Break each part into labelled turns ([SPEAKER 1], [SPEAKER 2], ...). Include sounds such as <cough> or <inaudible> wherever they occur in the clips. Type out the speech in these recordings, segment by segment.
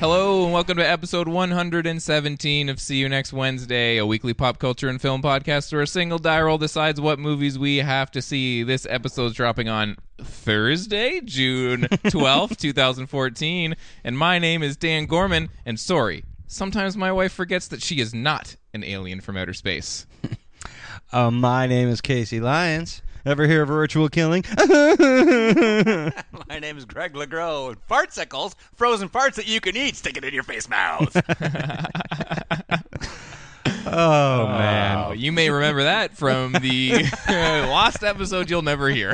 [SPEAKER 1] Hello and welcome to episode 117 of See You Next Wednesday, a weekly pop culture and film podcast where a single die roll decides what movies we have to see. This episode's dropping on Thursday, June 12th, 2014, and my name is Dan Gorman, and sorry, sometimes my wife forgets that she is not an alien from outer space.
[SPEAKER 2] Uh, my name is Casey Lyons. Ever hear of a ritual killing? <laughs> Oh, Hello,
[SPEAKER 3] <laughs> My name is Greg LeGros. and Fartsicles, frozen farts that you can eat, stick it in your face mouth.
[SPEAKER 1] Oh, you may remember that from the <laughs> lost episode you'll never hear.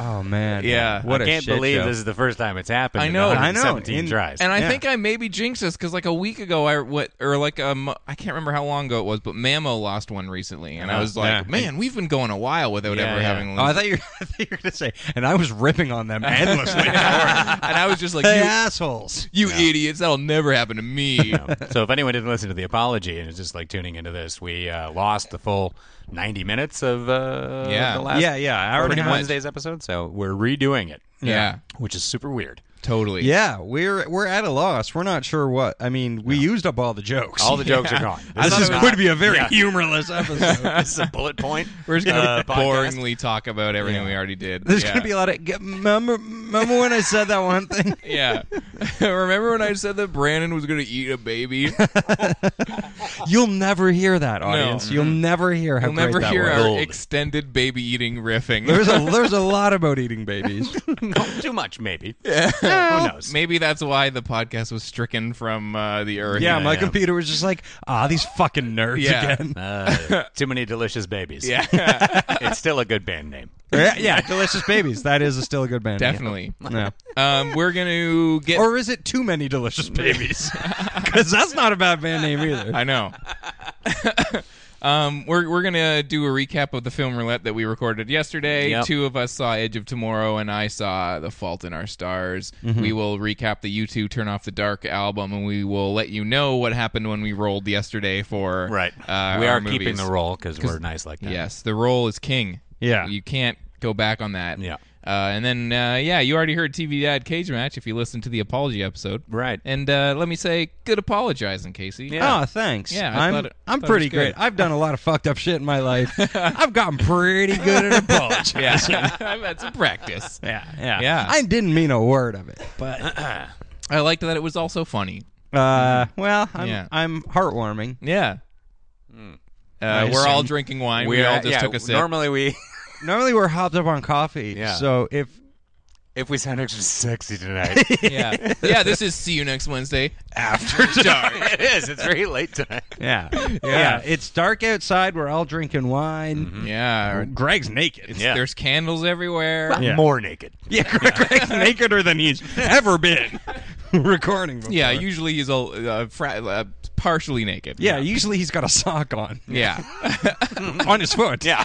[SPEAKER 2] Oh man.
[SPEAKER 1] Yeah.
[SPEAKER 2] What
[SPEAKER 1] I
[SPEAKER 2] a
[SPEAKER 3] Can't
[SPEAKER 2] shit
[SPEAKER 3] believe
[SPEAKER 2] show.
[SPEAKER 3] this is the first time it's happened.
[SPEAKER 1] I
[SPEAKER 3] in
[SPEAKER 1] know. I
[SPEAKER 2] know.
[SPEAKER 3] 117
[SPEAKER 2] In-
[SPEAKER 3] tries.
[SPEAKER 1] And I
[SPEAKER 2] Yeah.
[SPEAKER 1] think I maybe jinxed this because like a week ago, I what or like um I can't remember how long ago it was, but Mamo lost one recently, and I was like,
[SPEAKER 2] Uh-huh. yeah.
[SPEAKER 1] man, we've been going a while without
[SPEAKER 3] Yeah,
[SPEAKER 1] ever
[SPEAKER 3] yeah.
[SPEAKER 1] having.
[SPEAKER 2] Oh, I
[SPEAKER 1] lost- <laughs>
[SPEAKER 2] thought you were, <laughs> I thought you were going to say, and I was ripping on them <laughs> endlessly. hey,
[SPEAKER 1] <laughs> and I was just like, you,
[SPEAKER 2] assholes.
[SPEAKER 1] you idiots, that'll never happen to me.
[SPEAKER 3] <laughs> so if anyone didn't listen to the apology and is just like tuning into this, we uh, lost the full 90 minutes of uh,
[SPEAKER 1] Yeah.
[SPEAKER 3] the last
[SPEAKER 2] Yeah, yeah, I
[SPEAKER 3] Burning
[SPEAKER 2] already had-
[SPEAKER 3] Wednesday's episode, so we're redoing it.
[SPEAKER 1] Yeah.
[SPEAKER 3] Which is super weird.
[SPEAKER 1] Totally.
[SPEAKER 2] Yeah, we're we're at a loss. We're not sure what. I mean, we used up all the jokes. <laughs>
[SPEAKER 3] All the jokes are gone.
[SPEAKER 2] This
[SPEAKER 3] thought
[SPEAKER 2] is
[SPEAKER 3] it was-
[SPEAKER 2] going to be a very
[SPEAKER 3] Yeah.
[SPEAKER 2] humorless episode.
[SPEAKER 3] <laughs> this is a bullet point.
[SPEAKER 1] We're just gonna
[SPEAKER 2] <laughs>
[SPEAKER 3] uh, podcast.
[SPEAKER 1] boringly talk about everything we already did.
[SPEAKER 2] There's
[SPEAKER 1] yeah.
[SPEAKER 2] going to be a lot of. get- Remember, remember when I said that one thing?
[SPEAKER 1] <laughs> yeah. Remember when I said that Brandon was gonna eat a
[SPEAKER 2] <laughs>
[SPEAKER 1] baby?
[SPEAKER 2] <laughs> You'll never hear that, audience. You'll never hear how
[SPEAKER 1] You'll never
[SPEAKER 2] great that
[SPEAKER 1] hear
[SPEAKER 2] was.
[SPEAKER 1] our
[SPEAKER 3] Gold.
[SPEAKER 1] extended baby eating riffing. <laughs>
[SPEAKER 2] There's a there's a lot about eating babies. <laughs>
[SPEAKER 3] No, <laughs> too much, maybe. Who knows?
[SPEAKER 1] Maybe that's why the podcast was stricken from uh, the earth.
[SPEAKER 2] Yeah, my
[SPEAKER 3] yeah.
[SPEAKER 2] computer was just like, ah, these fucking nerds
[SPEAKER 1] Yeah. <laughs>
[SPEAKER 2] again.
[SPEAKER 3] <laughs> Uh, too many delicious babies.
[SPEAKER 1] yeah,
[SPEAKER 3] <laughs> it's still a good band name.
[SPEAKER 2] yeah, yeah, Delicious Babies. That is a still a good band. name.
[SPEAKER 3] <laughs>
[SPEAKER 1] definitely.
[SPEAKER 2] Yeah.
[SPEAKER 1] Um, we're gonna get.
[SPEAKER 2] Or is it too
[SPEAKER 1] <laughs>
[SPEAKER 2] many Delicious Babies? Because that's not a bad band name either.
[SPEAKER 1] I know. <laughs> um, we're we're gonna do a recap of the film roulette that we recorded yesterday.
[SPEAKER 3] Yep.
[SPEAKER 1] Two of us saw Edge of Tomorrow, and I saw The Fault in Our Stars.
[SPEAKER 3] Mm-hmm.
[SPEAKER 1] We will recap the U2 Turn Off the Dark album, and we will let you know what happened when we rolled yesterday for
[SPEAKER 3] Right.
[SPEAKER 1] Uh,
[SPEAKER 3] we
[SPEAKER 1] our
[SPEAKER 3] are keeping
[SPEAKER 1] movies.
[SPEAKER 3] the role because we're nice like that.
[SPEAKER 1] Yes, the role is king.
[SPEAKER 2] Yeah.
[SPEAKER 1] you can't go back on that.
[SPEAKER 3] Yeah.
[SPEAKER 1] Uh, and then, uh, yeah, you already heard TV Dad Cage Match if you listened to the apology episode.
[SPEAKER 3] Right.
[SPEAKER 1] And uh, let me say, good apologizing, Casey.
[SPEAKER 2] Oh, thanks.
[SPEAKER 1] Yeah, I
[SPEAKER 2] I'm
[SPEAKER 1] thought it-
[SPEAKER 2] I'm
[SPEAKER 1] thought it
[SPEAKER 2] pretty
[SPEAKER 1] was good.
[SPEAKER 2] great. I've done a lot of fucked up shit in
[SPEAKER 1] <laughs>
[SPEAKER 2] my life. I've gotten pretty good at apologizing.
[SPEAKER 1] Oh, Yeah. I've had some practice.
[SPEAKER 2] Yeah,
[SPEAKER 1] <laughs>
[SPEAKER 2] yeah,
[SPEAKER 1] Yeah.
[SPEAKER 2] I didn't mean a word of it, but
[SPEAKER 1] I liked that it was also funny.
[SPEAKER 2] uh, well, I'm,
[SPEAKER 1] Yeah.
[SPEAKER 2] I'm heartwarming.
[SPEAKER 1] Yeah. Uh, we're all drinking wine. We, all just
[SPEAKER 3] yeah,
[SPEAKER 1] took a sip. <laughs>
[SPEAKER 3] Normally, we
[SPEAKER 2] Normally we're hopped up on coffee,
[SPEAKER 3] Yeah.
[SPEAKER 2] so if
[SPEAKER 3] if we sound extra sexy tonight,
[SPEAKER 1] <laughs> yeah. yeah, this is See You Next Wednesday.
[SPEAKER 3] after dark, <laughs> it is. It's very late tonight.
[SPEAKER 1] <laughs>
[SPEAKER 2] yeah, yeah, it's dark outside. We're all drinking wine.
[SPEAKER 1] Yeah. or-
[SPEAKER 2] Greg's naked.
[SPEAKER 3] Yeah.
[SPEAKER 1] There's candles everywhere.
[SPEAKER 2] Yeah.
[SPEAKER 3] More naked.
[SPEAKER 2] Yeah, <laughs> Greg, Greg's nakeder than he's ever been <laughs> recording. Before.
[SPEAKER 1] Yeah, usually he's all uh, fra- uh, partially naked.
[SPEAKER 2] yeah. Usually he's got a sock on
[SPEAKER 1] Yeah.
[SPEAKER 2] on his foot.
[SPEAKER 3] Yeah.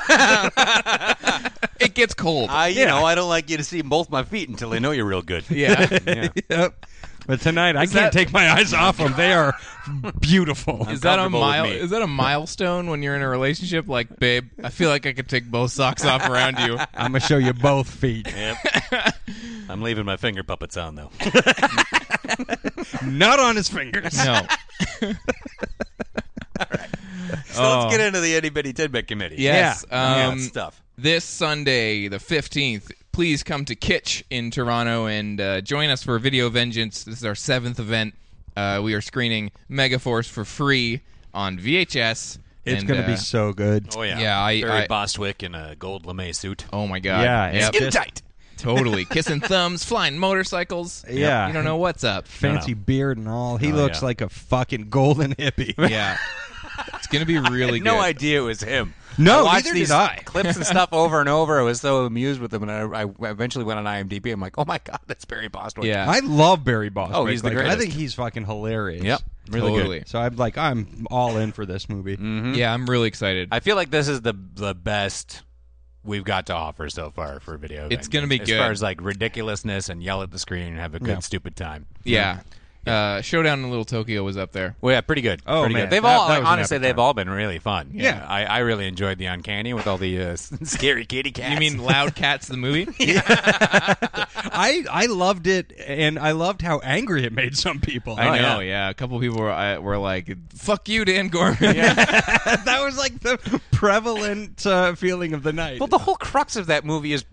[SPEAKER 1] it gets cold.
[SPEAKER 3] <laughs>
[SPEAKER 2] <laughs>
[SPEAKER 3] you know, I don't like you to see both my feet until they know you're real good.
[SPEAKER 1] yeah.
[SPEAKER 3] Yeah.
[SPEAKER 2] Yep. But tonight, I
[SPEAKER 1] Is
[SPEAKER 2] can't
[SPEAKER 1] that-
[SPEAKER 2] take my eyes off them. They are beautiful. <laughs>
[SPEAKER 1] Is that a
[SPEAKER 3] comfortable with
[SPEAKER 1] mile?
[SPEAKER 3] me.
[SPEAKER 1] Is that a milestone when you're in a relationship? Like, babe, I feel like I could take both socks off around you.
[SPEAKER 2] I'm gonna show you both feet.
[SPEAKER 3] I'm leaving my finger puppets
[SPEAKER 1] <laughs>
[SPEAKER 3] on though.
[SPEAKER 2] Not on his fingers.
[SPEAKER 1] <laughs> No.
[SPEAKER 3] so let's get into the itty bitty tidbit committee.
[SPEAKER 1] Yes.
[SPEAKER 3] Oh. yeah,
[SPEAKER 1] Um,
[SPEAKER 3] it's stuff.
[SPEAKER 1] This Sunday, the 15th, please come to Kitsch in Toronto and uh, join us for Video Vengeance. This is our seventh event. Uh, we are screening Megaforce for free on VHS.
[SPEAKER 2] It's
[SPEAKER 1] and,
[SPEAKER 2] gonna
[SPEAKER 1] uh,
[SPEAKER 2] be so good.
[SPEAKER 3] Oh yeah,
[SPEAKER 1] Yeah, I-
[SPEAKER 3] Barry
[SPEAKER 1] I-
[SPEAKER 3] Bostwick in a gold lame suit.
[SPEAKER 1] Oh my god!
[SPEAKER 2] Yeah, it's
[SPEAKER 1] Yep.
[SPEAKER 2] Skin just-
[SPEAKER 3] tight.
[SPEAKER 1] totally kissing thumbs, flying motorcycles.
[SPEAKER 2] Yeah.
[SPEAKER 1] you don't know what's up.
[SPEAKER 2] Fancy beard and all. He looks
[SPEAKER 3] yeah.
[SPEAKER 2] like a fucking golden hippie.
[SPEAKER 1] Yeah, it's gonna be really
[SPEAKER 3] <laughs> No
[SPEAKER 1] good.
[SPEAKER 3] idea it was him.
[SPEAKER 2] No,
[SPEAKER 3] I watched
[SPEAKER 2] neither did
[SPEAKER 3] these
[SPEAKER 2] I.
[SPEAKER 3] clips
[SPEAKER 2] <laughs>
[SPEAKER 3] and stuff over and over. I was so amused with them, and I, I eventually went on IMDb. I'm like, oh my god, that's Barry Bostwick.
[SPEAKER 1] Yeah,
[SPEAKER 2] <laughs> I love Barry Bostwick.
[SPEAKER 3] Oh, he's the
[SPEAKER 2] Like, I
[SPEAKER 3] greatest.
[SPEAKER 2] think he's fucking hilarious.
[SPEAKER 3] yep, really
[SPEAKER 1] Totally.
[SPEAKER 3] good.
[SPEAKER 2] So I'm like, I'm all in for this movie.
[SPEAKER 1] yeah, I'm really excited.
[SPEAKER 3] I feel like this is the the best we've got to offer so far for video.
[SPEAKER 1] It's
[SPEAKER 3] vengeance,
[SPEAKER 1] gonna be
[SPEAKER 3] as
[SPEAKER 1] good.
[SPEAKER 3] far as like ridiculousness and yell at the screen and have a good
[SPEAKER 2] Yeah.
[SPEAKER 3] stupid time.
[SPEAKER 1] yeah, Uh, Showdown in Little Tokyo was up there.
[SPEAKER 3] Well, yeah, pretty good.
[SPEAKER 2] Oh,
[SPEAKER 3] pretty
[SPEAKER 2] man.
[SPEAKER 3] good. they've
[SPEAKER 2] That-
[SPEAKER 3] all
[SPEAKER 2] that was an
[SPEAKER 3] honestly
[SPEAKER 2] epic
[SPEAKER 3] they've
[SPEAKER 2] time.
[SPEAKER 3] all been really fun.
[SPEAKER 2] Yeah.
[SPEAKER 3] I, I really enjoyed the uncanny with all the uh, <laughs> scary kitty cats.
[SPEAKER 1] You mean Loud Cats the movie?
[SPEAKER 2] I I loved it, and I loved how angry it made some people.
[SPEAKER 1] I
[SPEAKER 3] Oh,
[SPEAKER 1] know, yeah. A couple people were, I- were like, "Fuck you, Dan Gorman." <laughs>
[SPEAKER 2] that was like the prevalent uh, feeling of the night.
[SPEAKER 3] Well, the whole crux of that movie is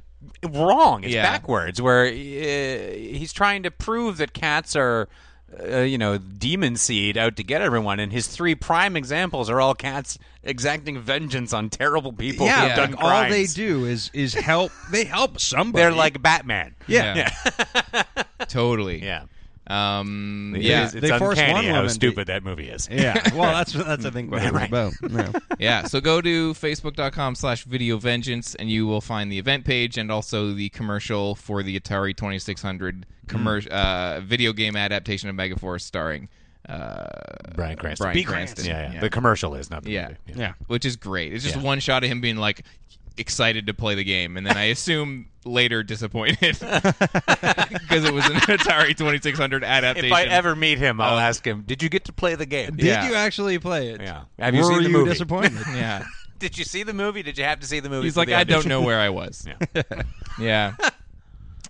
[SPEAKER 3] wrong. It's
[SPEAKER 1] Yeah.
[SPEAKER 3] backwards, where uh, he's trying to prove that cats are. Uh, you know, demon seed out to get everyone, and his three prime examples are all cats exacting vengeance on terrible people.
[SPEAKER 2] yeah,
[SPEAKER 3] who've
[SPEAKER 1] yeah.
[SPEAKER 3] done
[SPEAKER 2] like, all they
[SPEAKER 3] crimes.
[SPEAKER 2] do is is help. They help somebody.
[SPEAKER 3] they're like Batman.
[SPEAKER 2] yeah.
[SPEAKER 1] totally.
[SPEAKER 3] <laughs> yeah,
[SPEAKER 1] Um,
[SPEAKER 3] It
[SPEAKER 1] yeah.
[SPEAKER 3] is- <laughs> It's
[SPEAKER 2] They force one
[SPEAKER 3] uncanny how
[SPEAKER 2] woman to-
[SPEAKER 3] stupid that movie is.
[SPEAKER 2] Yeah. Well, that's that's I think what it was about. Yeah.
[SPEAKER 1] yeah so go to facebook.com slash video vengeance and you will find the event page and also the commercial for the atari 2600 commer- uh, video game adaptation of megaforce starring uh,
[SPEAKER 3] <laughs> Brian Cranston.
[SPEAKER 1] Bryan Cranston.
[SPEAKER 3] Yeah, yeah,
[SPEAKER 1] Yeah.
[SPEAKER 3] The commercial is not the
[SPEAKER 1] yeah.
[SPEAKER 3] movie. <laughs>
[SPEAKER 2] Yeah.
[SPEAKER 1] which is great it's just
[SPEAKER 3] Yeah.
[SPEAKER 1] one shot of him being like excited to play the game and then i assume later disappointed <laughs> because it was an atari 2600 adaptation
[SPEAKER 3] If I ever meet him,
[SPEAKER 2] Oh.
[SPEAKER 3] I'll ask him, "Did you get to play the game?"
[SPEAKER 2] Did
[SPEAKER 1] Yeah.
[SPEAKER 2] you actually play it?
[SPEAKER 3] Yeah. Have you
[SPEAKER 2] Were
[SPEAKER 3] seen the
[SPEAKER 2] you
[SPEAKER 3] movie? <laughs>
[SPEAKER 2] disappointed?
[SPEAKER 1] yeah
[SPEAKER 3] Did you see the movie? Did you have to see the movie?
[SPEAKER 1] He's
[SPEAKER 3] for
[SPEAKER 1] like,
[SPEAKER 3] the
[SPEAKER 1] I don't
[SPEAKER 3] audition?"
[SPEAKER 1] know where I
[SPEAKER 3] <laughs>
[SPEAKER 1] was. <laughs> yeah.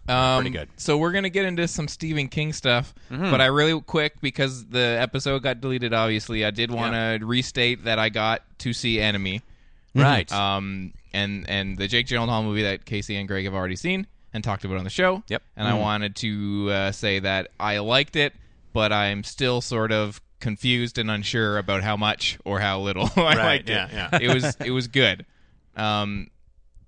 [SPEAKER 1] Um,
[SPEAKER 3] Pretty good. Mm-hmm.
[SPEAKER 1] So we're gonna get into some Stephen King stuff, but I really quick because the episode got deleted. Obviously, I did want to restate that I got to see Enemy,
[SPEAKER 3] Right.
[SPEAKER 1] um, and and the Jake Gyllenhaal movie that Casey and Greg have already seen and talked about on the show.
[SPEAKER 3] Yep. Mm-hmm.
[SPEAKER 1] And I wanted to uh, say that I liked it, but I'm still sort of confused and unsure about how much or how little <laughs> I
[SPEAKER 3] Right,
[SPEAKER 1] liked it.
[SPEAKER 3] yeah, yeah.
[SPEAKER 1] It was it was good. Um,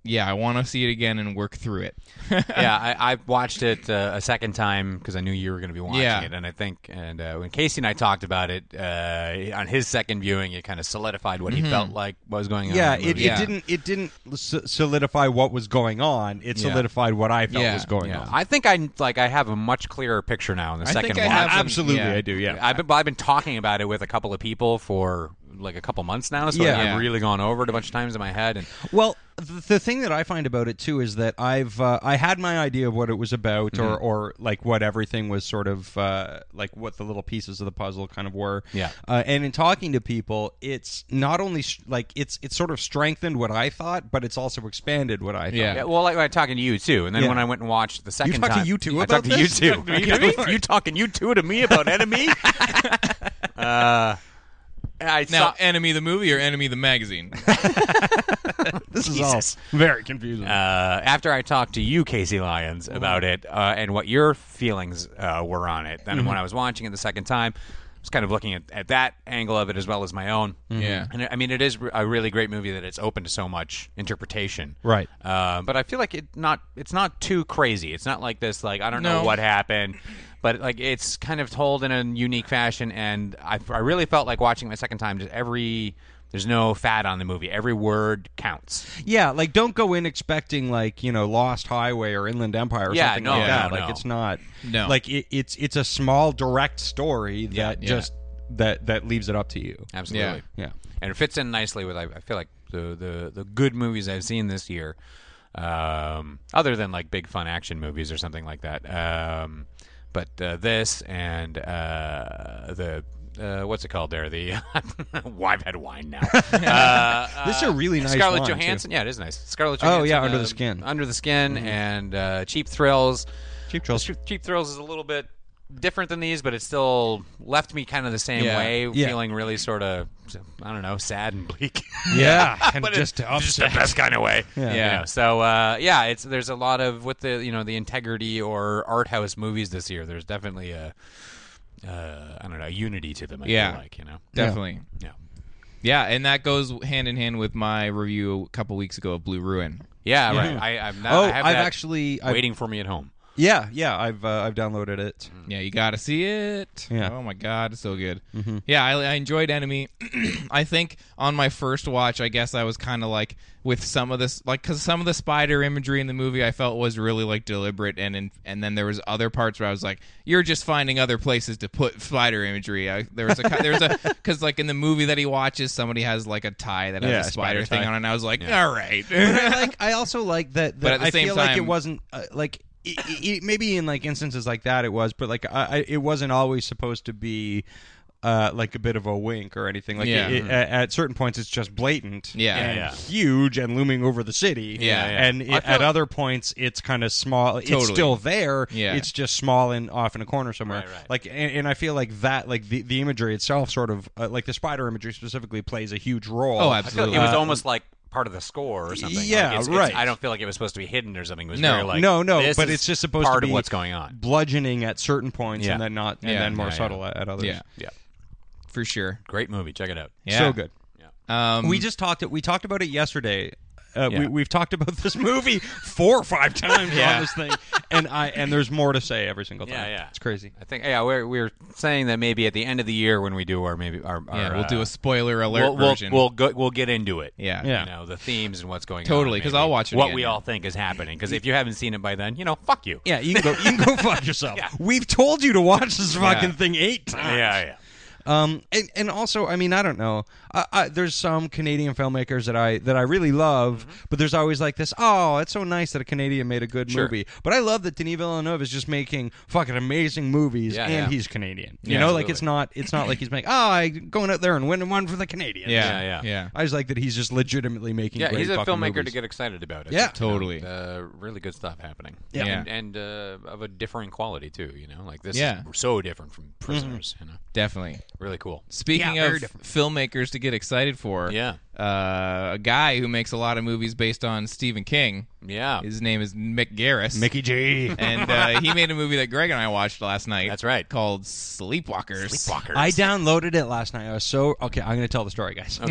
[SPEAKER 1] yeah, I want to see it again and work through <laughs> it.
[SPEAKER 3] yeah, I, I watched it uh, a second time because I knew you were going to be watching
[SPEAKER 1] Yeah.
[SPEAKER 3] it, and I think, and uh, when Casey and I talked about it uh, on his second viewing, it kind of solidified what he felt like was going on.
[SPEAKER 2] Yeah,
[SPEAKER 3] in the
[SPEAKER 2] it,
[SPEAKER 3] movie.
[SPEAKER 1] Yeah.
[SPEAKER 2] it didn't it didn't so- solidify what was going on. It
[SPEAKER 3] Yeah.
[SPEAKER 2] solidified what I felt
[SPEAKER 1] Yeah,
[SPEAKER 2] was going
[SPEAKER 3] Yeah.
[SPEAKER 2] on.
[SPEAKER 3] I think I like I have a much clearer picture now in the
[SPEAKER 1] I
[SPEAKER 3] second
[SPEAKER 1] think I have
[SPEAKER 3] watch.
[SPEAKER 1] a-
[SPEAKER 2] Absolutely,
[SPEAKER 1] Yeah.
[SPEAKER 2] I do. Yeah,
[SPEAKER 3] I've been I've been talking about it with a couple of people for like a couple months now, so
[SPEAKER 2] Yeah.
[SPEAKER 3] I've
[SPEAKER 1] Yeah.
[SPEAKER 3] really gone over it a bunch of times in my head. And
[SPEAKER 2] Well, th- the thing that I find about it too is that I've uh, I had my idea of what it was about, or
[SPEAKER 3] Mm-hmm.
[SPEAKER 2] or like what everything was sort of uh, like what the little pieces of the puzzle kind of were.
[SPEAKER 3] Yeah.
[SPEAKER 2] Uh, and in talking to people, it's not only s like it's it's sort of strengthened what I thought, but it's also expanded what I thought.
[SPEAKER 1] Yeah.
[SPEAKER 3] Yeah, well, like I talking to you too, and then
[SPEAKER 2] Yeah.
[SPEAKER 3] when I went and watched the second
[SPEAKER 2] talked to
[SPEAKER 3] time,
[SPEAKER 2] you two
[SPEAKER 3] I
[SPEAKER 2] about
[SPEAKER 3] talked to you
[SPEAKER 2] this?
[SPEAKER 3] two.
[SPEAKER 2] You <laughs> talked to me?
[SPEAKER 3] I talked to <laughs> you talking you two to me
[SPEAKER 2] <laughs>
[SPEAKER 3] about enemy. uh, I
[SPEAKER 1] Now,
[SPEAKER 3] saw,
[SPEAKER 1] Enemy the movie or Enemy the magazine?
[SPEAKER 2] This
[SPEAKER 3] Jesus.
[SPEAKER 2] is all very confusing.
[SPEAKER 3] uh, after I talked to you, Casey Lyons, about it uh, and what your feelings uh, were on it, then when I was watching it the second time, I was kind of looking at, at that angle of it as well as my own.
[SPEAKER 1] Yeah.
[SPEAKER 3] And I mean, it is a really great movie that it's open to so much interpretation.
[SPEAKER 2] Right.
[SPEAKER 3] Uh, but I feel like it not it's not too crazy. It's not like this like I don't know
[SPEAKER 1] No.
[SPEAKER 3] what happened, but like it's kind of told in a unique fashion. And I, I really felt like watching it my second time. Just every there's no fat on the movie. Every word counts.
[SPEAKER 2] yeah, like don't go in expecting like you know Lost Highway or Inland Empire or
[SPEAKER 3] Yeah,
[SPEAKER 2] something
[SPEAKER 3] no,
[SPEAKER 2] like that.
[SPEAKER 3] no,
[SPEAKER 2] like
[SPEAKER 3] no.
[SPEAKER 2] it's not.
[SPEAKER 1] No.
[SPEAKER 2] like it, it's it's a small direct story that
[SPEAKER 3] Yeah,
[SPEAKER 1] yeah.
[SPEAKER 2] just that that leaves it up to you.
[SPEAKER 3] Absolutely.
[SPEAKER 2] Yeah.
[SPEAKER 3] and it fits in nicely with I, I feel like the, the the good movies I've seen this year, um, other than like big fun action movies or something like that. Um, But uh, this and uh, the uh, what's it called there? The <laughs> well, I've had
[SPEAKER 2] <laughs>
[SPEAKER 3] wine now. uh,
[SPEAKER 2] This is a really
[SPEAKER 3] uh,
[SPEAKER 2] nice
[SPEAKER 3] Scarlett
[SPEAKER 2] wine, too.
[SPEAKER 3] Johansson. Yeah, it is nice. Scarlett. Johansson,
[SPEAKER 2] Oh, yeah, Under the
[SPEAKER 3] um,
[SPEAKER 2] Skin. Mm-hmm.
[SPEAKER 3] Under the Skin and uh, Cheap Thrills.
[SPEAKER 2] Cheap Thrills.
[SPEAKER 3] Cheap, Cheap Thrills is a little bit different than these, but it still left me kind of the same
[SPEAKER 1] Yeah.
[SPEAKER 3] way,
[SPEAKER 2] Yeah.
[SPEAKER 3] feeling really sort of I don't know, sad and bleak.
[SPEAKER 2] Yeah, and
[SPEAKER 3] <laughs> But
[SPEAKER 2] just
[SPEAKER 3] it-
[SPEAKER 2] to upset.
[SPEAKER 3] the best kind of way. Yeah.
[SPEAKER 1] Yeah.
[SPEAKER 3] so uh, yeah, it's there's a lot of with the you know the integrity or art house movies this year. There's definitely a uh, I don't know a unity to them. I
[SPEAKER 1] Yeah.
[SPEAKER 3] feel like you know.
[SPEAKER 1] <laughs> Definitely.
[SPEAKER 3] Yeah.
[SPEAKER 1] Yeah, and that goes hand in hand with my review a couple weeks ago of Blue Ruin.
[SPEAKER 3] Yeah, right. I, I'm not,
[SPEAKER 2] Oh,
[SPEAKER 3] I have
[SPEAKER 2] I've
[SPEAKER 3] that
[SPEAKER 2] actually- I've-
[SPEAKER 3] waiting for me at home.
[SPEAKER 2] Yeah, yeah, I've uh, I've downloaded it.
[SPEAKER 1] Yeah, you gotta see it.
[SPEAKER 2] Yeah. Mm-hmm.
[SPEAKER 1] Oh my god, it's so good. Yeah, I, I enjoyed Enemy. <clears throat> I think on my first watch, I guess I was kind of like with some of this, like because some of the spider imagery in the movie I felt was really like deliberate, and and, and then there was other parts where I was like, you're just finding other places to put spider imagery. I, there was a ki- there was
[SPEAKER 2] <laughs>
[SPEAKER 1] a because like in the movie that he watches, somebody has like a tie that has
[SPEAKER 2] Yeah,
[SPEAKER 1] a
[SPEAKER 2] a
[SPEAKER 1] spider,
[SPEAKER 2] spider
[SPEAKER 1] thing
[SPEAKER 2] tie.
[SPEAKER 1] on, it, and I was like, all right.
[SPEAKER 2] But I like I also like that. that
[SPEAKER 1] But at the
[SPEAKER 2] I
[SPEAKER 1] same
[SPEAKER 2] feel like it
[SPEAKER 1] time-
[SPEAKER 2] wasn't uh, like i i i maybe in like instances like that it was, but like I, I it wasn't always supposed to be. Uh, like a bit of a wink or anything. Like
[SPEAKER 1] Yeah.
[SPEAKER 2] it, it- at, at certain points, it's just blatant,
[SPEAKER 1] Yeah.
[SPEAKER 2] and
[SPEAKER 3] Yeah, yeah.
[SPEAKER 2] huge and looming over the city.
[SPEAKER 1] Yeah, yeah.
[SPEAKER 2] and
[SPEAKER 3] I
[SPEAKER 2] it,
[SPEAKER 3] feel-
[SPEAKER 2] at other points, it's kind of small. It's
[SPEAKER 1] Totally.
[SPEAKER 2] still there.
[SPEAKER 1] Yeah.
[SPEAKER 2] it's just small and off in a corner somewhere.
[SPEAKER 3] Right, right.
[SPEAKER 2] Like, and, and I feel like that, like the, the imagery itself, sort of uh, like the spider imagery specifically, plays a huge role.
[SPEAKER 1] Oh,
[SPEAKER 3] I feel
[SPEAKER 1] absolutely.
[SPEAKER 3] like it was almost like part of the score or something. Like,
[SPEAKER 2] Yeah,
[SPEAKER 3] it's- it's-
[SPEAKER 2] right.
[SPEAKER 3] I don't feel like it was supposed to be hidden or something. It was
[SPEAKER 1] No.
[SPEAKER 3] very like
[SPEAKER 2] no, no,
[SPEAKER 3] this
[SPEAKER 2] but
[SPEAKER 3] is
[SPEAKER 2] it's just supposed
[SPEAKER 3] part
[SPEAKER 2] to be
[SPEAKER 3] of what's going on.
[SPEAKER 2] bludgeoning at certain points
[SPEAKER 3] Yeah.
[SPEAKER 2] and then not, and
[SPEAKER 1] Yeah,
[SPEAKER 2] then more
[SPEAKER 3] yeah, yeah.
[SPEAKER 2] subtle at, at others.
[SPEAKER 1] yeah,
[SPEAKER 3] Yeah,
[SPEAKER 1] for sure.
[SPEAKER 3] great movie. Check it out.
[SPEAKER 1] Yeah.
[SPEAKER 2] so good. Mm.
[SPEAKER 1] Um,
[SPEAKER 2] we just talked. We talked about it yesterday. Uh,
[SPEAKER 3] Yeah.
[SPEAKER 2] we, we've talked about this movie four or <laughs> five times
[SPEAKER 3] Yeah.
[SPEAKER 2] on this thing, and I and there's more to say every single time.
[SPEAKER 3] Yeah, yeah.
[SPEAKER 2] it's crazy.
[SPEAKER 3] I think yeah, we're we're saying that maybe at the end of the year when we do our maybe our, our
[SPEAKER 1] yeah,
[SPEAKER 3] uh,
[SPEAKER 1] we'll do a spoiler alert
[SPEAKER 3] we'll, we'll,
[SPEAKER 1] version.
[SPEAKER 3] we'll go, we'll get into it.
[SPEAKER 1] yeah,
[SPEAKER 2] Yeah.
[SPEAKER 3] You know, the themes and what's going on.
[SPEAKER 1] Totally, 'cause
[SPEAKER 3] maybe.
[SPEAKER 1] I'll watch it
[SPEAKER 3] What
[SPEAKER 1] again,
[SPEAKER 3] we
[SPEAKER 1] yeah.
[SPEAKER 3] all think is happening, because if you haven't seen it by then, you know, fuck you.
[SPEAKER 2] Yeah, you can go. You can go fuck <laughs> yourself.
[SPEAKER 3] Yeah.
[SPEAKER 2] We've told you to watch this fucking thing eight times.
[SPEAKER 3] Yeah, yeah.
[SPEAKER 2] Um, and, and also, I mean, I don't know. I, I, there's some Canadian filmmakers that I that I really love,
[SPEAKER 3] Mm-hmm.
[SPEAKER 2] but there's always like this. Oh, it's so nice that a Canadian made a good movie. But I love that Denis Villeneuve is just making fucking amazing movies,
[SPEAKER 3] Yeah,
[SPEAKER 2] and
[SPEAKER 3] yeah.
[SPEAKER 2] he's Canadian. You
[SPEAKER 3] Yeah,
[SPEAKER 2] know, like
[SPEAKER 3] absolutely.
[SPEAKER 2] it's not it's not like he's making. Oh, I going out there and winning one for the Canadians.
[SPEAKER 1] yeah,
[SPEAKER 3] Yeah, yeah.
[SPEAKER 1] yeah.
[SPEAKER 2] I just like that he's just legitimately making.
[SPEAKER 3] Yeah,
[SPEAKER 2] great
[SPEAKER 3] he's a
[SPEAKER 2] fucking
[SPEAKER 3] filmmaker to
[SPEAKER 2] movies.
[SPEAKER 3] get excited about. it.
[SPEAKER 2] Yeah.
[SPEAKER 1] Totally.
[SPEAKER 3] Uh, really good stuff happening.
[SPEAKER 2] Yeah.
[SPEAKER 1] Yeah.
[SPEAKER 3] And, and uh, of a differing quality, too, you know? Like, this
[SPEAKER 1] Yeah. Mm-hmm.
[SPEAKER 3] is so different from Prisoners, you know?
[SPEAKER 1] Definitely.
[SPEAKER 3] Really cool.
[SPEAKER 1] Speaking
[SPEAKER 2] Yeah, very
[SPEAKER 1] of
[SPEAKER 2] different.
[SPEAKER 1] filmmakers to get excited for,
[SPEAKER 3] Yeah.
[SPEAKER 1] uh, a guy who makes a lot of movies based on Stephen King.
[SPEAKER 3] Yeah.
[SPEAKER 1] His name is Mick Garris.
[SPEAKER 2] Mickey G.
[SPEAKER 1] and uh,
[SPEAKER 3] <laughs>
[SPEAKER 1] he made a movie that Greg and I watched last night.
[SPEAKER 3] That's right.
[SPEAKER 1] Called Sleepwalkers.
[SPEAKER 3] Sleepwalkers.
[SPEAKER 2] I downloaded it last night. I was so okay. I'm gonna tell the story, guys. <laughs>
[SPEAKER 1] <laughs>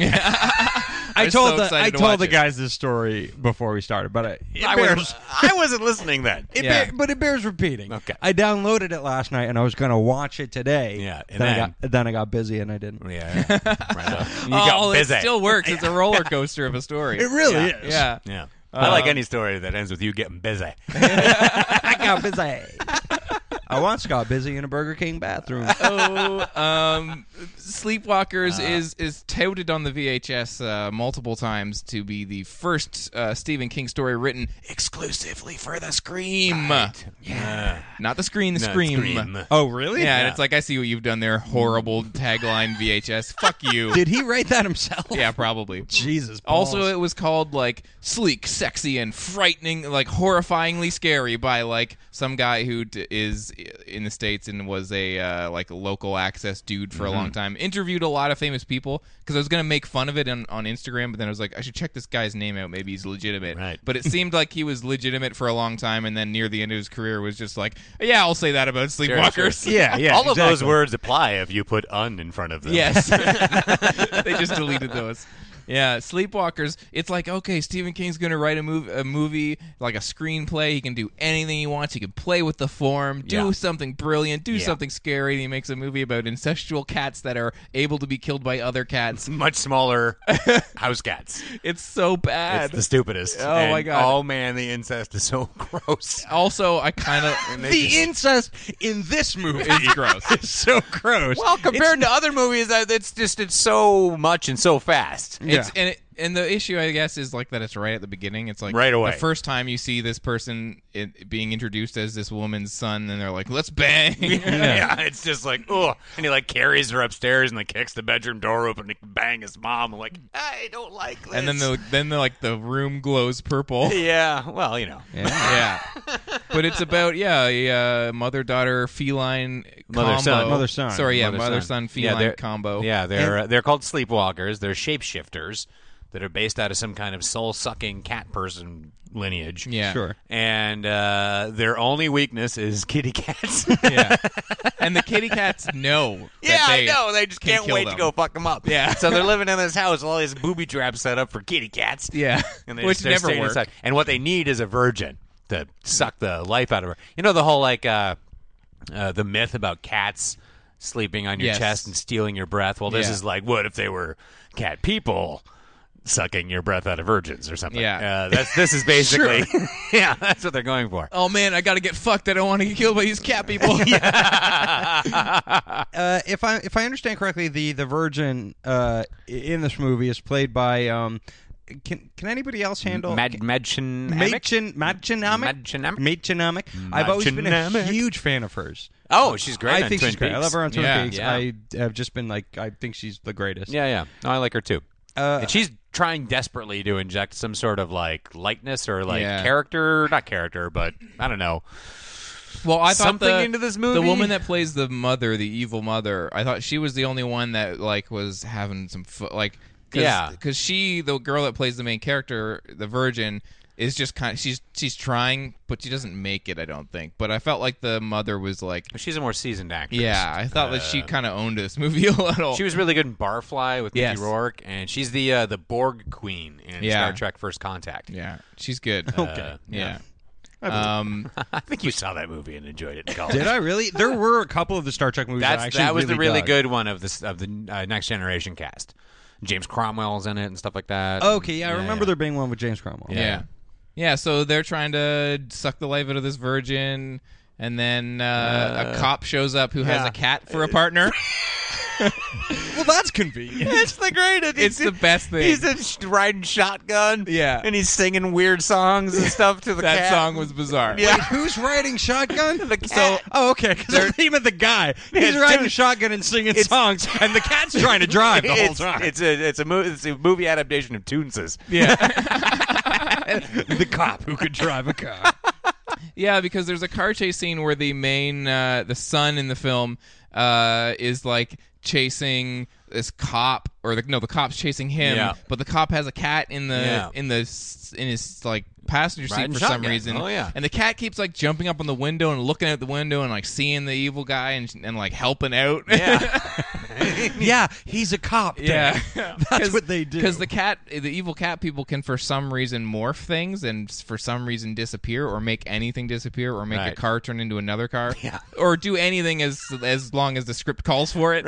[SPEAKER 2] I
[SPEAKER 1] I'm
[SPEAKER 2] told
[SPEAKER 1] so
[SPEAKER 2] the
[SPEAKER 1] excited
[SPEAKER 2] I
[SPEAKER 1] to watch
[SPEAKER 2] told the
[SPEAKER 1] it.
[SPEAKER 2] guys this story before we started, but I, it
[SPEAKER 3] I,
[SPEAKER 2] bears,
[SPEAKER 3] was, <laughs> I wasn't listening then.
[SPEAKER 2] It
[SPEAKER 1] Yeah.
[SPEAKER 2] bear- but it bears repeating.
[SPEAKER 3] Okay.
[SPEAKER 2] I downloaded it last night and I was going to watch it today.
[SPEAKER 3] Yeah,
[SPEAKER 2] Then,
[SPEAKER 3] and
[SPEAKER 2] I got then I got busy and I didn't.
[SPEAKER 1] <laughs>
[SPEAKER 3] yeah. yeah. right. You
[SPEAKER 1] oh,
[SPEAKER 3] got
[SPEAKER 1] it
[SPEAKER 3] busy.
[SPEAKER 1] still works. It's
[SPEAKER 2] <laughs>
[SPEAKER 1] a roller coaster of a story.
[SPEAKER 2] It really is. <laughs>
[SPEAKER 1] yeah. Uh,
[SPEAKER 3] yeah. I like any story that ends with you getting busy.
[SPEAKER 2] I got busy. <laughs> I once got busy in a Burger
[SPEAKER 1] <laughs>
[SPEAKER 2] King bathroom.
[SPEAKER 1] So, um, Sleepwalkers
[SPEAKER 3] Uh.
[SPEAKER 1] is is touted on the VHS uh, multiple times to be the first uh, Stephen King story written <laughs> exclusively for the Scream.
[SPEAKER 3] yeah.
[SPEAKER 1] Not the screen, the
[SPEAKER 3] No,
[SPEAKER 1] scream.
[SPEAKER 3] Scream.
[SPEAKER 2] oh, really?
[SPEAKER 1] Yeah, and it's like I see what you've done there. Horrible tagline VHS. Fuck you.
[SPEAKER 2] <laughs> Did he write that himself?
[SPEAKER 1] yeah, probably.
[SPEAKER 2] Jesus.
[SPEAKER 1] Also,
[SPEAKER 2] balls.
[SPEAKER 1] it was called like sleek, sexy, and frightening, like horrifyingly scary by like some guy who d- is i- in the states and was a uh, like local access dude for a
[SPEAKER 2] Mm-hmm.
[SPEAKER 1] long time. Interviewed a lot of famous people because I was gonna make fun of it on, on Instagram, but then I was like, I should check this guy's name out. Maybe he's legitimate.
[SPEAKER 3] Right.
[SPEAKER 1] But it seemed like he was legitimate for a long time, and then near the end of his career was just like, yeah, I'll say that about Sleepwalkers.
[SPEAKER 2] Yeah,
[SPEAKER 1] <laughs>
[SPEAKER 2] yeah.
[SPEAKER 3] All of those
[SPEAKER 2] exactly.
[SPEAKER 3] words apply if you put "un" in front of them. <laughs>
[SPEAKER 1] Yes. they just deleted those. Yeah, Sleepwalkers. It's like okay, Stephen King's going to write a movie, a movie like a screenplay. He can do anything he wants. He can play with the form, do
[SPEAKER 3] Yeah.
[SPEAKER 1] something brilliant, do something scary. And he makes a movie about incestual cats that are able to be killed by other cats.
[SPEAKER 3] Much smaller house cats.
[SPEAKER 1] It's so bad.
[SPEAKER 3] It's the stupidest.
[SPEAKER 1] Oh, my
[SPEAKER 3] And,
[SPEAKER 1] God.
[SPEAKER 3] Oh man, the incest is so <laughs> gross.
[SPEAKER 1] also, I kind
[SPEAKER 3] <laughs>
[SPEAKER 1] of
[SPEAKER 2] The incest in this movie
[SPEAKER 1] it's gross.
[SPEAKER 2] <laughs> is so gross.
[SPEAKER 3] <laughs> Well, compared to other movies, I- it's just it's so much and so fast.
[SPEAKER 1] It's and it, and the issue I guess is like that it's right at the beginning. It's like
[SPEAKER 3] Right away.
[SPEAKER 1] The first time you see this person it, being introduced as this woman's son, and they're like, "Let's bang."
[SPEAKER 3] <laughs> yeah. it's just like, oh, and he like carries her upstairs and like kicks the bedroom door open to bang his mom. I'm like, I don't like this.
[SPEAKER 1] And then the then the, like the room glows purple.
[SPEAKER 3] <laughs> yeah, well, you know,
[SPEAKER 1] yeah. But it's about yeah, a uh, mother daughter feline
[SPEAKER 3] Mother,
[SPEAKER 1] combo.
[SPEAKER 3] son.
[SPEAKER 2] Mother, son.
[SPEAKER 1] Sorry, yeah, mother son,
[SPEAKER 3] Yeah,
[SPEAKER 1] feline
[SPEAKER 3] they're-
[SPEAKER 1] combo.
[SPEAKER 3] Yeah, they're uh, they're called sleepwalkers. They're shapeshifters that are based out of some kind of soul sucking cat person lineage.
[SPEAKER 1] Yeah.
[SPEAKER 2] Sure.
[SPEAKER 3] And uh, their only weakness is kitty cats. <laughs>
[SPEAKER 1] yeah. And the kitty cats know. that
[SPEAKER 3] Yeah,
[SPEAKER 1] they
[SPEAKER 3] I know. They just
[SPEAKER 1] can
[SPEAKER 3] can't
[SPEAKER 1] kill
[SPEAKER 3] wait
[SPEAKER 1] them.
[SPEAKER 3] to go fuck them up.
[SPEAKER 1] Yeah. <laughs>
[SPEAKER 3] So they're living in this house with all these booby traps set up for kitty cats.
[SPEAKER 1] Yeah.
[SPEAKER 3] And they
[SPEAKER 1] Which
[SPEAKER 3] just, they're
[SPEAKER 1] never
[SPEAKER 3] staying
[SPEAKER 1] work.
[SPEAKER 3] inside. And what they need is a virgin to suck the life out of her. You know the whole like uh, uh, the myth about cats sleeping on your
[SPEAKER 1] Yes.
[SPEAKER 3] chest and stealing your breath. Well, this
[SPEAKER 1] Yeah.
[SPEAKER 3] is like what if they were cat people sucking your breath out of virgins or something.
[SPEAKER 1] Yeah.
[SPEAKER 3] Uh, that's
[SPEAKER 2] <laughs>
[SPEAKER 3] this is basically <laughs> yeah. That's what they're going for.
[SPEAKER 1] Oh man, I gotta get fucked. I don't want to get killed by these cat
[SPEAKER 3] <laughs>
[SPEAKER 1] people. yeah.
[SPEAKER 2] Uh, if I if I understand correctly, the the virgin uh, i- in this movie is played by. Um, can can anybody else handle?
[SPEAKER 3] Mad
[SPEAKER 2] can-
[SPEAKER 3] Madchen
[SPEAKER 2] Machin, Machinomic?
[SPEAKER 3] Machinomic?
[SPEAKER 2] Machinomic. I've always been a
[SPEAKER 3] Machinomic.
[SPEAKER 2] huge fan of hers.
[SPEAKER 3] Oh, she's great.
[SPEAKER 2] I
[SPEAKER 3] on
[SPEAKER 2] think
[SPEAKER 3] Twin
[SPEAKER 2] she's great. I
[SPEAKER 3] Peaks.
[SPEAKER 2] love her on Twin
[SPEAKER 1] Yeah.
[SPEAKER 2] Peaks.
[SPEAKER 3] Yeah.
[SPEAKER 2] I have just been like, I think she's the greatest.
[SPEAKER 3] Yeah, yeah. No, I like her too.
[SPEAKER 2] Uh,
[SPEAKER 3] and she's trying desperately to inject some sort of like likeness or like
[SPEAKER 1] Yeah.
[SPEAKER 3] character, not character, but I don't know.
[SPEAKER 1] Well, I thought
[SPEAKER 3] Something
[SPEAKER 1] the,
[SPEAKER 3] into this
[SPEAKER 1] The
[SPEAKER 3] movie?
[SPEAKER 1] woman that plays the mother, the evil mother, I thought she was the only one that like was having some fu- like cause,
[SPEAKER 3] Yeah.
[SPEAKER 1] because she the girl that plays the main character, the virgin. Is just kind. she's she's trying, but she doesn't make it. I don't think. But I felt like the mother was like,
[SPEAKER 3] She's a more seasoned actress.
[SPEAKER 1] yeah. I thought that she kind of owned this <laughs> movie a little.
[SPEAKER 3] She was really good in Barfly with
[SPEAKER 1] Yes.
[SPEAKER 3] Mickey Rourke, and she's the uh, the Borg Queen in
[SPEAKER 1] Yeah.
[SPEAKER 3] Star Trek: First Contact.
[SPEAKER 1] yeah, she's good.
[SPEAKER 3] <laughs> Uh,
[SPEAKER 1] yeah. Um,
[SPEAKER 3] I think you saw that movie and
[SPEAKER 1] <laughs>
[SPEAKER 3] enjoyed it. In college.
[SPEAKER 2] Did I really?
[SPEAKER 3] <laughs>
[SPEAKER 2] There were a couple of the Star Trek movies.
[SPEAKER 3] That's
[SPEAKER 2] I actually
[SPEAKER 3] that was
[SPEAKER 2] really
[SPEAKER 3] the really
[SPEAKER 2] dug.
[SPEAKER 3] good one of this of the uh, Next Generation cast. James Cromwell's in it and stuff like that.
[SPEAKER 2] Okay, yeah, I remember there being one with James Cromwell.
[SPEAKER 1] Yeah. Yeah, so they're trying to suck the life out of this virgin, and then uh, a cop shows up who has
[SPEAKER 2] yeah.
[SPEAKER 1] a cat for a partner.
[SPEAKER 2] Well, that's
[SPEAKER 3] <laughs>
[SPEAKER 2] convenient.
[SPEAKER 3] It's the greatest.
[SPEAKER 1] It's the best thing.
[SPEAKER 3] He's in sh- riding shotgun.
[SPEAKER 1] Yeah.
[SPEAKER 3] And he's singing weird songs and stuff to the
[SPEAKER 1] that
[SPEAKER 3] cat.
[SPEAKER 1] song was bizarre.
[SPEAKER 3] Yeah.
[SPEAKER 2] Who's riding shotgun?
[SPEAKER 3] <laughs> The cat.
[SPEAKER 2] So, oh, okay.
[SPEAKER 3] <laughs>
[SPEAKER 2] Because he meant the guy. <laughs> He's
[SPEAKER 3] It's
[SPEAKER 2] riding
[SPEAKER 3] two-
[SPEAKER 2] shotgun and singing <laughs> songs, and the cat's trying to drive the whole
[SPEAKER 3] it's,
[SPEAKER 2] time.
[SPEAKER 3] It's a it's a movie it's a movie adaptation of Toonses.
[SPEAKER 1] Yeah.
[SPEAKER 2] the cop who could <laughs> drive a car.
[SPEAKER 1] Yeah, because there's a car chase scene where the main uh, the son in the film uh, is like chasing this cop or the, no the cop's chasing him
[SPEAKER 3] Yeah.
[SPEAKER 1] but the cop has a cat in the
[SPEAKER 3] Yeah.
[SPEAKER 1] in the s- in his like passenger seat
[SPEAKER 3] Riding
[SPEAKER 1] for some
[SPEAKER 3] shotgun.
[SPEAKER 1] reason
[SPEAKER 3] Oh, yeah.
[SPEAKER 1] and the cat keeps like jumping up on the window and looking out the window and like seeing the evil guy and, and like helping out
[SPEAKER 2] <laughs> yeah, he's a cop.
[SPEAKER 1] Yeah,
[SPEAKER 2] Dad. <laughs>
[SPEAKER 1] <laughs>
[SPEAKER 2] That's what they do.
[SPEAKER 1] Because
[SPEAKER 2] <laughs>
[SPEAKER 1] the cat, the evil cat people, can for some reason morph things and s- for some reason disappear or make anything disappear or make a
[SPEAKER 3] Right.
[SPEAKER 1] car turn into another car. Yeah. or do anything as as long as the script calls for it.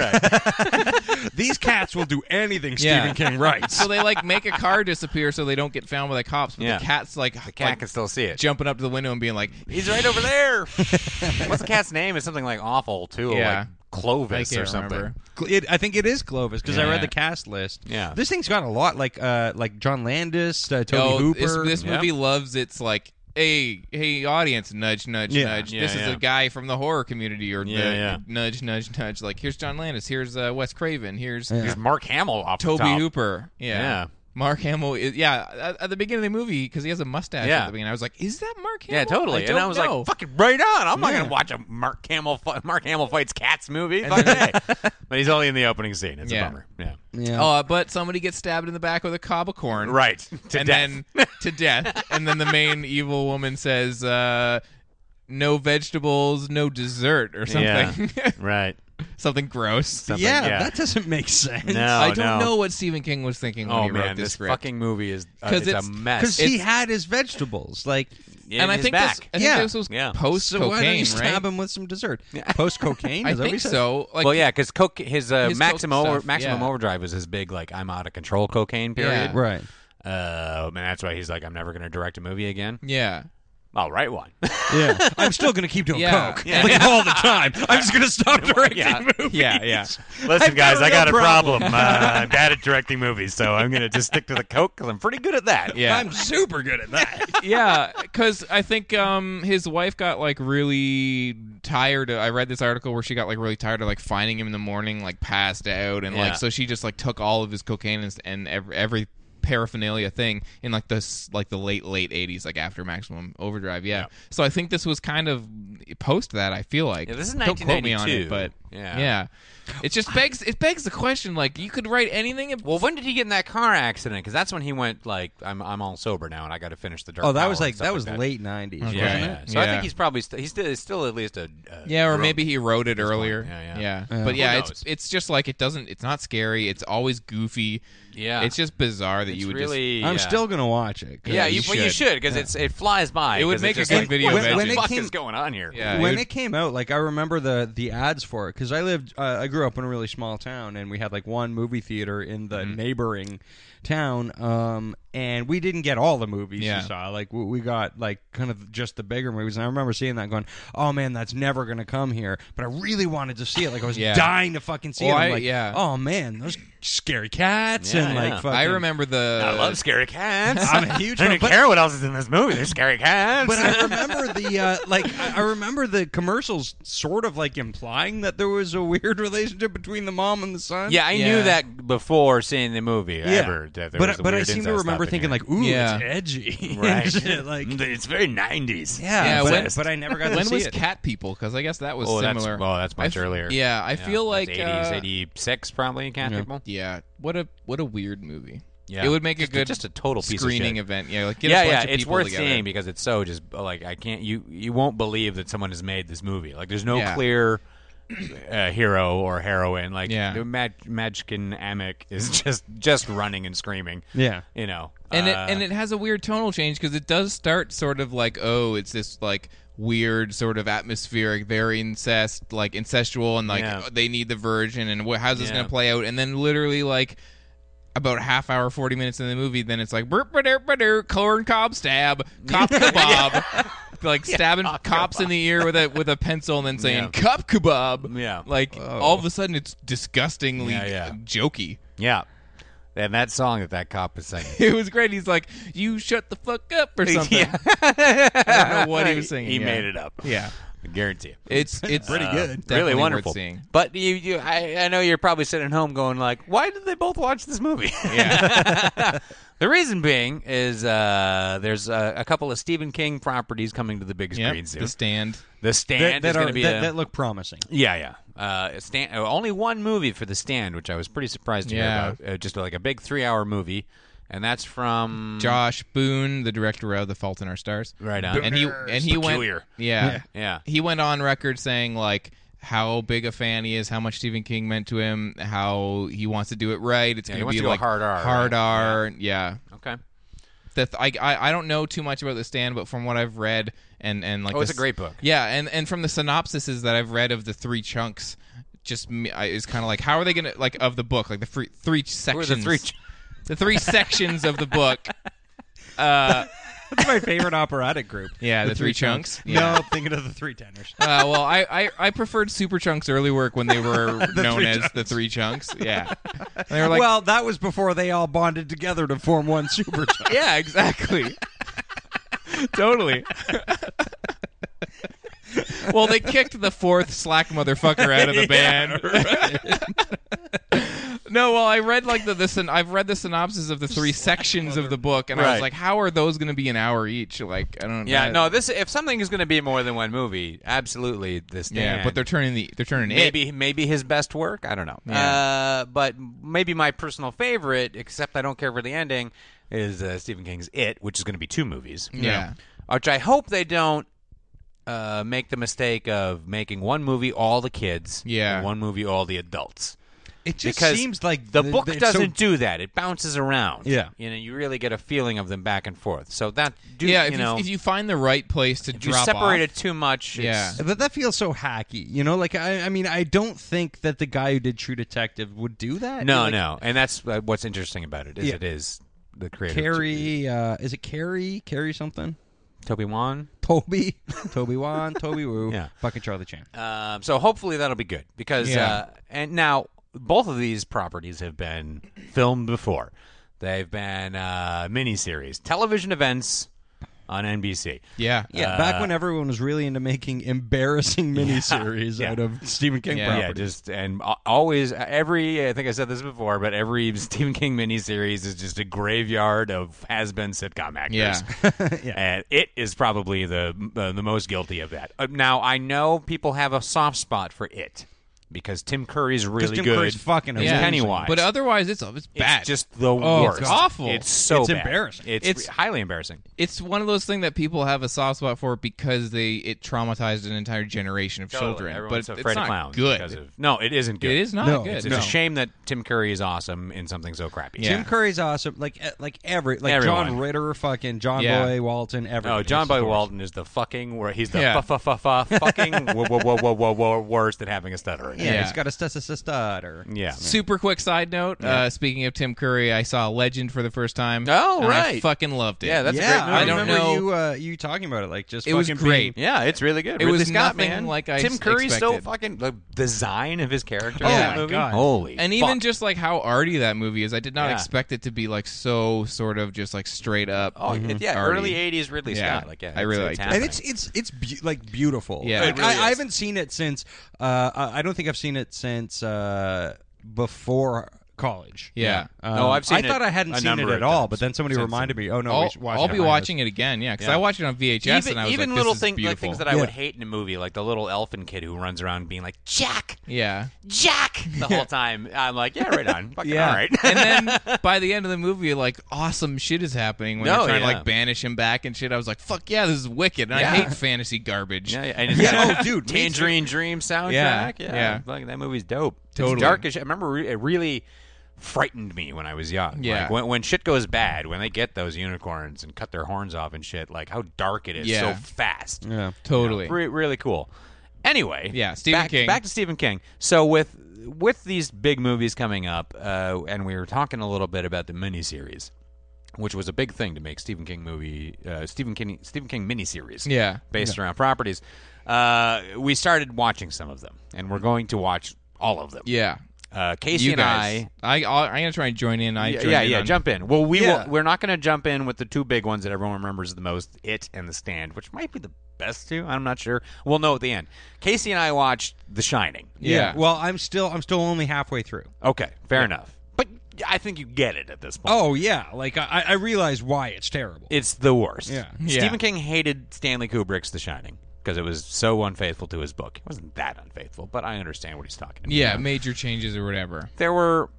[SPEAKER 2] These cats will do anything
[SPEAKER 1] Yeah.
[SPEAKER 2] Stephen King <laughs> writes.
[SPEAKER 1] <laughs> So they like make a car disappear so they don't get found by the cops. But
[SPEAKER 3] Yeah.
[SPEAKER 1] the cat's like the
[SPEAKER 3] Cat can still see it.
[SPEAKER 1] jumping up to the window and being like,
[SPEAKER 3] He's right over there. <laughs> What's the cat's name? It's something like awful too.
[SPEAKER 1] Yeah.
[SPEAKER 3] Like Clovis
[SPEAKER 1] I can't
[SPEAKER 3] or something.
[SPEAKER 1] remember.
[SPEAKER 2] It, I think it is Clovis because I
[SPEAKER 1] Yeah.
[SPEAKER 2] read the cast list.
[SPEAKER 3] Yeah.
[SPEAKER 2] this thing's got a lot like uh, like John Landis, uh, Toby
[SPEAKER 1] oh,
[SPEAKER 2] Hooper.
[SPEAKER 1] this, this
[SPEAKER 3] Yeah.
[SPEAKER 1] movie loves its like. Hey, hey, audience! Nudge, nudge,
[SPEAKER 2] Yeah.
[SPEAKER 1] nudge.
[SPEAKER 3] Yeah,
[SPEAKER 1] this is
[SPEAKER 3] yeah.
[SPEAKER 1] a guy from the horror community, or
[SPEAKER 3] Yeah,
[SPEAKER 1] the-
[SPEAKER 3] yeah.
[SPEAKER 1] nudge, nudge, nudge. Like here's John Landis, here's uh, Wes Craven, here's
[SPEAKER 3] There's Mark Hamill off the
[SPEAKER 1] Toby
[SPEAKER 3] top.
[SPEAKER 1] Hooper. Yeah.
[SPEAKER 3] Yeah.
[SPEAKER 1] Mark Hamill. Is, yeah. At, at the beginning of the movie, because he has a mustache
[SPEAKER 3] Yeah.
[SPEAKER 1] at the beginning, I was like, "Is that Mark Hamill?"
[SPEAKER 3] Yeah, totally. and
[SPEAKER 1] don't
[SPEAKER 3] I was
[SPEAKER 1] know.
[SPEAKER 3] like, "Fucking right on!" I'm not gonna watch a Mark Hamill fi- Mark Hamill fights cats movie. Fuck hey.
[SPEAKER 1] <laughs>
[SPEAKER 3] But he's only in the opening scene. It's
[SPEAKER 1] Yeah.
[SPEAKER 3] a bummer. Yeah,
[SPEAKER 2] yeah.
[SPEAKER 1] Uh, but somebody gets stabbed in the back with a cob of corn.
[SPEAKER 3] right. <laughs> To
[SPEAKER 1] and
[SPEAKER 3] death.
[SPEAKER 1] then <laughs> to death. And then the main <laughs> evil woman says, uh, "No vegetables, no dessert, or something. <laughs>
[SPEAKER 3] Yeah. right.
[SPEAKER 1] something gross."
[SPEAKER 3] Something,
[SPEAKER 2] yeah,
[SPEAKER 3] yeah,
[SPEAKER 2] that doesn't make sense.
[SPEAKER 3] No,
[SPEAKER 1] I don't
[SPEAKER 3] no.
[SPEAKER 1] know what Stephen King was thinking when
[SPEAKER 3] Oh
[SPEAKER 1] he wrote
[SPEAKER 3] man,
[SPEAKER 1] this,
[SPEAKER 3] this,
[SPEAKER 1] script.
[SPEAKER 3] fucking movie is uh,
[SPEAKER 1] 'Cause
[SPEAKER 3] it's,
[SPEAKER 1] it's-
[SPEAKER 3] a mess.
[SPEAKER 2] Because he had his vegetables, like
[SPEAKER 3] In
[SPEAKER 1] and I
[SPEAKER 3] his
[SPEAKER 1] think
[SPEAKER 3] back.
[SPEAKER 1] this, I think
[SPEAKER 2] Yeah.
[SPEAKER 1] this was
[SPEAKER 3] Yeah.
[SPEAKER 1] post
[SPEAKER 2] so why don't you
[SPEAKER 1] cocaine, right?
[SPEAKER 2] stab him with some dessert? Post <laughs> cocaine?
[SPEAKER 1] I think so. Like,
[SPEAKER 3] well, yeah, because coke his, uh,
[SPEAKER 1] His
[SPEAKER 3] maximum
[SPEAKER 1] coke
[SPEAKER 3] over,
[SPEAKER 1] stuff,
[SPEAKER 3] maximum
[SPEAKER 1] yeah.
[SPEAKER 3] overdrive was his big like I'm out of control cocaine
[SPEAKER 1] Yeah.
[SPEAKER 3] period. Um,
[SPEAKER 2] Right.
[SPEAKER 3] Uh, and that's why he's like I'm never gonna direct a movie again.
[SPEAKER 1] yeah.
[SPEAKER 3] I'll write one. <laughs>
[SPEAKER 2] Yeah, I'm still gonna keep doing
[SPEAKER 1] Yeah.
[SPEAKER 2] coke
[SPEAKER 3] Yeah.
[SPEAKER 2] like all the time. I'm just gonna stop
[SPEAKER 3] <laughs>
[SPEAKER 2] directing
[SPEAKER 3] yeah.
[SPEAKER 2] movies.
[SPEAKER 3] Yeah, yeah.
[SPEAKER 2] I've
[SPEAKER 3] Listen, guys,
[SPEAKER 2] a
[SPEAKER 3] I got a
[SPEAKER 2] real
[SPEAKER 3] problem. Uh, I'm bad at directing movies, so I'm going to just stick to the Coke because I'm pretty good at that.
[SPEAKER 1] Yeah.
[SPEAKER 2] I'm super good at that.
[SPEAKER 1] yeah, because I think um, his wife got like really tired. Of, I read this article where she got like really tired of like finding him in the morning, like passed out, and
[SPEAKER 3] Yeah.
[SPEAKER 1] like so she just like took all of his cocaine and, and every, every paraphernalia thing in like this like the late late eighties, like after Maximum Overdrive. Yeah. So I think this was kind of post that. I feel like
[SPEAKER 3] Yeah, this is
[SPEAKER 1] don't quote me on it,
[SPEAKER 3] 1992.
[SPEAKER 1] but
[SPEAKER 3] Yeah.
[SPEAKER 1] yeah, it just begs it begs the question. Like you could write anything. ab-
[SPEAKER 3] Well, when did he get in that car accident? Because that's when he went like, I'm, I'm all sober now, and I got to finish the dark.
[SPEAKER 2] Oh, that
[SPEAKER 3] Tower
[SPEAKER 2] was
[SPEAKER 3] and
[SPEAKER 2] like
[SPEAKER 3] stuff
[SPEAKER 2] that was
[SPEAKER 3] that.
[SPEAKER 2] late '90s, wasn't
[SPEAKER 3] Yeah,
[SPEAKER 2] it?
[SPEAKER 3] yeah. So I
[SPEAKER 1] Yeah.
[SPEAKER 3] think he's probably st- he's still, still at least a uh,
[SPEAKER 1] Yeah, or
[SPEAKER 3] drunk.
[SPEAKER 1] maybe he wrote it earlier.
[SPEAKER 3] Yeah, yeah.
[SPEAKER 1] But
[SPEAKER 3] Who
[SPEAKER 1] yeah,
[SPEAKER 3] knows?
[SPEAKER 1] it's it's just like it doesn't. It's not scary. It's always goofy.
[SPEAKER 3] Yeah.
[SPEAKER 1] it's just bizarre that
[SPEAKER 3] It's
[SPEAKER 1] you would
[SPEAKER 3] really.
[SPEAKER 2] I'm
[SPEAKER 3] yeah.
[SPEAKER 2] still gonna watch it. 'cause
[SPEAKER 3] Oh, Yeah, you, well, you should because it's it flies by.
[SPEAKER 1] It would
[SPEAKER 3] 'cause
[SPEAKER 1] make a
[SPEAKER 3] it's just
[SPEAKER 1] good
[SPEAKER 3] like,
[SPEAKER 1] video
[SPEAKER 3] What
[SPEAKER 2] when- when
[SPEAKER 3] the
[SPEAKER 2] it
[SPEAKER 3] fuck
[SPEAKER 2] came-
[SPEAKER 3] is going on here?
[SPEAKER 1] just. Yeah,
[SPEAKER 2] when
[SPEAKER 1] it would-
[SPEAKER 2] it came out, like I remember the the ads for it because I lived, uh, I grew up in a really small town, and we had like one movie theater in the
[SPEAKER 1] Mm-hmm.
[SPEAKER 2] neighboring town, um, and we didn't get all the movies
[SPEAKER 1] Yeah.
[SPEAKER 2] you saw. Like we, we got like kind of just the bigger movies, and I remember seeing that, going, "Oh man, that's never gonna come here," but I really wanted to see it. Like I was
[SPEAKER 1] Yeah.
[SPEAKER 2] dying to fucking see
[SPEAKER 1] Well,
[SPEAKER 2] it. I'm
[SPEAKER 1] I-
[SPEAKER 2] like,
[SPEAKER 1] yeah.
[SPEAKER 2] "Oh man, those scary cats
[SPEAKER 3] Yeah,
[SPEAKER 2] and
[SPEAKER 3] yeah.
[SPEAKER 2] like fucking."
[SPEAKER 1] I remember the. <laughs>
[SPEAKER 3] I love
[SPEAKER 2] <laughs>
[SPEAKER 3] scary cats.
[SPEAKER 2] I'm a huge
[SPEAKER 3] I
[SPEAKER 2] fan,
[SPEAKER 3] don't
[SPEAKER 2] but-
[SPEAKER 3] care what else is in this movie. There's scary cats.
[SPEAKER 1] <laughs>
[SPEAKER 2] But I remember the uh, like I I remember the commercials sort of like implying that there was a weird <laughs> relationship between the mom and the son.
[SPEAKER 3] yeah, I
[SPEAKER 1] Yeah.
[SPEAKER 3] knew that before seeing the movie.
[SPEAKER 2] yeah.
[SPEAKER 3] Ever, that there
[SPEAKER 2] but
[SPEAKER 3] was a
[SPEAKER 2] but I
[SPEAKER 3] weird
[SPEAKER 2] seem to
[SPEAKER 3] incest
[SPEAKER 2] remember
[SPEAKER 3] stuff
[SPEAKER 2] thinking
[SPEAKER 3] in here.
[SPEAKER 2] like, ooh,
[SPEAKER 1] Yeah.
[SPEAKER 2] it's edgy, <laughs>
[SPEAKER 3] Right.
[SPEAKER 2] Shit, like yeah,
[SPEAKER 3] it's very 90s.
[SPEAKER 1] Yeah,
[SPEAKER 2] but,
[SPEAKER 1] when-
[SPEAKER 2] but I never got
[SPEAKER 1] When
[SPEAKER 2] to see
[SPEAKER 1] was
[SPEAKER 2] it.
[SPEAKER 1] Cat People? Because I guess that was
[SPEAKER 3] Oh,
[SPEAKER 1] similar.
[SPEAKER 3] that's, well, that's
[SPEAKER 1] I
[SPEAKER 3] much
[SPEAKER 1] f-
[SPEAKER 3] earlier.
[SPEAKER 1] Yeah, I feel like
[SPEAKER 3] that's 80s,
[SPEAKER 1] uh,
[SPEAKER 3] 86 probably, cat people.
[SPEAKER 1] Yeah, what a what a weird movie.
[SPEAKER 3] Yeah.
[SPEAKER 1] it would make
[SPEAKER 3] Just
[SPEAKER 1] a
[SPEAKER 3] a-
[SPEAKER 1] good
[SPEAKER 3] just a total piece of
[SPEAKER 1] screening
[SPEAKER 3] shit.
[SPEAKER 1] event. Yeah, like get a
[SPEAKER 3] yeah,
[SPEAKER 1] bunch
[SPEAKER 3] yeah,
[SPEAKER 1] of
[SPEAKER 3] it's
[SPEAKER 1] people
[SPEAKER 3] worth
[SPEAKER 1] together.
[SPEAKER 3] seeing because it's so just like I can't you you won't believe that someone has made this movie. Like there's no
[SPEAKER 1] Yeah.
[SPEAKER 3] clear uh, hero or heroine. Like
[SPEAKER 1] Yeah.
[SPEAKER 3] the Mad- Madchkin Amick is <laughs> just just running and screaming.
[SPEAKER 2] Yeah.
[SPEAKER 3] you know,
[SPEAKER 1] and it
[SPEAKER 3] Uh,
[SPEAKER 1] and it has a weird tonal change because it does start sort of like oh it's this like weird sort of atmospheric very incest like incestual and like
[SPEAKER 3] Yeah.
[SPEAKER 1] they need the virgin and what how's this
[SPEAKER 3] Yeah.
[SPEAKER 1] gonna play out and then literally like about half hour forty minutes in the movie then it's like burp burp burp corn cob stab cop
[SPEAKER 3] <laughs>
[SPEAKER 1] kebab like stabbing cops in the ear with a with a pencil
[SPEAKER 3] <laughs>
[SPEAKER 1] and then saying
[SPEAKER 3] Yeah.
[SPEAKER 1] cop kebab
[SPEAKER 3] Yeah. Oh.
[SPEAKER 1] like all of a sudden it's disgustingly
[SPEAKER 3] Yeah, yeah.
[SPEAKER 1] jokey. <laughs>
[SPEAKER 3] yeah, and that song that that cop is singing.
[SPEAKER 1] It was great. He's like, "You shut the fuck up" or something.
[SPEAKER 3] <laughs> Yeah.
[SPEAKER 1] I don't know what <laughs> he was singing.
[SPEAKER 3] <laughs> He
[SPEAKER 1] yeah.
[SPEAKER 3] made it up.
[SPEAKER 1] Yeah,
[SPEAKER 3] I guarantee you.
[SPEAKER 1] it's <laughs> it's pretty good.
[SPEAKER 3] really wonderful. But you, you I, I know you're probably sitting home going like, why did they both watch this movie? <laughs> the reason being is uh, there's uh, a couple of Stephen King properties coming to the big
[SPEAKER 1] Yeah,
[SPEAKER 3] screen soon.
[SPEAKER 1] the stand.
[SPEAKER 3] the Stand
[SPEAKER 2] That,
[SPEAKER 3] is
[SPEAKER 2] that,
[SPEAKER 3] going
[SPEAKER 2] are-
[SPEAKER 3] to be
[SPEAKER 2] that,
[SPEAKER 3] a-
[SPEAKER 2] that look promising.
[SPEAKER 3] yeah, yeah. Uh, stand, uh, only one movie for the Stand, which I was pretty surprised to
[SPEAKER 1] Yeah.
[SPEAKER 3] hear about. Uh, just like a big three-hour movie, and that's from
[SPEAKER 1] Josh Boone, the director of The Fault in Our Stars,
[SPEAKER 3] Right on.
[SPEAKER 1] and he and he went, yeah,
[SPEAKER 3] Peculiar. Yeah.
[SPEAKER 1] he went on record saying like how big a fan he is, how much Stephen King meant to him, how he wants to do it right. It's
[SPEAKER 3] Yeah, he
[SPEAKER 1] going
[SPEAKER 3] wants
[SPEAKER 1] be
[SPEAKER 3] to go
[SPEAKER 1] like
[SPEAKER 3] hard R,
[SPEAKER 1] hard
[SPEAKER 3] right?
[SPEAKER 1] R, yeah.
[SPEAKER 3] Okay.
[SPEAKER 1] the th- I, I I don't know too much about the stand, but from what I've read and and like
[SPEAKER 3] Oh, it's
[SPEAKER 1] this-
[SPEAKER 3] a great book.
[SPEAKER 1] Yeah, and and from the synopsises that I've read of the three chunks, just me- I- is kind of like how are they gonna like of the book like the free, three
[SPEAKER 3] are
[SPEAKER 1] sections
[SPEAKER 3] the three ch-
[SPEAKER 1] the three sections of the book.
[SPEAKER 2] That's my favorite operatic group.
[SPEAKER 1] Yeah, the three chunks. Yeah.
[SPEAKER 2] No, I'm thinking of the
[SPEAKER 1] <laughs>
[SPEAKER 2] three tenors.
[SPEAKER 1] Uh, well, I, I, I preferred Super Chunks early work when they were known as the Three Chunks. Yeah, And they were like,
[SPEAKER 2] well, that was before they all bonded together to
[SPEAKER 1] <laughs>
[SPEAKER 2] form one super.
[SPEAKER 1] yeah,
[SPEAKER 3] <laughs>
[SPEAKER 1] exactly, totally. well, they kicked the fourth slack motherfucker out of
[SPEAKER 3] <laughs>
[SPEAKER 1] the band. no, well, I read like the, the syn- I've read the synopsis of the three sections of the book, and I was
[SPEAKER 3] Right.
[SPEAKER 1] like, how are those going to be an hour each? Like, I don't.
[SPEAKER 3] Yeah,
[SPEAKER 1] I-
[SPEAKER 3] no. This if something is going to be more than one movie, absolutely the stand.
[SPEAKER 1] yeah, but they're turning the they're turning it.
[SPEAKER 3] maybe maybe his best work. I don't know. Uh, but maybe my personal favorite, except I don't care for the ending, is uh, Stephen King's It, which is going to be two movies.
[SPEAKER 1] Yeah.
[SPEAKER 3] which I hope they don't uh, make the mistake of making one movie all the kids,
[SPEAKER 1] Yeah.
[SPEAKER 3] and one movie all the adults.
[SPEAKER 2] It just
[SPEAKER 3] because
[SPEAKER 2] seems like
[SPEAKER 3] the
[SPEAKER 2] th-
[SPEAKER 3] book
[SPEAKER 2] th- it's so-
[SPEAKER 3] doesn't do that. It bounces around.
[SPEAKER 2] Yeah.
[SPEAKER 3] you know, you really get a feeling of them back and forth. So that, do,
[SPEAKER 1] yeah,
[SPEAKER 3] you
[SPEAKER 1] if you,
[SPEAKER 3] know,
[SPEAKER 1] if you find the right place to
[SPEAKER 3] if you
[SPEAKER 1] drop
[SPEAKER 3] separate
[SPEAKER 1] off,
[SPEAKER 3] it too much,
[SPEAKER 1] Yeah.
[SPEAKER 3] it's-
[SPEAKER 2] But that feels so hacky, you know. Like I, I mean, I don't think that the guy who did True Detective would do that.
[SPEAKER 3] No,
[SPEAKER 2] Like,
[SPEAKER 3] no, and that's uh, what's interesting about it is
[SPEAKER 2] Yeah.
[SPEAKER 3] it is the creator
[SPEAKER 2] Carrie, uh, is it Carrie? Carrie something?
[SPEAKER 3] Toby Wan.
[SPEAKER 2] Toby, <laughs> Toby Wan, Toby Wu,
[SPEAKER 3] <laughs> Yeah.
[SPEAKER 2] fucking Charlie Chan.
[SPEAKER 3] Um, so hopefully that'll be good because
[SPEAKER 1] Yeah.
[SPEAKER 3] uh, and now both of these properties have been filmed before. They've been uh, miniseries, television events on NBC.
[SPEAKER 1] Yeah.
[SPEAKER 3] Yeah.
[SPEAKER 2] Back when everyone was really into making embarrassing miniseries
[SPEAKER 3] Uh, <laughs> yeah.
[SPEAKER 2] out of Stephen King
[SPEAKER 1] Yeah.
[SPEAKER 2] properties.
[SPEAKER 3] Yeah, just and a- always every. I think I said this before, but every <laughs> Stephen King miniseries is just a graveyard of has-been sitcom actors.
[SPEAKER 2] <laughs>
[SPEAKER 1] Yeah.
[SPEAKER 3] and it is probably the uh, the most guilty of that. Uh, now I know people have a soft spot for it because Tim Curry's really
[SPEAKER 2] Tim
[SPEAKER 3] good.
[SPEAKER 2] Curry's fucking
[SPEAKER 3] He's
[SPEAKER 2] amazing.
[SPEAKER 3] Pennywise,
[SPEAKER 1] But otherwise, it's it's bad.
[SPEAKER 3] It's just the
[SPEAKER 1] Oh,
[SPEAKER 3] worst.
[SPEAKER 1] It's awful.
[SPEAKER 3] It's so
[SPEAKER 2] It's
[SPEAKER 3] bad.
[SPEAKER 2] embarrassing.
[SPEAKER 3] It's,
[SPEAKER 1] It's-
[SPEAKER 3] highly embarrassing.
[SPEAKER 1] it's one of those things that people have a soft spot for because they it traumatized an entire generation of children.
[SPEAKER 3] Everyone's
[SPEAKER 1] but it's
[SPEAKER 3] afraid of
[SPEAKER 1] not
[SPEAKER 3] clowns
[SPEAKER 1] good.
[SPEAKER 3] because of- no, it isn't good.
[SPEAKER 1] It is not
[SPEAKER 2] No,
[SPEAKER 1] good.
[SPEAKER 3] It's,
[SPEAKER 2] No.
[SPEAKER 3] it's a shame that Tim Curry is awesome in something so crappy.
[SPEAKER 1] Yeah.
[SPEAKER 2] Tim Curry's awesome. Like eh, like every like John
[SPEAKER 3] Everyone.
[SPEAKER 2] Ritter, fucking John
[SPEAKER 1] Yeah.
[SPEAKER 2] Boy Walton, everyone.
[SPEAKER 3] No, Oh, John Boy Walton is the fucking where he's the
[SPEAKER 1] Yeah.
[SPEAKER 3] fu- fu- fu- fu- fucking wo- wo- wo- wo- wo- wo- worse than having a stutter.
[SPEAKER 2] Yeah,
[SPEAKER 1] Yeah.
[SPEAKER 2] he's got a st- st- st- stutter.
[SPEAKER 3] Yeah.
[SPEAKER 1] Super quick side note. Uh, speaking of Tim Curry, I saw Legend for the first time.
[SPEAKER 3] Oh,
[SPEAKER 1] and I
[SPEAKER 3] right.
[SPEAKER 1] fucking loved it.
[SPEAKER 3] Yeah, that's a
[SPEAKER 2] yeah,
[SPEAKER 3] great movie.
[SPEAKER 2] I,
[SPEAKER 1] I don't
[SPEAKER 2] remember
[SPEAKER 1] know-
[SPEAKER 2] you uh, you talking about it. Like just
[SPEAKER 1] It was
[SPEAKER 2] fucking being-
[SPEAKER 1] great.
[SPEAKER 3] Yeah, it's really good.
[SPEAKER 1] It
[SPEAKER 3] Ridley
[SPEAKER 1] was
[SPEAKER 3] Scott,
[SPEAKER 1] nothing
[SPEAKER 3] man.
[SPEAKER 1] like I
[SPEAKER 3] Tim
[SPEAKER 1] s-
[SPEAKER 3] Curry's so
[SPEAKER 1] expected.
[SPEAKER 3] fucking the design of his character.
[SPEAKER 1] Oh,
[SPEAKER 3] in
[SPEAKER 1] yeah.
[SPEAKER 3] that
[SPEAKER 1] my
[SPEAKER 3] movie.
[SPEAKER 2] God.
[SPEAKER 3] Holy,
[SPEAKER 1] And
[SPEAKER 3] fuck.
[SPEAKER 1] even just like how arty that movie is, I did not
[SPEAKER 3] Yeah.
[SPEAKER 1] expect it to be like so sort of just like straight up.
[SPEAKER 3] oh it-
[SPEAKER 2] Mm-hmm.
[SPEAKER 3] yeah,
[SPEAKER 1] arty.
[SPEAKER 3] early '80s Ridley
[SPEAKER 1] Mhm. Yeah.
[SPEAKER 3] Scott. Like, yeah,
[SPEAKER 1] I really liked
[SPEAKER 3] it's,
[SPEAKER 1] it.
[SPEAKER 2] and
[SPEAKER 3] happening.
[SPEAKER 2] it's it's it's beau- like beautiful.
[SPEAKER 1] Yeah.
[SPEAKER 2] Like,
[SPEAKER 1] It
[SPEAKER 3] really
[SPEAKER 2] I, I
[SPEAKER 3] is.
[SPEAKER 2] haven't seen it since. Uh, I I don't think I've seen it since uh, before college.
[SPEAKER 1] Yeah.
[SPEAKER 2] Um,
[SPEAKER 3] No, I've seen
[SPEAKER 2] I
[SPEAKER 3] it
[SPEAKER 2] thought I hadn't
[SPEAKER 3] a
[SPEAKER 2] seen it
[SPEAKER 3] number
[SPEAKER 2] at
[SPEAKER 3] of
[SPEAKER 2] all,
[SPEAKER 3] times
[SPEAKER 2] but then somebody
[SPEAKER 3] since
[SPEAKER 2] reminded me. Oh no, we
[SPEAKER 1] I'll,
[SPEAKER 2] should watch
[SPEAKER 1] I'll
[SPEAKER 2] it
[SPEAKER 1] be
[SPEAKER 2] behind
[SPEAKER 1] watching it again, yeah, because
[SPEAKER 3] Yeah.
[SPEAKER 1] I watched it on VHS
[SPEAKER 3] even,
[SPEAKER 1] and I was
[SPEAKER 3] even
[SPEAKER 1] like,
[SPEAKER 3] little
[SPEAKER 1] this
[SPEAKER 3] things
[SPEAKER 1] is
[SPEAKER 3] like things that I
[SPEAKER 1] beautiful.
[SPEAKER 3] would hate in a movie, like the little elfin kid who runs around being like Jack,
[SPEAKER 1] yeah.
[SPEAKER 3] Jack the whole time. I'm like, yeah, right on, fucking
[SPEAKER 2] Yeah.
[SPEAKER 3] all right. <laughs>
[SPEAKER 1] <laughs> and then by the end of the movie, like awesome shit is happening when
[SPEAKER 3] No,
[SPEAKER 1] they're trying to
[SPEAKER 3] yeah.
[SPEAKER 1] like banish him back and shit. I was like, fuck yeah, this is wicked. And
[SPEAKER 3] Yeah.
[SPEAKER 1] I hate fantasy garbage.
[SPEAKER 3] yeah, yeah, and it's
[SPEAKER 2] Yeah,
[SPEAKER 3] got
[SPEAKER 2] oh, dude, me too.
[SPEAKER 3] Tangerine Dream soundtrack.
[SPEAKER 1] Yeah, yeah.
[SPEAKER 3] fucking that movie's dope.
[SPEAKER 1] Totally.
[SPEAKER 3] It's dark as shit. I remember re- it really frightened me when I was young.
[SPEAKER 1] Yeah.
[SPEAKER 3] Like, when, when shit goes bad, when they get those unicorns and cut their horns off and shit, like how dark it is
[SPEAKER 1] Yeah.
[SPEAKER 3] so fast.
[SPEAKER 2] Yeah.
[SPEAKER 1] Totally.
[SPEAKER 3] Re- really cool. Anyway,
[SPEAKER 1] Yeah, Stephen
[SPEAKER 3] back,
[SPEAKER 1] King.
[SPEAKER 3] Back to Stephen King. So with with these big movies coming up, uh, and we were talking a little bit about the miniseries, which was a big thing to make Stephen King movie, uh, Stephen King Stephen King miniseries.
[SPEAKER 1] Yeah.
[SPEAKER 3] based around properties. Uh, we started watching some of them, and we're going to watch all of them.
[SPEAKER 1] Yeah.
[SPEAKER 3] uh, Casey
[SPEAKER 1] You
[SPEAKER 3] and
[SPEAKER 1] guys, I,
[SPEAKER 3] I.
[SPEAKER 1] I, I'm gonna try and join in. I
[SPEAKER 3] Yeah,
[SPEAKER 1] joined
[SPEAKER 3] yeah,
[SPEAKER 1] in
[SPEAKER 3] yeah,
[SPEAKER 1] on-
[SPEAKER 3] jump in. Well, we
[SPEAKER 2] Yeah.
[SPEAKER 3] will, we're not going to jump in with the two big ones that everyone remembers the most, It and The Stand, which might be the best two. I'm not sure. We'll know at the end. Casey and I watched The Shining.
[SPEAKER 1] Yeah.
[SPEAKER 2] Well, I'm still I'm still only halfway through.
[SPEAKER 3] Okay, fair enough. But I think you get it at this point.
[SPEAKER 2] Oh yeah, like I, I realize why it's terrible.
[SPEAKER 3] It's the worst.
[SPEAKER 2] Yeah.
[SPEAKER 1] Yeah.
[SPEAKER 3] Stephen King hated Stanley Kubrick's The Shining because it was so unfaithful to his book. It wasn't that unfaithful, but I understand what he's talking about.
[SPEAKER 1] Yeah, major changes or whatever.
[SPEAKER 3] there were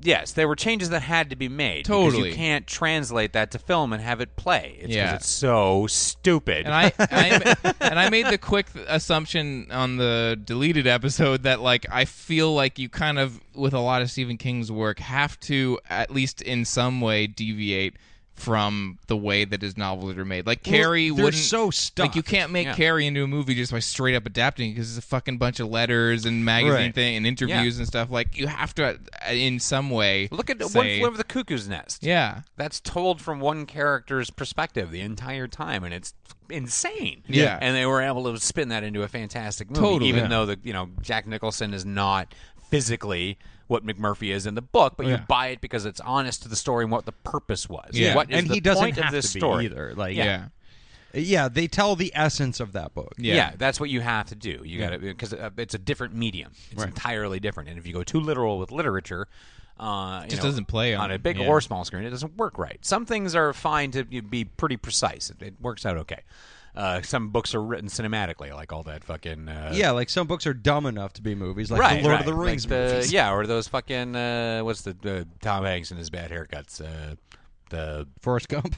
[SPEAKER 3] yes there were changes that had to be made because
[SPEAKER 1] Totally.
[SPEAKER 3] you can't translate that to film and have it play it's 'cause
[SPEAKER 1] Yeah.
[SPEAKER 3] it's so stupid
[SPEAKER 1] And I, I and I made the quick assumption on the deleted episode that like I feel like you kind of with a lot of Stephen King's work have to at least in some way deviate from the way that his novels are made. Like Carrie
[SPEAKER 2] they're
[SPEAKER 1] wouldn't
[SPEAKER 2] so
[SPEAKER 1] Like you
[SPEAKER 2] stuck.
[SPEAKER 1] can't make
[SPEAKER 3] Yeah.
[SPEAKER 1] Carrie into a movie just by straight up adapting because it's a fucking bunch of letters and magazine
[SPEAKER 2] Right.
[SPEAKER 1] thing and interviews and stuff. Like you have to uh, in some way
[SPEAKER 3] look at one
[SPEAKER 1] say,
[SPEAKER 3] flew over the cuckoo's nest
[SPEAKER 1] yeah.
[SPEAKER 3] that's told from one character's perspective the entire time and it's insane
[SPEAKER 1] Yeah.
[SPEAKER 3] and they were able to spin that into a fantastic movie
[SPEAKER 1] Totally.
[SPEAKER 3] even
[SPEAKER 1] Yeah.
[SPEAKER 3] though the you know jack nicholson is not physically what McMurphy is in the book, but you buy it because it's honest to the story and what the purpose was.
[SPEAKER 1] Yeah.
[SPEAKER 3] What is
[SPEAKER 2] and
[SPEAKER 3] the
[SPEAKER 2] he doesn't
[SPEAKER 3] point
[SPEAKER 2] have
[SPEAKER 3] of this
[SPEAKER 2] to be
[SPEAKER 3] story
[SPEAKER 2] either. Like
[SPEAKER 1] Yeah.
[SPEAKER 2] yeah, they tell the essence of that book.
[SPEAKER 1] Yeah.
[SPEAKER 3] Yeah. that's what you have to do. You got to because uh, it's a different medium. It's entirely different. And if you go too literal with literature, uh, it
[SPEAKER 1] just doesn't play
[SPEAKER 3] on,
[SPEAKER 1] on-
[SPEAKER 3] a big
[SPEAKER 1] yeah.
[SPEAKER 3] or small screen. It doesn't work right. Some things are fine to be pretty precise. It, it works out okay. Uh, some books are written cinematically, like all that fucking uh,
[SPEAKER 2] Yeah, like some books are dumb enough to be movies, like
[SPEAKER 3] right,
[SPEAKER 2] the Lord
[SPEAKER 3] right.
[SPEAKER 2] of the
[SPEAKER 3] Like
[SPEAKER 2] Rings
[SPEAKER 3] the-
[SPEAKER 2] movies.
[SPEAKER 3] yeah, or those fucking uh, what's the uh, Tom Hanks and his bad haircuts. Uh, the
[SPEAKER 2] Forrest Gump.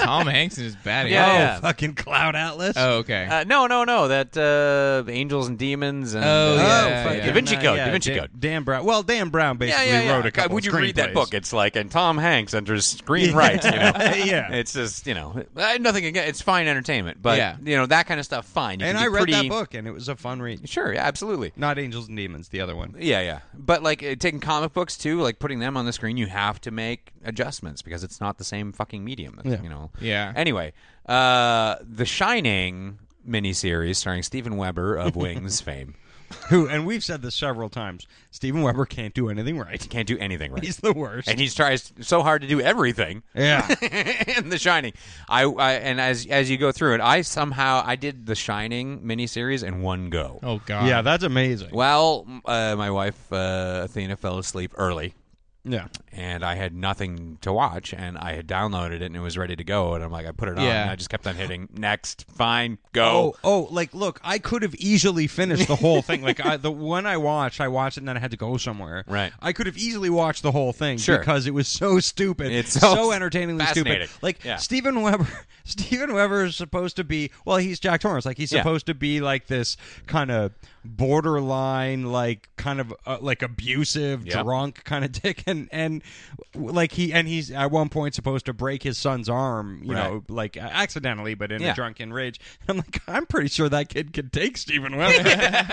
[SPEAKER 1] Tom Hanks is bad.
[SPEAKER 3] Yeah,
[SPEAKER 1] at it.
[SPEAKER 3] <laughs>
[SPEAKER 2] <laughs>
[SPEAKER 3] yeah.
[SPEAKER 2] Fucking Cloud Atlas.
[SPEAKER 1] Oh, okay.
[SPEAKER 3] uh, no, no, no. That uh, angels and demons and
[SPEAKER 1] Oh,
[SPEAKER 3] uh,
[SPEAKER 1] yeah,
[SPEAKER 2] fucking,
[SPEAKER 1] yeah.
[SPEAKER 3] Da Vinci
[SPEAKER 2] uh,
[SPEAKER 3] Code.
[SPEAKER 2] yeah,
[SPEAKER 3] da Vinci
[SPEAKER 2] Dan,
[SPEAKER 3] Code.
[SPEAKER 2] Dan Brown. Well, Dan Brown basically wrote a
[SPEAKER 3] God,
[SPEAKER 2] couple
[SPEAKER 3] Would you read that
[SPEAKER 2] screenplays.
[SPEAKER 3] book? It's like, and Tom Hanks
[SPEAKER 2] <laughs>
[SPEAKER 3] under screen rights. You know?
[SPEAKER 2] Yeah.
[SPEAKER 3] <laughs> It's just, you know, I- nothing again. It's fine entertainment, but,
[SPEAKER 1] Yeah.
[SPEAKER 3] you know, that kind of stuff, fine. You
[SPEAKER 2] And
[SPEAKER 3] can
[SPEAKER 2] I
[SPEAKER 3] be
[SPEAKER 2] read
[SPEAKER 3] pretty,
[SPEAKER 2] that book, and it was a fun read.
[SPEAKER 3] Sure, yeah, absolutely.
[SPEAKER 2] Not Angels and Demons, the other
[SPEAKER 3] <laughs>
[SPEAKER 2] one.
[SPEAKER 3] Yeah, yeah. But, like, uh, taking comic books, too, like, putting them on the screen, you have to make adjustments because it's not the same fucking medium. It's,
[SPEAKER 2] Yeah.
[SPEAKER 3] You know, know.
[SPEAKER 1] Yeah.
[SPEAKER 3] Anyway, uh, The Shining miniseries starring Steven
[SPEAKER 2] <laughs>
[SPEAKER 3] Weber of Wings fame.
[SPEAKER 2] Who and we've said this several times. Steven Weber can't do anything right. <laughs>
[SPEAKER 3] Can't do anything right.
[SPEAKER 2] He's the worst.
[SPEAKER 3] and he tries so hard to do everything. <laughs>
[SPEAKER 2] Yeah.
[SPEAKER 3] in The Shining, I, I and as as you go through it, I somehow I did The Shining miniseries in one go.
[SPEAKER 1] Oh God.
[SPEAKER 2] yeah, that's amazing.
[SPEAKER 3] Well, m- uh, my wife uh, Athena fell asleep early,
[SPEAKER 2] Yeah.
[SPEAKER 3] and I had nothing to watch, and I had downloaded it and it was ready to go, and I'm like, I put it on,
[SPEAKER 1] Yeah.
[SPEAKER 3] and I just kept on hitting next, fine, go.
[SPEAKER 2] Oh, oh, like look, I could have easily finished the whole thing. Like
[SPEAKER 3] <laughs>
[SPEAKER 2] I, the one I watched, I watched it and then I had to go somewhere.
[SPEAKER 3] Right.
[SPEAKER 2] I could have easily watched the whole thing
[SPEAKER 3] Sure.
[SPEAKER 2] because it was so stupid.
[SPEAKER 3] It's
[SPEAKER 2] so,
[SPEAKER 3] so
[SPEAKER 2] entertainingly
[SPEAKER 3] fascinating.
[SPEAKER 2] stupid. Like
[SPEAKER 3] Yeah.
[SPEAKER 2] Stephen Weber. <laughs> Stephen Weber is supposed to be well, he's Jack Torrance. Like he's
[SPEAKER 3] Yeah.
[SPEAKER 2] supposed to be like this kind of borderline, like kind of uh, like abusive,
[SPEAKER 3] Yep.
[SPEAKER 2] drunk kind of <laughs> dick, and and like he and he's at one point supposed to break his son's arm, you
[SPEAKER 3] Right.
[SPEAKER 2] know, like accidentally, but in
[SPEAKER 3] Yeah.
[SPEAKER 2] a drunken rage. And I'm like, I'm pretty sure that kid could take Stephen Weber.
[SPEAKER 3] <laughs>
[SPEAKER 2] yeah.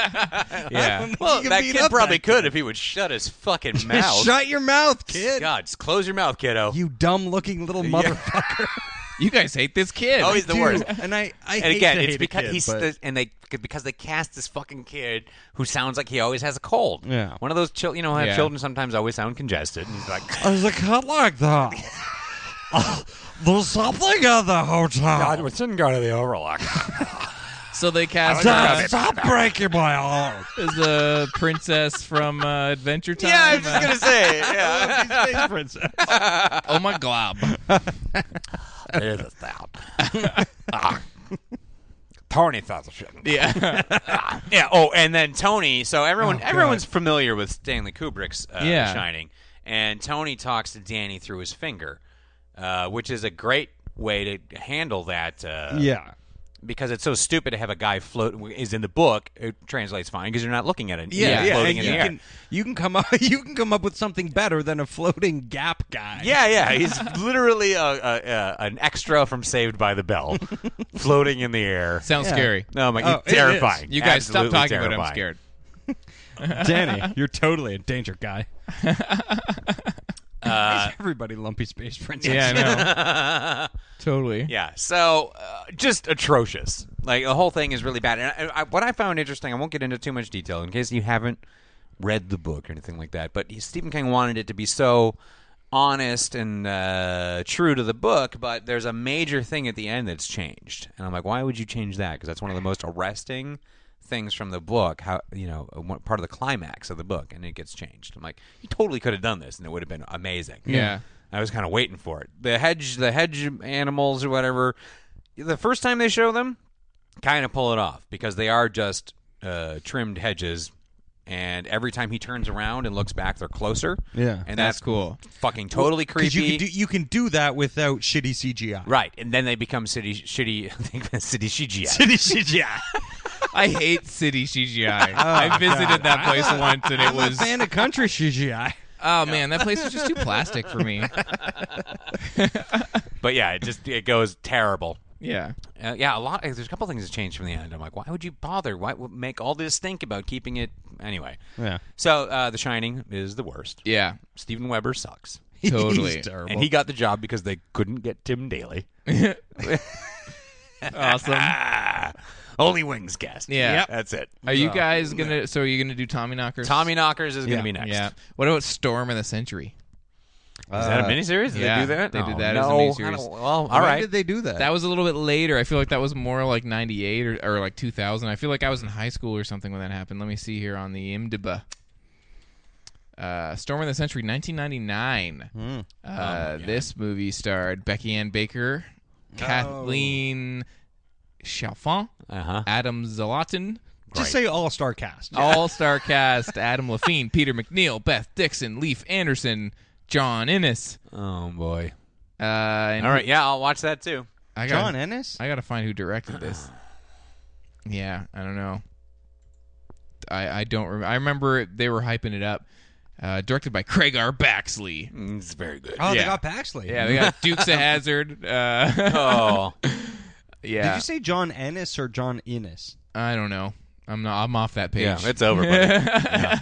[SPEAKER 2] <laughs> Oh.
[SPEAKER 3] Well, that kid probably could if he would shut his fucking mouth.
[SPEAKER 2] Shut your mouth, kid.
[SPEAKER 3] God, just close your mouth, kiddo.
[SPEAKER 2] You dumb looking little motherfucker.
[SPEAKER 1] You guys hate this kid.
[SPEAKER 3] oh, he's <laughs> the
[SPEAKER 2] Dude,
[SPEAKER 3] worst.
[SPEAKER 2] <laughs> And I, I
[SPEAKER 3] and
[SPEAKER 2] hate
[SPEAKER 3] again,
[SPEAKER 2] to
[SPEAKER 3] it's
[SPEAKER 2] hate a
[SPEAKER 3] because
[SPEAKER 2] kid,
[SPEAKER 3] he's
[SPEAKER 2] but-
[SPEAKER 3] the, and they because they cast this fucking kid who sounds like he always has a cold.
[SPEAKER 2] Yeah.
[SPEAKER 3] one of those children. You know, how
[SPEAKER 1] Yeah.
[SPEAKER 3] children sometimes always sound congested. And he's <laughs> like,
[SPEAKER 2] I was like, not like
[SPEAKER 3] <laughs>
[SPEAKER 2] that. Uh, There's something at the hotel.
[SPEAKER 3] we shouldn't go to the Overlook.
[SPEAKER 1] so they cast
[SPEAKER 2] Dad,
[SPEAKER 1] her
[SPEAKER 2] stop breaking
[SPEAKER 1] <laughs>
[SPEAKER 2] my arm.
[SPEAKER 1] as the princess from uh, Adventure Time.
[SPEAKER 3] <laughs> yeah, I was just gonna say. Yeah,
[SPEAKER 2] Princess.
[SPEAKER 1] oh my glob.
[SPEAKER 3] there's a <laughs> Tony thought the shit. <laughs>
[SPEAKER 1] Yeah.
[SPEAKER 3] Yeah. Oh, and then Tony. So
[SPEAKER 2] Oh,
[SPEAKER 3] everyone, everyone's familiar with Stanley Kubrick's uh,
[SPEAKER 1] Yeah.
[SPEAKER 3] The Shining, and Tony talks to Danny through his finger, uh, which is a great way to handle that. Uh,
[SPEAKER 2] Yeah.
[SPEAKER 3] because it's so stupid to have a guy float is in the book it translates fine because you're not looking at it
[SPEAKER 2] Yeah,
[SPEAKER 3] He's
[SPEAKER 2] yeah,
[SPEAKER 3] floating
[SPEAKER 2] and
[SPEAKER 3] in
[SPEAKER 2] you
[SPEAKER 3] the air
[SPEAKER 2] can you can come up <laughs> you can come up with something better than a floating gap guy.
[SPEAKER 3] yeah
[SPEAKER 2] <laughs>
[SPEAKER 3] yeah he's literally a, a, a, an extra from saved by the
[SPEAKER 2] <laughs>
[SPEAKER 3] bell floating in the air
[SPEAKER 1] Sounds
[SPEAKER 2] Yeah.
[SPEAKER 1] scary.
[SPEAKER 3] no my
[SPEAKER 2] Oh, it is.
[SPEAKER 3] terrifying
[SPEAKER 1] You guys
[SPEAKER 3] Absolutely
[SPEAKER 1] stop talking about it.
[SPEAKER 3] terrifying.
[SPEAKER 1] I'm scared.
[SPEAKER 2] <laughs> Danny, you're totally in danger,
[SPEAKER 1] <laughs>
[SPEAKER 2] guy.
[SPEAKER 1] Uh,
[SPEAKER 2] Why is everybody lumpy space princess.
[SPEAKER 1] Yeah, I
[SPEAKER 2] <laughs>
[SPEAKER 1] know. totally.
[SPEAKER 3] Yeah, so uh, just atrocious. Like the whole thing is really bad. And I, I, what I found interesting, I won't get into too much detail in case you haven't read the book or anything like that. But he- Stephen King wanted it to be so honest and uh, true to the book. But there's a major thing at the end that's changed, and I'm like, why would you change that? Because that's one of the most arresting things from the book. How you know one- part of the climax of the book, and it gets changed. I'm like, you totally could have done this, and it would have been amazing.
[SPEAKER 1] Yeah.
[SPEAKER 3] I was kind of waiting for it. The hedge, the hedge animals or whatever. The first time they show them, kind of pull it off because they are just uh, trimmed hedges. And every time he turns around and looks back, they're closer.
[SPEAKER 2] Yeah.
[SPEAKER 3] and
[SPEAKER 1] That's
[SPEAKER 3] that's
[SPEAKER 1] cool.
[SPEAKER 3] Fucking totally creepy.
[SPEAKER 2] Because you can do you can do that without shitty CGI.
[SPEAKER 3] right, and then they become city shitty. <laughs> I think city
[SPEAKER 2] <laughs>
[SPEAKER 3] CGI.
[SPEAKER 2] Shitty <laughs> CGI.
[SPEAKER 1] I hate city CGI.
[SPEAKER 3] <laughs> Oh,
[SPEAKER 1] I visited that place once and it was
[SPEAKER 2] Fan of country CGI.
[SPEAKER 1] oh man, that place was just too plastic for
[SPEAKER 3] <laughs>
[SPEAKER 1] me.
[SPEAKER 3] But yeah, it just it goes terrible.
[SPEAKER 1] Yeah.
[SPEAKER 3] Uh, yeah, a lot. There's a couple things that changed from the end. I'm like, why would you bother? Why would make all this think about keeping it anyway?
[SPEAKER 2] Yeah.
[SPEAKER 3] So uh, The Shining is the worst.
[SPEAKER 1] Yeah.
[SPEAKER 3] Steven Weber sucks. <laughs>
[SPEAKER 1] Totally.
[SPEAKER 2] He's terrible.
[SPEAKER 3] And he got the job because they couldn't get Tim Daly.
[SPEAKER 1] Awesome.
[SPEAKER 3] Ah, only Wings guest.
[SPEAKER 1] Yeah. Yep.
[SPEAKER 3] That's it.
[SPEAKER 1] Are you guys gonna so are you gonna do Tommy Knockers?
[SPEAKER 3] Tommy Knockers is
[SPEAKER 2] Yeah.
[SPEAKER 3] going to be next.
[SPEAKER 1] Yeah. What about Storm of the Century?
[SPEAKER 3] Is that a miniseries? Did
[SPEAKER 1] Uh, yeah,
[SPEAKER 3] they do that?
[SPEAKER 1] they
[SPEAKER 3] no,
[SPEAKER 1] did that as a
[SPEAKER 3] no,
[SPEAKER 1] miniseries.
[SPEAKER 3] I don't- Well, all
[SPEAKER 2] When
[SPEAKER 3] right.
[SPEAKER 2] did they do that?
[SPEAKER 1] That was a little bit later. I feel like that was more like 98 or, or like 2000. I feel like I was in high school or something when that happened. Let me see here on the IMDb. Uh, Storm of the Century, 1999. Uh, This movie starred Becky Ann Baker, Kathleen Chalfant,
[SPEAKER 3] Uh-huh.
[SPEAKER 1] Adam Zalatin,
[SPEAKER 2] Just say all star cast.
[SPEAKER 1] all star cast Adam Levine, Peter McNeil, Beth Dixon, Leaf Anderson, John Innes.
[SPEAKER 3] Oh, boy.
[SPEAKER 1] Uh, and
[SPEAKER 3] All right. Yeah, I'll watch that too.
[SPEAKER 1] I got,
[SPEAKER 2] John Ennis?
[SPEAKER 1] I gotta find who directed
[SPEAKER 3] <sighs>
[SPEAKER 1] this. Yeah, I don't know. I I don't remember. I remember they were hyping it up. Uh, directed by Craig R.
[SPEAKER 3] <laughs>
[SPEAKER 1] Baxley.
[SPEAKER 3] Mm, It's very good.
[SPEAKER 2] Oh,
[SPEAKER 1] Yeah.
[SPEAKER 2] they got Baxley.
[SPEAKER 1] Yeah, they got Dukes of Hazard. Uh, <laughs>
[SPEAKER 3] <laughs> Oh.
[SPEAKER 1] yeah,
[SPEAKER 2] Did you say John Ennis or John Innes?
[SPEAKER 1] I don't know. I'm not. I'm off that page. <laughs>
[SPEAKER 3] yeah, it's over, buddy. Yeah.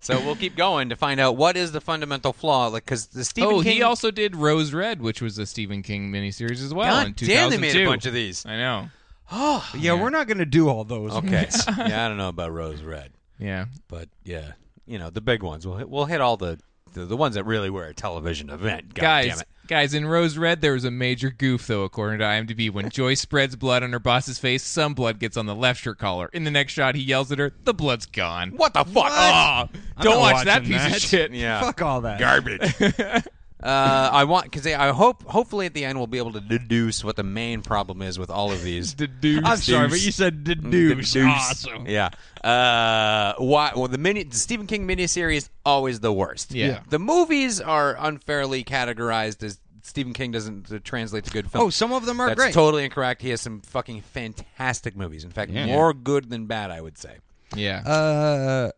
[SPEAKER 3] So we'll keep going to find out what is the fundamental flaw. Like, because the Stephen
[SPEAKER 1] oh,
[SPEAKER 3] King.
[SPEAKER 1] he also did Rose Red, which was a Stephen King miniseries as well. in
[SPEAKER 3] God damn, they made a
[SPEAKER 1] 2002.
[SPEAKER 3] bunch of these.
[SPEAKER 1] I know. Oh,
[SPEAKER 2] Yeah, we're not going to do all those.
[SPEAKER 3] Okay.
[SPEAKER 1] <laughs>
[SPEAKER 3] yeah, I don't know about Rose Red,
[SPEAKER 1] Yeah.
[SPEAKER 3] but yeah, you know the big ones. We'll hit, we'll hit all the, the the ones that really were a television event. God damn
[SPEAKER 1] guys,
[SPEAKER 3] it.
[SPEAKER 1] guys, in Rose Red, there was a major goof, though, according to IMDb.
[SPEAKER 3] <laughs>
[SPEAKER 1] When Joyce spreads blood on her boss's face, some blood gets on the left shirt collar. In the next shot, he yells at her, "The blood's gone."
[SPEAKER 3] What the fuck? Oh,
[SPEAKER 2] I'm
[SPEAKER 1] Don't
[SPEAKER 2] not
[SPEAKER 1] watch that
[SPEAKER 2] watching
[SPEAKER 1] piece
[SPEAKER 2] that.
[SPEAKER 1] of shit.
[SPEAKER 3] yeah.
[SPEAKER 2] Fuck all that.
[SPEAKER 3] garbage. uh, I want because I hope hopefully at the end we'll be able to deduce what the main problem is with all
[SPEAKER 2] <laughs>
[SPEAKER 3] of these.
[SPEAKER 1] Deduce.
[SPEAKER 2] I'm sorry, but you said deduce. Awesome.
[SPEAKER 3] Yeah. Uh, why? Well, the mini the Stephen King miniseries always the worst.
[SPEAKER 1] Yeah. Yeah.
[SPEAKER 3] The movies are unfairly categorized as Stephen King doesn't uh, translate to good film.
[SPEAKER 2] Oh, some of them are
[SPEAKER 3] That's
[SPEAKER 2] great.
[SPEAKER 3] totally incorrect. He has some fucking fantastic movies. In fact, more good than bad, I would say.
[SPEAKER 1] Yeah.
[SPEAKER 2] Uh,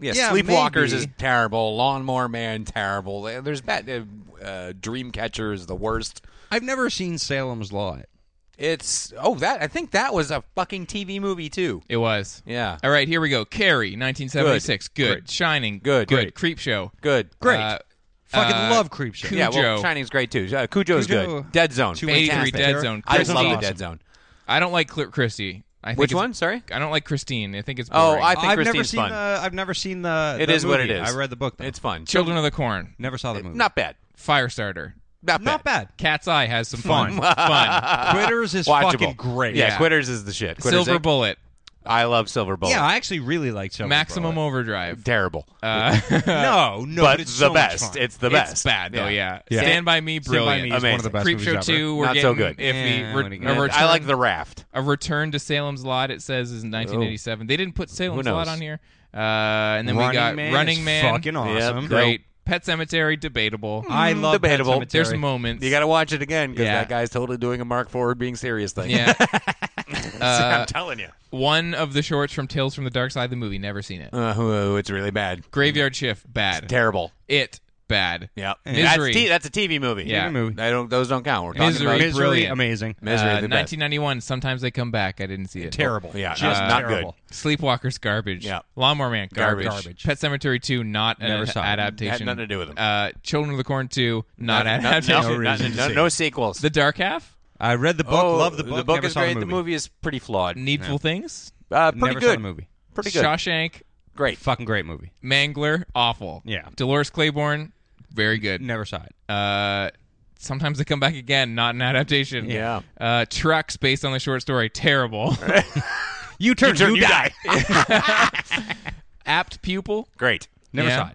[SPEAKER 3] Yeah,
[SPEAKER 2] Yeah,
[SPEAKER 3] Sleepwalkers
[SPEAKER 2] maybe.
[SPEAKER 3] is terrible. Lawnmower Man, terrible. There's bad. Uh, uh, Dreamcatcher is the worst.
[SPEAKER 2] I've never seen Salem's Lot.
[SPEAKER 3] It's oh that I think that was a fucking TV movie too.
[SPEAKER 1] it was.
[SPEAKER 3] Yeah.
[SPEAKER 1] All right, here we go. Carrie, 1976. Good.
[SPEAKER 3] Great.
[SPEAKER 1] Shining.
[SPEAKER 3] Good.
[SPEAKER 1] Good.
[SPEAKER 3] Great.
[SPEAKER 1] Creep Show.
[SPEAKER 3] Good.
[SPEAKER 2] Great.
[SPEAKER 1] Uh,
[SPEAKER 2] Fucking
[SPEAKER 1] uh,
[SPEAKER 2] love Creepshow.
[SPEAKER 1] Cool.
[SPEAKER 3] Yeah, well,
[SPEAKER 1] Cujo.
[SPEAKER 3] Shining's great too. Uh, Cujo's
[SPEAKER 2] Cujo.
[SPEAKER 3] good. Dead Zone.
[SPEAKER 1] 283
[SPEAKER 3] Fantastic.
[SPEAKER 1] Dead Zone.
[SPEAKER 3] I
[SPEAKER 1] Christine.
[SPEAKER 3] love
[SPEAKER 2] Awesome.
[SPEAKER 3] Dead Zone.
[SPEAKER 1] I don't like Cl- Christie. I think
[SPEAKER 3] Which
[SPEAKER 1] it's-
[SPEAKER 3] one? Sorry.
[SPEAKER 1] I don't like Christine. I think it's
[SPEAKER 3] Oh,
[SPEAKER 1] boring.
[SPEAKER 3] I think
[SPEAKER 2] I've never
[SPEAKER 3] Christine's
[SPEAKER 2] seen
[SPEAKER 3] fun.
[SPEAKER 2] the. I've never seen the.
[SPEAKER 3] It
[SPEAKER 2] the
[SPEAKER 3] is what it
[SPEAKER 2] movie.
[SPEAKER 3] is.
[SPEAKER 2] I read the book. Though.
[SPEAKER 3] It's fun.
[SPEAKER 1] Children of the Corn.
[SPEAKER 2] never saw the movie.
[SPEAKER 3] Not bad.
[SPEAKER 1] Firestarter.
[SPEAKER 3] Not bad.
[SPEAKER 2] Not bad.
[SPEAKER 1] Cat's Eye has some
[SPEAKER 3] <laughs>
[SPEAKER 2] Fun.
[SPEAKER 1] <laughs> fun. fun.
[SPEAKER 2] Quitters is
[SPEAKER 3] Watchable.
[SPEAKER 2] fucking great.
[SPEAKER 3] Yeah,
[SPEAKER 1] Yeah.
[SPEAKER 3] Quitters is the shit. Quitters
[SPEAKER 1] Silver
[SPEAKER 3] is-
[SPEAKER 1] Bullet.
[SPEAKER 3] I love Silver Bullet.
[SPEAKER 2] Yeah, I actually really liked Silver
[SPEAKER 1] Maximum <laughs>
[SPEAKER 2] Bullet.
[SPEAKER 1] Overdrive.
[SPEAKER 3] terrible.
[SPEAKER 1] Uh,
[SPEAKER 2] No, no,
[SPEAKER 3] but
[SPEAKER 2] but it's
[SPEAKER 3] the
[SPEAKER 2] so much
[SPEAKER 3] best.
[SPEAKER 2] fun.
[SPEAKER 3] It's the best.
[SPEAKER 1] it's bad though. Yeah.
[SPEAKER 2] Yeah.
[SPEAKER 1] Stand by Me,
[SPEAKER 2] Stand by
[SPEAKER 1] brilliant.
[SPEAKER 2] Me is one of the best
[SPEAKER 1] Creep
[SPEAKER 2] movies
[SPEAKER 1] Show
[SPEAKER 2] ever.
[SPEAKER 1] two. We're
[SPEAKER 3] Not
[SPEAKER 1] getting
[SPEAKER 3] so good.
[SPEAKER 1] iffy.
[SPEAKER 2] Yeah,
[SPEAKER 1] Re-
[SPEAKER 2] when it
[SPEAKER 1] a
[SPEAKER 2] gets-
[SPEAKER 1] return,
[SPEAKER 3] I like the raft.
[SPEAKER 1] a return to Salem's Lot. It says is
[SPEAKER 2] Oh.
[SPEAKER 1] 1987. They didn't put Salem's
[SPEAKER 3] Who knows?
[SPEAKER 1] Lot on here. Uh, and then we got
[SPEAKER 2] Man
[SPEAKER 1] Running
[SPEAKER 2] is
[SPEAKER 1] Man.
[SPEAKER 2] Fucking
[SPEAKER 3] Yeah,
[SPEAKER 2] awesome. Mm,
[SPEAKER 1] Great. Pet Cemetery. Debatable.
[SPEAKER 2] I love Pet
[SPEAKER 3] debatable.
[SPEAKER 2] Sematary.
[SPEAKER 1] There's moments.
[SPEAKER 3] You got to watch it again because
[SPEAKER 1] Yeah.
[SPEAKER 3] that guy's totally doing a Mark Forward being serious thing.
[SPEAKER 1] <laughs>
[SPEAKER 2] <laughs>
[SPEAKER 1] Yeah.
[SPEAKER 3] I'm telling you.
[SPEAKER 1] One of the shorts from Tales from the Dark Side of the movie. Never seen it.
[SPEAKER 3] Uh, oh, it's really bad.
[SPEAKER 1] Graveyard Shift. Bad.
[SPEAKER 3] Terrible.
[SPEAKER 1] it. Bad.
[SPEAKER 3] Yeah.
[SPEAKER 1] Misery.
[SPEAKER 3] That's, t- that's a TV movie.
[SPEAKER 1] Yeah.
[SPEAKER 2] movie.
[SPEAKER 3] I don't. Those don't count. We're talking
[SPEAKER 1] Misery.
[SPEAKER 3] about
[SPEAKER 2] Misery, Uh,
[SPEAKER 1] Brilliant.
[SPEAKER 2] amazing.
[SPEAKER 3] misery.
[SPEAKER 1] Uh,
[SPEAKER 3] the best.
[SPEAKER 1] 1991. Sometimes they come back. I didn't see it.
[SPEAKER 2] Terrible.
[SPEAKER 3] Yeah,
[SPEAKER 2] just
[SPEAKER 3] not- not
[SPEAKER 2] terrible.
[SPEAKER 3] good.
[SPEAKER 1] Sleepwalkers, garbage.
[SPEAKER 3] Yeah.
[SPEAKER 1] Lawnmower Man, garbage.
[SPEAKER 2] Garbage.
[SPEAKER 1] Pet Cemetery 2, not an
[SPEAKER 2] Never saw it.
[SPEAKER 1] adaptation.
[SPEAKER 3] Had nothing to do with them.
[SPEAKER 1] Uh, Children of the Corn 2, not
[SPEAKER 3] No,
[SPEAKER 1] an
[SPEAKER 3] no,
[SPEAKER 1] adaptation.
[SPEAKER 3] no, no,
[SPEAKER 2] reason to
[SPEAKER 3] no,
[SPEAKER 2] see
[SPEAKER 3] no
[SPEAKER 2] it.
[SPEAKER 3] sequels. Oh,
[SPEAKER 1] The Dark Half,
[SPEAKER 2] I read the book. love Oh, the book.
[SPEAKER 3] The book
[SPEAKER 2] never
[SPEAKER 3] is
[SPEAKER 2] saw
[SPEAKER 3] great.
[SPEAKER 2] The movie.
[SPEAKER 3] is pretty flawed.
[SPEAKER 1] Needful Things,
[SPEAKER 3] Uh, pretty
[SPEAKER 2] never
[SPEAKER 3] good.
[SPEAKER 2] saw the movie.
[SPEAKER 3] Pretty good.
[SPEAKER 1] Shawshank,
[SPEAKER 3] Great.
[SPEAKER 2] Fucking great movie.
[SPEAKER 1] Mangler, awful.
[SPEAKER 2] Yeah.
[SPEAKER 1] Dolores Claiborne, very good.
[SPEAKER 2] Never saw it.
[SPEAKER 1] Uh, sometimes they come back again, not an adaptation.
[SPEAKER 3] Yeah.
[SPEAKER 1] Uh, Trucks, based on the short story,
[SPEAKER 3] <laughs>
[SPEAKER 1] terrible.
[SPEAKER 2] You turn.
[SPEAKER 3] Turn, you die.
[SPEAKER 1] Apt Pupil,
[SPEAKER 3] <laughs> great.
[SPEAKER 2] Never
[SPEAKER 1] Yeah.
[SPEAKER 2] saw it.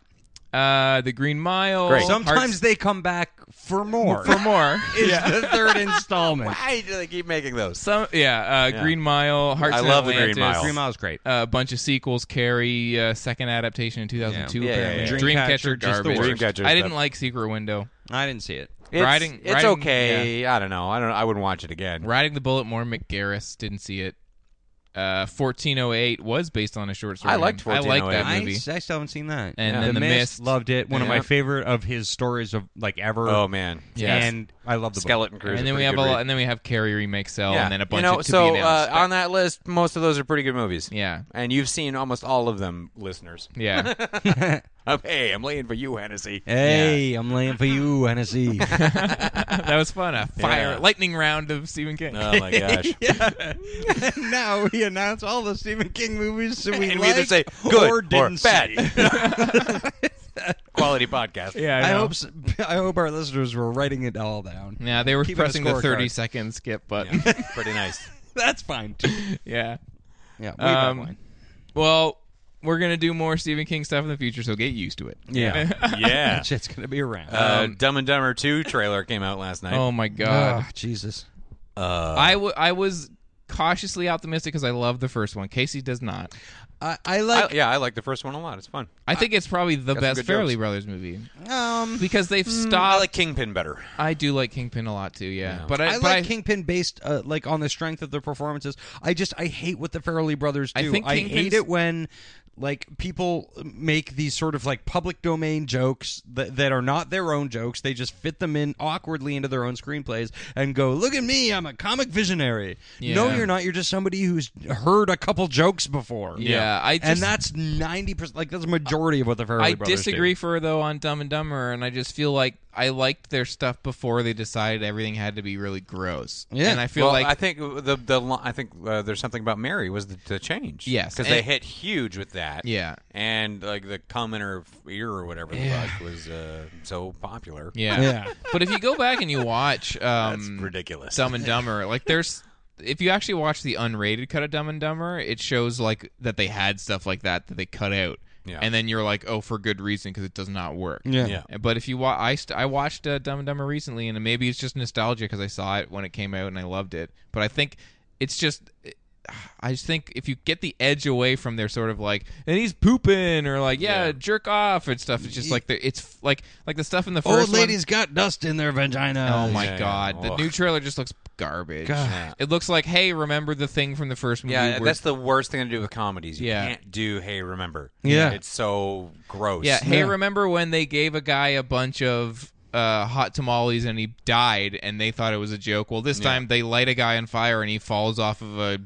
[SPEAKER 1] uh, The Green Mile.
[SPEAKER 3] Great.
[SPEAKER 2] Sometimes
[SPEAKER 1] Hearts-
[SPEAKER 2] they come back for more.
[SPEAKER 1] <laughs>
[SPEAKER 2] <laughs>
[SPEAKER 1] for more.
[SPEAKER 2] is the <laughs> third installment.
[SPEAKER 3] Why do they keep making those?
[SPEAKER 1] Some yeah, uh, Green Mile, Hearts
[SPEAKER 3] I
[SPEAKER 1] in
[SPEAKER 3] love The Green
[SPEAKER 1] Atlantis,
[SPEAKER 3] Mile.
[SPEAKER 2] Three Miles great.
[SPEAKER 1] a bunch of sequels. Carrie, uh, second adaptation in 2002.
[SPEAKER 3] Yeah. Yeah, yeah,
[SPEAKER 1] apparently.
[SPEAKER 2] yeah.
[SPEAKER 1] Dreamcatcher,
[SPEAKER 2] Dreamcatcher, just the
[SPEAKER 1] garbage.
[SPEAKER 3] worst. Dreamcatcher is
[SPEAKER 1] I didn't
[SPEAKER 3] the-
[SPEAKER 1] like Secret Window.
[SPEAKER 2] I didn't see it.
[SPEAKER 3] It's,
[SPEAKER 1] Riding-
[SPEAKER 3] it's
[SPEAKER 1] riding-
[SPEAKER 3] okay. I don't know. I don't. I wouldn't watch it again.
[SPEAKER 1] Riding the Bullet, more McGarris. Didn't see it. Uh, 1408 was based on a short story.
[SPEAKER 3] I liked
[SPEAKER 1] I liked that
[SPEAKER 3] 1408.
[SPEAKER 1] movie.
[SPEAKER 2] I, I still haven't seen that.
[SPEAKER 1] And then The
[SPEAKER 2] the, Mist,
[SPEAKER 1] Mist.
[SPEAKER 2] loved it. One of my
[SPEAKER 1] Yeah.
[SPEAKER 2] favorite of his stories of like ever.
[SPEAKER 3] Oh man.
[SPEAKER 1] Yes.
[SPEAKER 2] and I love the book.
[SPEAKER 3] Skeleton Crew. is
[SPEAKER 1] and then
[SPEAKER 3] a
[SPEAKER 1] we
[SPEAKER 3] pretty
[SPEAKER 1] have a
[SPEAKER 3] good read.
[SPEAKER 1] lot, and then we have Carrie remake cell,
[SPEAKER 3] Yeah.
[SPEAKER 1] and then a
[SPEAKER 3] You
[SPEAKER 1] bunch
[SPEAKER 3] know,
[SPEAKER 1] of to
[SPEAKER 3] so
[SPEAKER 1] be announced.
[SPEAKER 3] uh, on that list, most of those are pretty good movies.
[SPEAKER 1] yeah,
[SPEAKER 3] And you've seen almost all of them, listeners.
[SPEAKER 1] yeah.
[SPEAKER 3] <laughs> Uh, hey, I'm laying for you, Hennessy.
[SPEAKER 2] Hey, I'm laying for <laughs> you, Hennessy.
[SPEAKER 1] that was fun. A fire
[SPEAKER 3] Yeah.
[SPEAKER 1] lightning round of Stephen King.
[SPEAKER 3] Oh my gosh.
[SPEAKER 2] <laughs> now we announce all the Stephen King movies, so we
[SPEAKER 3] And we
[SPEAKER 2] like
[SPEAKER 3] either say good
[SPEAKER 2] or
[SPEAKER 3] or,
[SPEAKER 2] didn't see.
[SPEAKER 3] bad.
[SPEAKER 2] <laughs>
[SPEAKER 3] Quality podcast.
[SPEAKER 1] yeah,
[SPEAKER 2] I,
[SPEAKER 1] know.
[SPEAKER 2] hope s- <laughs> I hope our listeners were writing it all down.
[SPEAKER 1] Yeah, they were
[SPEAKER 2] Keeping a
[SPEAKER 1] pressing the
[SPEAKER 2] scorecard.
[SPEAKER 1] 30 second skip button.
[SPEAKER 3] Yeah, pretty nice.
[SPEAKER 2] That's fine too.
[SPEAKER 1] <laughs> yeah.
[SPEAKER 2] Yeah, we
[SPEAKER 1] Um, Well, we're gonna do more Stephen King stuff in the future, so get used to it.
[SPEAKER 2] Yeah,
[SPEAKER 1] <laughs>
[SPEAKER 3] Yeah.
[SPEAKER 2] that shit's gonna be around.
[SPEAKER 3] Uh, Dumb and Dumber 2 trailer came out last night.
[SPEAKER 1] Oh my god,
[SPEAKER 2] Ah, Jesus.
[SPEAKER 1] I wa- I was cautiously optimistic because I love the first one. Casey does not.
[SPEAKER 2] I, I
[SPEAKER 3] I-
[SPEAKER 2] like
[SPEAKER 3] yeah, I like the first one a lot. It's fun.
[SPEAKER 1] I think it's probably the
[SPEAKER 3] some
[SPEAKER 1] best
[SPEAKER 3] good
[SPEAKER 1] Fairley
[SPEAKER 3] jokes.
[SPEAKER 1] Brothers movie
[SPEAKER 2] um
[SPEAKER 1] because they've
[SPEAKER 3] I
[SPEAKER 1] stopped.
[SPEAKER 3] like Kingpin better.
[SPEAKER 1] I do like Kingpin a lot too. Yeah, but I,
[SPEAKER 2] I
[SPEAKER 1] but
[SPEAKER 2] like
[SPEAKER 1] I,
[SPEAKER 2] Kingpin based uh, like on the strength of the performances. I just I hate what the Farrelly brothers
[SPEAKER 1] I
[SPEAKER 2] do.
[SPEAKER 1] think
[SPEAKER 2] I
[SPEAKER 1] Kingpin's-
[SPEAKER 2] hate it when like people make these sort of like public domain jokes that, that are not their own jokes they just fit them in awkwardly into their own screenplays and go look at me i'm a comic visionary no
[SPEAKER 1] Yeah.
[SPEAKER 2] you're not you're just somebody who's heard a couple jokes before
[SPEAKER 1] Yeah, I
[SPEAKER 2] and
[SPEAKER 1] just-
[SPEAKER 2] that's 90% like that's a majority of what the Farrelly
[SPEAKER 1] I
[SPEAKER 2] brothers do.
[SPEAKER 1] disagree for though on Dumb and Dumber, and I just feel like I liked their stuff before they decided everything had to be really gross.
[SPEAKER 2] Yeah.
[SPEAKER 1] and I feel
[SPEAKER 3] well,
[SPEAKER 1] like
[SPEAKER 3] I think the the li- I think uh, there's something about Mary was the, the change.
[SPEAKER 1] Yes,
[SPEAKER 3] because they
[SPEAKER 1] and-
[SPEAKER 3] hit huge with that.
[SPEAKER 1] Yeah.
[SPEAKER 3] and like the commoner ear or whatever the fuck was uh, so popular.
[SPEAKER 1] yeah.
[SPEAKER 2] Yeah.
[SPEAKER 1] but if you go back and you watch, um,
[SPEAKER 3] that's ridiculous.
[SPEAKER 1] Dumb and Dumber, like there's. If you actually watch the unrated cut of Dumb and Dumber, it shows like that they had stuff like that that they cut out,
[SPEAKER 3] Yeah.
[SPEAKER 1] and then you're like, oh, for good reason because it does not work.
[SPEAKER 2] yeah
[SPEAKER 3] yeah.
[SPEAKER 1] But if you watch, I, st- I watched uh, Dumb and Dumber recently, and maybe it's just nostalgia because I saw it when it came out and I loved it. But I think it's just, eh, I just think if you get the edge away from their sort of like, and he's pooping or like, yeah, jerk off and stuff. It's just like the it's f- like like the stuff in the first
[SPEAKER 2] old
[SPEAKER 1] one-
[SPEAKER 2] ladies got dust in their vagina
[SPEAKER 1] Oh my
[SPEAKER 3] Yeah,
[SPEAKER 1] god, the
[SPEAKER 3] ugh.
[SPEAKER 1] new trailer just looks garbage.
[SPEAKER 2] God.
[SPEAKER 1] It looks like, hey, remember the thing from the first movie? where-
[SPEAKER 3] Yeah, that's the worst thing to do with comedies. You
[SPEAKER 1] Yeah.
[SPEAKER 3] can't do Hey Remember.
[SPEAKER 2] Yeah.
[SPEAKER 3] it's so gross.
[SPEAKER 1] Yeah. Hey, remember when they gave a guy a bunch of uh, hot tamales and he died, and they thought it was a joke. Well, this time they light a guy on fire and he falls off of a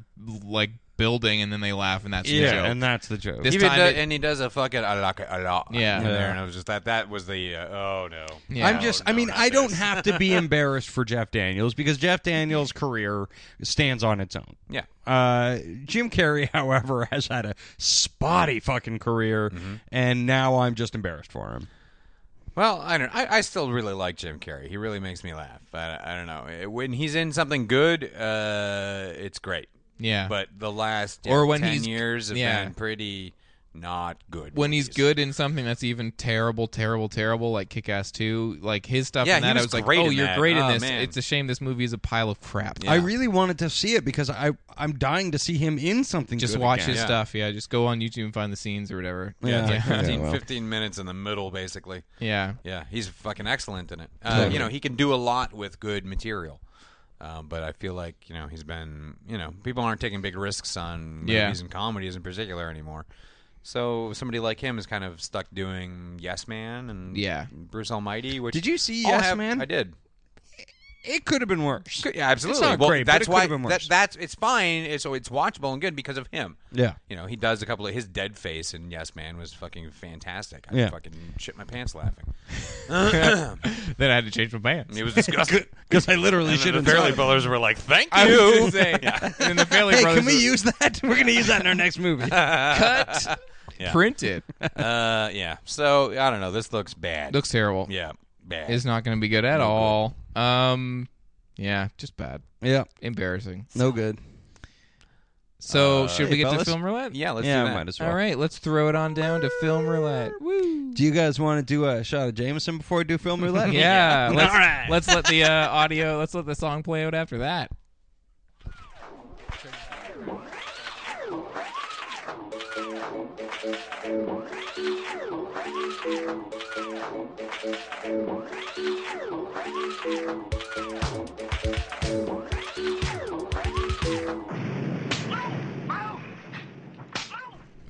[SPEAKER 1] like building, and then they laugh, and that's the joke.
[SPEAKER 2] and that's the joke
[SPEAKER 1] This
[SPEAKER 3] Even
[SPEAKER 1] time
[SPEAKER 3] do-
[SPEAKER 1] it-
[SPEAKER 3] and he does a fucking a lot, a lot
[SPEAKER 1] Yeah.
[SPEAKER 3] in
[SPEAKER 1] Yeah.
[SPEAKER 3] there, and I was just that that was the uh, oh no.
[SPEAKER 1] Yeah.
[SPEAKER 2] I'm just. I mean, I don't have to be embarrassed for Jeff Daniels because Jeff Daniels' career stands on its own.
[SPEAKER 3] Yeah.
[SPEAKER 2] Uh, Jim Carrey, <laughs> however, has had a spotty fucking career,
[SPEAKER 1] Mm-hmm.
[SPEAKER 2] and now I'm just embarrassed for him.
[SPEAKER 3] Well, I don't. I, I still really like Jim Carrey. He really makes me laugh. I, I don't know when he's in something good, uh, it's great.
[SPEAKER 1] yeah.
[SPEAKER 3] But the last
[SPEAKER 1] Or
[SPEAKER 3] yeah,
[SPEAKER 1] when
[SPEAKER 3] 10
[SPEAKER 1] he's-
[SPEAKER 3] years have
[SPEAKER 1] yeah.
[SPEAKER 3] been pretty not good.
[SPEAKER 1] when he's
[SPEAKER 3] movies.
[SPEAKER 1] good in something that's even terrible, terrible, terrible, like Kick Ass Two, like his stuff,
[SPEAKER 3] Yeah,
[SPEAKER 1] and
[SPEAKER 3] he
[SPEAKER 1] that
[SPEAKER 3] was
[SPEAKER 1] I was like,
[SPEAKER 3] great
[SPEAKER 1] oh,
[SPEAKER 3] in
[SPEAKER 1] you're
[SPEAKER 3] that.
[SPEAKER 1] great in
[SPEAKER 3] Oh,
[SPEAKER 1] this.
[SPEAKER 3] man.
[SPEAKER 1] It's a shame this movie is a pile of crap.
[SPEAKER 2] I really wanted to see it because I I'm dying to see him in something.
[SPEAKER 1] just
[SPEAKER 2] good
[SPEAKER 1] watch
[SPEAKER 2] again.
[SPEAKER 1] his
[SPEAKER 3] Yeah.
[SPEAKER 1] stuff. Yeah, just go on YouTube and find the scenes or whatever.
[SPEAKER 2] Yeah.
[SPEAKER 3] It's like
[SPEAKER 2] Yeah,
[SPEAKER 3] 15,
[SPEAKER 2] well.
[SPEAKER 3] 15 minutes in the middle, basically.
[SPEAKER 1] <laughs> yeah.
[SPEAKER 3] Yeah, he's fucking excellent in it. Uh, you know, he can do a lot with good material. Um, but I feel like you know he's been you know people aren't taking big risks on movies
[SPEAKER 1] Yeah.
[SPEAKER 3] and comedies in particular anymore. So somebody like him is kind of stuck doing Yes Man and
[SPEAKER 1] Yeah.
[SPEAKER 3] Bruce Almighty. Which
[SPEAKER 2] Did you see
[SPEAKER 3] all
[SPEAKER 2] Yes
[SPEAKER 3] have-
[SPEAKER 2] Man?
[SPEAKER 3] I did.
[SPEAKER 2] It could have been worse.
[SPEAKER 3] Good- Yeah, absolutely.
[SPEAKER 2] It's not
[SPEAKER 3] well,
[SPEAKER 2] great, but
[SPEAKER 3] that's
[SPEAKER 2] it could
[SPEAKER 3] why
[SPEAKER 2] have been worse.
[SPEAKER 3] that, that's it's fine. It's, so it's watchable and good because of him.
[SPEAKER 2] Yeah.
[SPEAKER 3] you know he does a couple of his dead face and Yes Man was fucking fantastic. I
[SPEAKER 2] Yeah.
[SPEAKER 3] fucking shit my pants laughing.
[SPEAKER 2] <laughs>
[SPEAKER 3] <coughs>
[SPEAKER 1] Then I had to change my pants.
[SPEAKER 3] It was disgusting.
[SPEAKER 2] Because I literally should have.
[SPEAKER 3] Fairly Brothers were like, "Thank
[SPEAKER 1] I was gonna <laughs> say, and the Fairly
[SPEAKER 2] Hey,
[SPEAKER 1] Brothers
[SPEAKER 2] can we
[SPEAKER 1] were-
[SPEAKER 2] use that? <laughs> We're gonna use that in our
[SPEAKER 1] <laughs>
[SPEAKER 2] next movie.
[SPEAKER 1] cut, print it.
[SPEAKER 3] <laughs> Uh, yeah. So I don't know. This looks bad.
[SPEAKER 1] Looks terrible.
[SPEAKER 3] yeah, bad.
[SPEAKER 1] It's not going to be good at all. Um, yeah, just bad,
[SPEAKER 2] yeah,
[SPEAKER 1] embarrassing.
[SPEAKER 2] no good.
[SPEAKER 1] So should we get
[SPEAKER 2] hey,
[SPEAKER 1] to
[SPEAKER 2] fellas?
[SPEAKER 1] film roulette?
[SPEAKER 3] yeah, let's
[SPEAKER 2] yeah,
[SPEAKER 3] do that.
[SPEAKER 2] might as well.
[SPEAKER 1] All right, let's throw it on down to film roulette. Woo.
[SPEAKER 2] Do you guys want to do a shot of Jameson before we do film
[SPEAKER 3] <laughs>
[SPEAKER 2] roulette?
[SPEAKER 1] Yeah. Let's,
[SPEAKER 2] <laughs> All right.
[SPEAKER 1] Let's let the uh, audio. Let's let the song play out after that.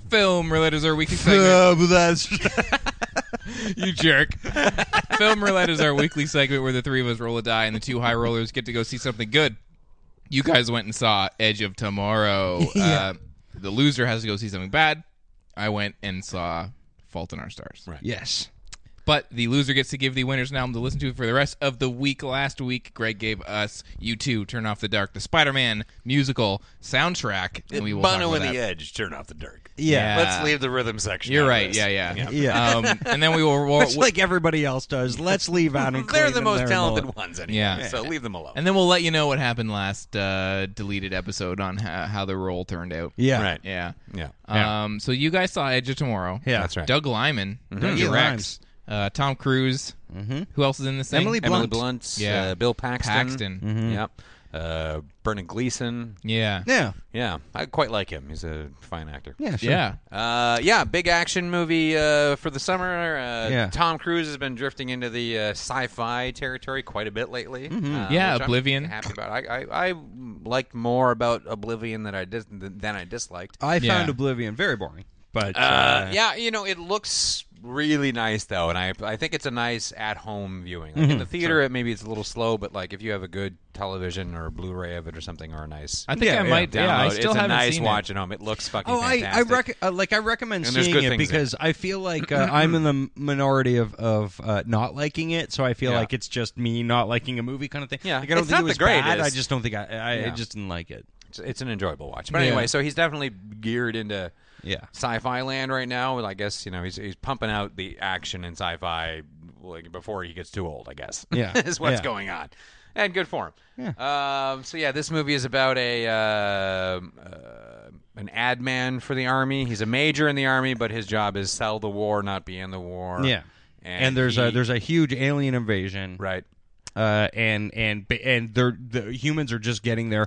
[SPEAKER 1] Film roulette is our weekly segment.
[SPEAKER 2] Uh, but
[SPEAKER 3] <laughs>
[SPEAKER 2] that's
[SPEAKER 1] You jerk. <laughs> Film Roulette is our weekly segment where the three of us roll a die and the two high rollers get to go see something good. You guys went and saw Edge of <laughs> Tomorrow. Uh, the loser has to go see something bad. I went and saw Fault in Our Stars. Right.
[SPEAKER 2] yes.
[SPEAKER 1] But the loser gets to give the winners an album to listen to for the rest of the week. Last week, Greg gave us U2, Turn Off the Dark, the Spider Man musical soundtrack. And we will talk
[SPEAKER 3] Bono
[SPEAKER 1] about
[SPEAKER 3] and
[SPEAKER 1] that.
[SPEAKER 3] the Edge. Turn off the dark.
[SPEAKER 2] Yeah.
[SPEAKER 3] Let's leave the rhythm section.
[SPEAKER 1] You're
[SPEAKER 3] out of
[SPEAKER 1] right.
[SPEAKER 3] this.
[SPEAKER 1] Yeah, yeah.
[SPEAKER 2] Yeah.
[SPEAKER 1] Um, and then we will
[SPEAKER 3] <laughs>
[SPEAKER 1] roll.
[SPEAKER 2] <laughs> It's like everybody else does. Let's leave Adam.
[SPEAKER 3] They're
[SPEAKER 2] Clayton
[SPEAKER 3] the most
[SPEAKER 2] there,
[SPEAKER 3] talented
[SPEAKER 2] Mullet.
[SPEAKER 3] ones anyway.
[SPEAKER 1] Yeah.
[SPEAKER 3] So leave them alone.
[SPEAKER 1] And then we'll let you know what happened last uh, deleted episode on how, how the role turned out.
[SPEAKER 2] Yeah.
[SPEAKER 3] right.
[SPEAKER 1] Yeah.
[SPEAKER 3] Yeah.
[SPEAKER 1] Um, so you guys saw Edge of Tomorrow.
[SPEAKER 2] Yeah. That's
[SPEAKER 3] right. Mm-hmm.
[SPEAKER 1] Doug Lyman, Dougie
[SPEAKER 2] He
[SPEAKER 1] Rex,
[SPEAKER 2] rhymes.
[SPEAKER 1] uh, Tom Cruise. Mm-hmm. Who else is in this thing?
[SPEAKER 2] Emily
[SPEAKER 3] Emily
[SPEAKER 2] Blunt.
[SPEAKER 3] Blunt.
[SPEAKER 1] Yeah.
[SPEAKER 3] Uh, Bill Paxton. Mm-hmm.
[SPEAKER 1] Paxton.
[SPEAKER 3] Yep. Uh, Brendan Gleeson.
[SPEAKER 1] Yeah.
[SPEAKER 2] Yeah.
[SPEAKER 3] Yeah, I quite like him. He's a fine actor.
[SPEAKER 2] Yeah. Sure.
[SPEAKER 1] Yeah.
[SPEAKER 3] Uh, yeah, big action movie uh, for the summer. Uh,
[SPEAKER 2] Yeah.
[SPEAKER 3] Tom Cruise has been drifting into the uh, sci-fi territory quite a bit lately.
[SPEAKER 2] Mm-hmm.
[SPEAKER 3] uh,
[SPEAKER 1] Yeah,
[SPEAKER 3] which I'm
[SPEAKER 1] Oblivion.
[SPEAKER 3] happy about. I, I I liked more about Oblivion than I dis- than I disliked.
[SPEAKER 2] I
[SPEAKER 1] Yeah.
[SPEAKER 2] found Oblivion very boring, But uh,
[SPEAKER 3] Uh, yeah, you know, it looks really nice though, and I I think it's a nice at home viewing. Like
[SPEAKER 2] Mm-hmm.
[SPEAKER 3] in the theater, it maybe it's a little slow, but like if you have a good television or a Blu-ray of it or something, or a nice
[SPEAKER 1] I think
[SPEAKER 2] Yeah,
[SPEAKER 1] I
[SPEAKER 2] yeah.
[SPEAKER 1] might. Yeah, I
[SPEAKER 3] download,
[SPEAKER 1] still
[SPEAKER 3] it's a
[SPEAKER 1] haven't
[SPEAKER 3] nice
[SPEAKER 1] seen
[SPEAKER 3] watch
[SPEAKER 1] it.
[SPEAKER 3] at home. It looks
[SPEAKER 2] <laughs>
[SPEAKER 3] fucking
[SPEAKER 2] Oh, I, I
[SPEAKER 3] fantastic.
[SPEAKER 2] rec- uh, like I recommend
[SPEAKER 3] And there's
[SPEAKER 2] seeing
[SPEAKER 3] good
[SPEAKER 2] it
[SPEAKER 3] things in
[SPEAKER 2] because I feel like uh, I'm in the m- minority of of uh, not liking it, so I feel
[SPEAKER 3] Yeah.
[SPEAKER 2] like it's just me not liking a movie kind of thing.
[SPEAKER 3] Yeah.
[SPEAKER 2] like, I don't
[SPEAKER 3] It's
[SPEAKER 2] think
[SPEAKER 3] not
[SPEAKER 2] it
[SPEAKER 3] the
[SPEAKER 2] was bad. I
[SPEAKER 3] greatest.
[SPEAKER 2] just don't think I I, I
[SPEAKER 3] Yeah.
[SPEAKER 2] just didn't like it.
[SPEAKER 3] it's, it's an enjoyable watch. But anyway,
[SPEAKER 1] Yeah.
[SPEAKER 3] so he's definitely geared into
[SPEAKER 2] Yeah.
[SPEAKER 3] sci-fi land right now. And I guess you know he's he's pumping out the action and sci-fi like before he gets too old. I guess
[SPEAKER 2] Yeah.
[SPEAKER 3] <laughs> is what's
[SPEAKER 2] Yeah.
[SPEAKER 3] going on, and good for him. Um, so yeah, this movie is about a. Uh, uh, an ad man for the army. He's a major in the army, but his job is sell the war, not be in the war.
[SPEAKER 2] Yeah, and, there's
[SPEAKER 3] he-
[SPEAKER 2] a there's a huge alien invasion,
[SPEAKER 3] right.
[SPEAKER 2] Uh, and and ba- and they're the humans are just getting their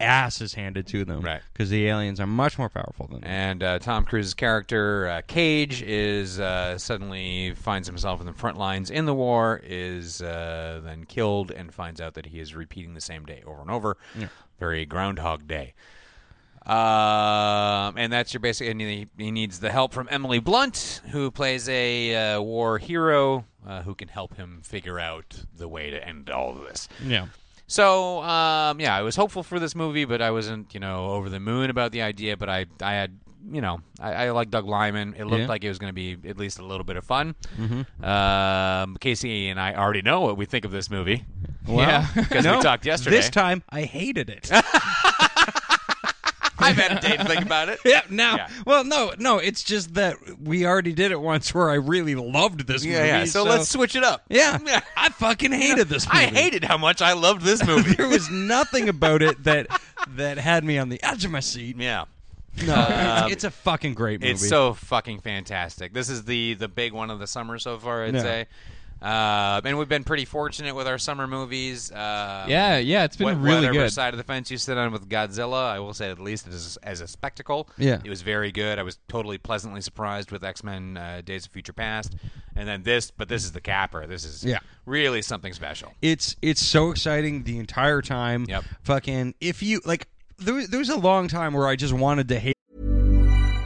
[SPEAKER 2] asses handed to them,
[SPEAKER 3] Right.
[SPEAKER 2] Because the aliens are much more powerful than them.
[SPEAKER 3] And uh, Tom Cruise's character uh, Cage is uh, suddenly finds himself in the front lines in the war, is uh, then killed, and finds out that he is repeating the same day over and over. Very Groundhog Day. Um, and that's your basic. And he, he needs the help from Emily Blunt, who plays a uh, war hero uh, who can help him figure out the way to end all of this.
[SPEAKER 2] yeah.
[SPEAKER 3] So um, yeah, I was hopeful for this movie, but I wasn't you know over the moon about the idea. But I I had you know I, I like Doug Lyman. It looked
[SPEAKER 2] Yeah. Mm-hmm.
[SPEAKER 3] like it was going to be at least a little bit of fun. Um, Casey and I already know what we think of this movie.
[SPEAKER 2] Well,
[SPEAKER 3] because
[SPEAKER 2] no,
[SPEAKER 3] we talked yesterday.
[SPEAKER 2] This time I hated it.
[SPEAKER 3] <laughs> I've had a day to think about it.
[SPEAKER 2] <laughs> Yeah, now,
[SPEAKER 3] <laughs> Yeah.
[SPEAKER 2] well, no, no, it's just that we already did it once where I really loved this
[SPEAKER 3] Yeah,
[SPEAKER 2] movie.
[SPEAKER 3] yeah. So, let's switch it up. <laughs>
[SPEAKER 2] Yeah, I fucking hated this movie. <laughs>
[SPEAKER 3] I hated how much I loved this movie.
[SPEAKER 2] There was nothing about it that that had me on the edge of my
[SPEAKER 3] <laughs>
[SPEAKER 2] seat.
[SPEAKER 3] yeah.
[SPEAKER 2] No, it's, it's a fucking great movie.
[SPEAKER 3] um, It's so fucking fantastic. This is the the big one of the summer so far, I'd
[SPEAKER 2] Yeah.
[SPEAKER 3] say. Uh, and we've been pretty fortunate with our summer movies. Uh,
[SPEAKER 1] Yeah, yeah, it's been
[SPEAKER 3] wh-
[SPEAKER 1] really
[SPEAKER 3] whatever
[SPEAKER 1] good.
[SPEAKER 3] side of the fence you sit on with Godzilla, I will say at least as, as a spectacle,
[SPEAKER 2] Yeah.
[SPEAKER 3] it was very good. I was totally pleasantly surprised with X Men: uh, Days of Future Past, and then this. But this is the capper. This is
[SPEAKER 2] Yeah.
[SPEAKER 3] really something special.
[SPEAKER 2] it's it's so exciting the entire time.
[SPEAKER 3] Yep.
[SPEAKER 2] Fucking if you like, there, was- there was a long time where I just wanted to hate. <laughs>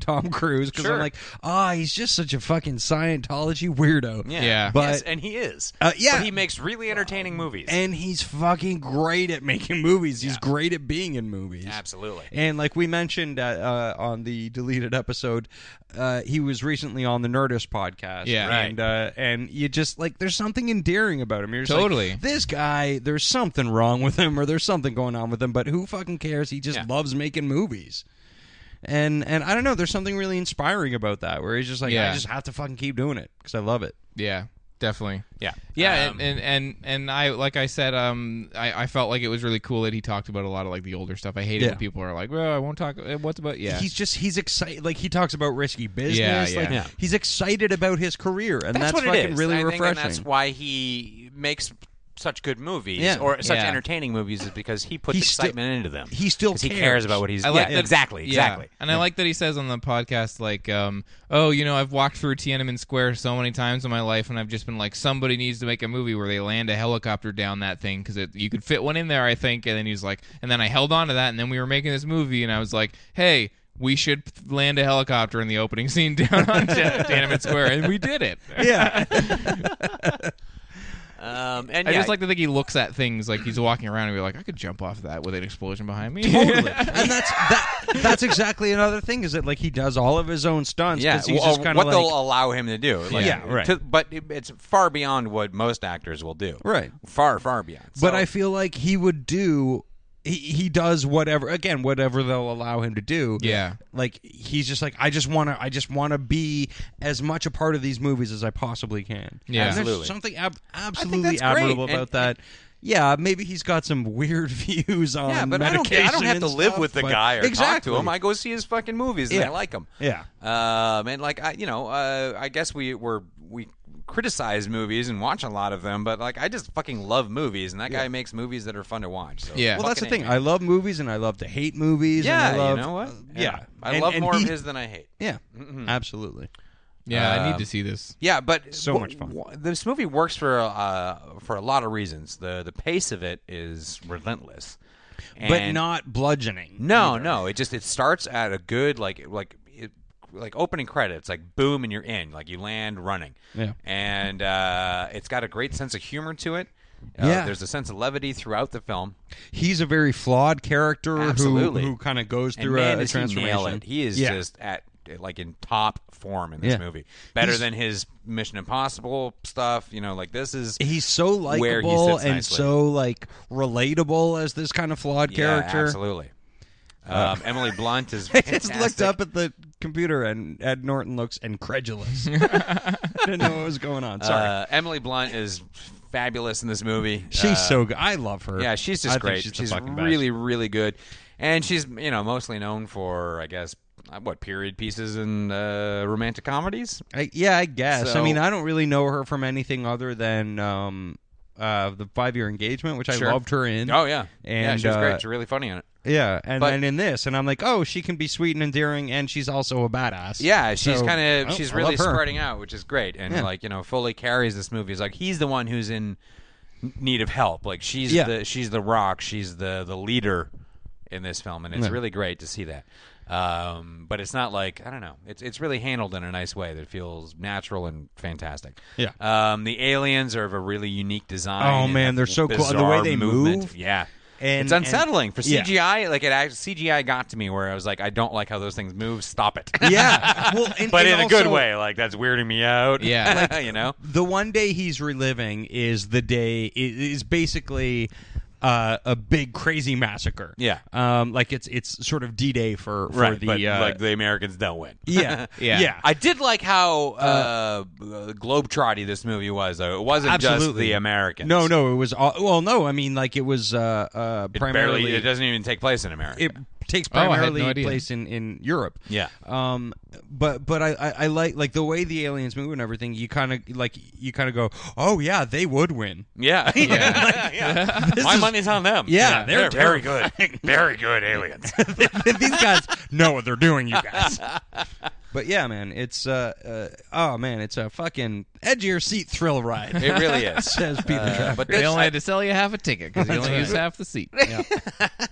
[SPEAKER 2] Tom Cruise because I'm
[SPEAKER 3] Sure.
[SPEAKER 2] like, ah, he's just such a fucking Scientology weirdo.
[SPEAKER 1] Yeah.
[SPEAKER 2] But-
[SPEAKER 3] yes, and he is.
[SPEAKER 2] Uh, yeah.
[SPEAKER 3] But he makes really entertaining movies.
[SPEAKER 2] And he's fucking great at making movies. He's great at being in movies.
[SPEAKER 3] Absolutely.
[SPEAKER 2] And like we mentioned uh, uh, on the deleted episode, uh, he was recently on the Nerdist podcast.
[SPEAKER 1] Yeah. Right.
[SPEAKER 2] and uh, and you just like there's something endearing about him. You're just
[SPEAKER 1] Totally.
[SPEAKER 2] like, this guy. There's something wrong with him, or there's something going on with him. But who fucking cares? He just loves making movies. And and I don't know. There's something really inspiring about that, where he's just like,
[SPEAKER 1] Yeah.
[SPEAKER 2] I just have to fucking keep doing it because I love it.
[SPEAKER 1] Yeah, definitely.
[SPEAKER 3] Yeah.
[SPEAKER 1] yeah,
[SPEAKER 3] Um,
[SPEAKER 1] and, and and and I like I said, um, I, I felt like it was really cool that he talked about a lot of like the older stuff. I hate it
[SPEAKER 2] Yeah.
[SPEAKER 1] when people are like, "Well, I won't talk." eh, What's about? Yeah,
[SPEAKER 2] he's just he's excited. Like he talks about risky business.
[SPEAKER 1] yeah.
[SPEAKER 2] Like,
[SPEAKER 1] Yeah.
[SPEAKER 2] He's excited about his career, and that's,
[SPEAKER 3] what
[SPEAKER 2] fucking
[SPEAKER 3] it is.
[SPEAKER 2] really
[SPEAKER 3] I think,
[SPEAKER 2] refreshing.
[SPEAKER 3] and that's why he makes such good movies
[SPEAKER 2] Yeah.
[SPEAKER 3] or such
[SPEAKER 1] Yeah.
[SPEAKER 3] entertaining movies is because he puts
[SPEAKER 2] He still-
[SPEAKER 3] excitement into them.
[SPEAKER 2] he still
[SPEAKER 3] 'Cause he
[SPEAKER 2] cares.
[SPEAKER 3] cares about what he's.
[SPEAKER 1] I like
[SPEAKER 3] yeah,
[SPEAKER 1] that-
[SPEAKER 3] exactly,
[SPEAKER 1] yeah.
[SPEAKER 3] exactly.
[SPEAKER 1] And I like that he says on the podcast, like, um, "Oh, you know, I've walked through Tiananmen Square so many times in my life, and I've just been like, somebody needs to make a movie where they land a helicopter down that thing because you could fit one in there, I think." And then he's like, "And then I held on to that, and then we were making this movie, and I was like, hey." We should land a helicopter in the opening <laughs>
[SPEAKER 3] <laughs>
[SPEAKER 1] scene down on Tiananmen Square, and we did it.
[SPEAKER 2] yeah,
[SPEAKER 3] Um, and
[SPEAKER 1] I
[SPEAKER 3] yeah,
[SPEAKER 1] just like to think he looks at things like he's walking around and be like, I could jump off that with an explosion behind me.
[SPEAKER 2] Totally. and that's that. That's exactly another thing is that like he does all of his own stunts.
[SPEAKER 3] yeah,
[SPEAKER 2] 'cause he's
[SPEAKER 3] wh-
[SPEAKER 2] just
[SPEAKER 3] or
[SPEAKER 2] kind of
[SPEAKER 3] what
[SPEAKER 2] like,
[SPEAKER 3] they'll allow him to do. Like,
[SPEAKER 2] Yeah, right.
[SPEAKER 3] to- but it, it's far beyond what most actors will do.
[SPEAKER 2] Right.
[SPEAKER 3] Far, far beyond.
[SPEAKER 2] But
[SPEAKER 3] So-
[SPEAKER 2] I feel like he would do. He, he does whatever again whatever they'll allow him to do
[SPEAKER 1] Yeah.
[SPEAKER 2] like he's just like i just want to i just want to be as much a part of these movies as i possibly can
[SPEAKER 1] Yeah.
[SPEAKER 2] And
[SPEAKER 3] Absolutely.
[SPEAKER 2] there's something ab- absolutely
[SPEAKER 3] that's great.
[SPEAKER 2] admirable
[SPEAKER 3] And-
[SPEAKER 2] about that yeah maybe he's got some <laughs> weird views on
[SPEAKER 3] yeah, but I don't, I don't
[SPEAKER 2] medication
[SPEAKER 3] have
[SPEAKER 2] and
[SPEAKER 3] to live
[SPEAKER 2] stuff,
[SPEAKER 3] with the
[SPEAKER 2] but-
[SPEAKER 3] guy or
[SPEAKER 2] exactly.
[SPEAKER 3] talk to him. I go see his fucking movies and
[SPEAKER 2] Yeah.
[SPEAKER 3] I like him.
[SPEAKER 2] Yeah.
[SPEAKER 3] Um, and like I, you know, uh, I guess we were we criticize movies and watch a lot of them, but like I just fucking love movies, and that guy makes movies that are fun to watch. So
[SPEAKER 1] Yeah.
[SPEAKER 2] well that's the
[SPEAKER 3] fucking
[SPEAKER 2] thing
[SPEAKER 3] A.
[SPEAKER 2] i love movies and i love to hate movies
[SPEAKER 3] yeah,
[SPEAKER 2] and I love,
[SPEAKER 3] you know what?
[SPEAKER 2] uh, yeah
[SPEAKER 3] I
[SPEAKER 2] And-
[SPEAKER 3] love
[SPEAKER 2] and
[SPEAKER 3] more
[SPEAKER 2] he-
[SPEAKER 3] of his than I hate.
[SPEAKER 2] yeah absolutely
[SPEAKER 1] <laughs> yeah, I
[SPEAKER 3] Um,
[SPEAKER 1] need to see this.
[SPEAKER 3] Yeah, but
[SPEAKER 2] So
[SPEAKER 3] wh-
[SPEAKER 2] much fun.
[SPEAKER 3] wh- this movie works for uh, for a lot of reasons. the The pace of it is relentless,
[SPEAKER 2] but
[SPEAKER 3] And-
[SPEAKER 2] not bludgeoning
[SPEAKER 3] No, no. It just it starts at a good like like it, like opening credits, like boom, and you're in. Like you land running.
[SPEAKER 2] Yeah.
[SPEAKER 3] And uh, it's got a great sense of humor to it. Uh,
[SPEAKER 2] Yeah.
[SPEAKER 3] There's a sense of levity throughout the film.
[SPEAKER 2] he's a very flawed character
[SPEAKER 3] Absolutely.
[SPEAKER 2] who, who kind of goes
[SPEAKER 3] And
[SPEAKER 2] through
[SPEAKER 3] man,
[SPEAKER 2] a, a
[SPEAKER 3] does he
[SPEAKER 2] transformation.
[SPEAKER 3] nail it. He is
[SPEAKER 2] Yeah.
[SPEAKER 3] just at like in top form in this
[SPEAKER 2] Yeah.
[SPEAKER 3] movie. Better
[SPEAKER 2] He's-
[SPEAKER 3] than his Mission Impossible stuff. You know, like this is
[SPEAKER 2] he's so
[SPEAKER 3] where he
[SPEAKER 2] likable
[SPEAKER 3] sits
[SPEAKER 2] and
[SPEAKER 3] nicely.
[SPEAKER 2] so like relatable as this kind of flawed character. Uh.
[SPEAKER 3] Yeah, absolutely. Um, Emily Blunt is.
[SPEAKER 2] <laughs> I <laughs> just looked
[SPEAKER 3] fantastic.
[SPEAKER 2] up at the computer and Ed Norton looks
[SPEAKER 3] <laughs>
[SPEAKER 2] incredulous. <laughs> I didn't know what was going on. Sorry.
[SPEAKER 3] Uh, Emily Blunt is fabulous in this movie.
[SPEAKER 2] she's
[SPEAKER 3] Uh,
[SPEAKER 2] so good. I love her.
[SPEAKER 3] Yeah, she's
[SPEAKER 2] I
[SPEAKER 3] just
[SPEAKER 2] think
[SPEAKER 3] great.
[SPEAKER 2] She's,
[SPEAKER 3] She's,
[SPEAKER 2] the fucking best.
[SPEAKER 3] really, really good, and she's you know mostly known for I guess uh, what period pieces and uh, romantic comedies.
[SPEAKER 2] I, yeah, I guess. I
[SPEAKER 3] So-
[SPEAKER 2] mean, I don't really know her from anything other than um, uh, the five year engagement, which
[SPEAKER 3] Sure.
[SPEAKER 2] I loved her in.
[SPEAKER 3] Oh yeah, yeah,
[SPEAKER 2] and
[SPEAKER 3] she was
[SPEAKER 2] uh,
[SPEAKER 3] great. She's really funny in it.
[SPEAKER 2] Yeah, and
[SPEAKER 3] But-
[SPEAKER 2] then in this, and I'm like, oh, she can be sweet and endearing, and she's also a badass.
[SPEAKER 3] Yeah, she's
[SPEAKER 2] So,
[SPEAKER 3] kind
[SPEAKER 2] oh,
[SPEAKER 3] of she's
[SPEAKER 2] I
[SPEAKER 3] really
[SPEAKER 2] love her.
[SPEAKER 3] spreading out, which is great, and
[SPEAKER 2] Yeah.
[SPEAKER 3] like you know Foley carries this movie. It's like he's the one who's in need of help. Like she's
[SPEAKER 2] Yeah.
[SPEAKER 3] the she's the rock. She's the the leader in this film, and it's really great to see that. Um, but it's not like I don't know. It's it's really handled in a nice way that feels natural and fantastic.
[SPEAKER 2] Yeah.
[SPEAKER 3] Um, the aliens are of a really unique design.
[SPEAKER 2] Oh,
[SPEAKER 3] and
[SPEAKER 2] man,
[SPEAKER 3] a
[SPEAKER 2] they're so cool. And the way
[SPEAKER 3] bizarre
[SPEAKER 2] they
[SPEAKER 3] movement.
[SPEAKER 2] move.
[SPEAKER 3] Yeah.
[SPEAKER 2] And-
[SPEAKER 3] it's unsettling for
[SPEAKER 2] and- yeah.
[SPEAKER 3] CGI. Like it, act- CGI got to me where I was like, I don't like how those things move. Stop it.
[SPEAKER 2] <laughs> <laughs> Yeah, <laughs> well, and,
[SPEAKER 3] but in
[SPEAKER 2] and
[SPEAKER 3] a good
[SPEAKER 2] also,
[SPEAKER 3] way. Like that's weirding me out.
[SPEAKER 1] Yeah.
[SPEAKER 3] <laughs> you know.
[SPEAKER 2] The one day he's reliving is the day i- is basically uh, a big crazy massacre.
[SPEAKER 3] Yeah.
[SPEAKER 2] um, like it's it's sort of D Day for for the
[SPEAKER 3] but
[SPEAKER 2] uh,
[SPEAKER 3] like the Americans don't win.
[SPEAKER 2] yeah
[SPEAKER 3] <laughs>
[SPEAKER 1] Yeah.
[SPEAKER 2] yeah.
[SPEAKER 3] I did like how uh, uh, globetrotty this movie was, though. It wasn't just
[SPEAKER 2] Absolutely.
[SPEAKER 3] the Americans.
[SPEAKER 2] no, no, it was all, well, no, I mean, like it was uh, uh,
[SPEAKER 3] It
[SPEAKER 2] primarily
[SPEAKER 3] barely. It doesn't even take place in America.
[SPEAKER 2] it takes
[SPEAKER 1] Oh, I had
[SPEAKER 2] primarily
[SPEAKER 1] no idea.
[SPEAKER 2] place in, in Europe.
[SPEAKER 3] Yeah.
[SPEAKER 2] Um, but but I, I, I like like the way the aliens move and everything. You kind of like you kind of go, oh yeah, they would win. <laughs>
[SPEAKER 3] yeah, <laughs> yeah. My money's on them.
[SPEAKER 2] Yeah, they're
[SPEAKER 3] very good, very good aliens.
[SPEAKER 2] These guys know what they're doing, you guys. But yeah, man, it's uh, uh oh man, it's a fucking edge of your seat thrill ride.
[SPEAKER 3] it really is.
[SPEAKER 2] <laughs>
[SPEAKER 3] Uh,
[SPEAKER 2] says Peter Traffic.
[SPEAKER 3] but
[SPEAKER 1] They
[SPEAKER 3] this,
[SPEAKER 1] only had to sell you half a ticket because you only used half the seat.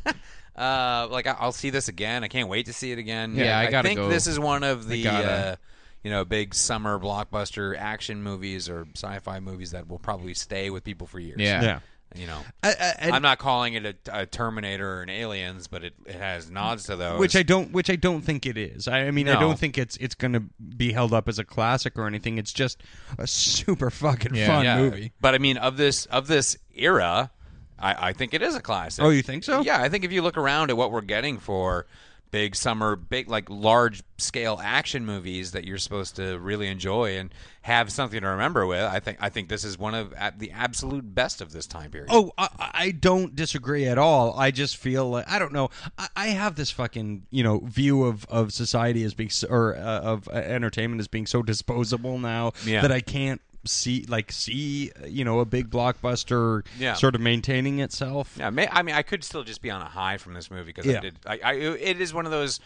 [SPEAKER 3] uh, like I- I'll see this again. I can't wait to see it again.
[SPEAKER 1] Yeah, I gotta
[SPEAKER 3] think
[SPEAKER 1] go.
[SPEAKER 3] this is one of the
[SPEAKER 1] gotta.
[SPEAKER 3] uh, you know big summer blockbuster action movies or sci-fi movies that will probably stay with people for years.
[SPEAKER 1] Yeah.
[SPEAKER 2] Yeah.
[SPEAKER 3] you know,
[SPEAKER 2] I- I- Uh, and-
[SPEAKER 3] I'm not calling it a, a Terminator or an Aliens, but it, it has nods to those.
[SPEAKER 2] which I don't, which I don't think it is. I, I mean, I
[SPEAKER 3] No.
[SPEAKER 2] don't think it's it's going to be held up as a classic or anything. It's just a super fucking
[SPEAKER 1] Yeah.
[SPEAKER 2] fun
[SPEAKER 3] yeah,
[SPEAKER 2] movie.
[SPEAKER 3] but I mean of this of this era, I, I think it is a classic.
[SPEAKER 2] Oh, you think so?
[SPEAKER 3] Yeah, I think if you look around at what we're getting for big summer, big like large scale action movies that you're supposed to really enjoy and have something to remember with, I think I think this is one of uh, the absolute best of this time period.
[SPEAKER 2] Oh, I, I- I don't disagree at all. I just feel like I don't know. I, I have this fucking you know view of of society as being so, or uh, of uh, entertainment as being so disposable now
[SPEAKER 3] Yeah.
[SPEAKER 2] that I can't see like see uh, you know a big blockbuster
[SPEAKER 3] Yeah.
[SPEAKER 2] sort of maintaining itself.
[SPEAKER 3] Yeah, may, I mean, I could still just be on a high from this movie because
[SPEAKER 2] Yeah.
[SPEAKER 3] I did. I, I, it is one of those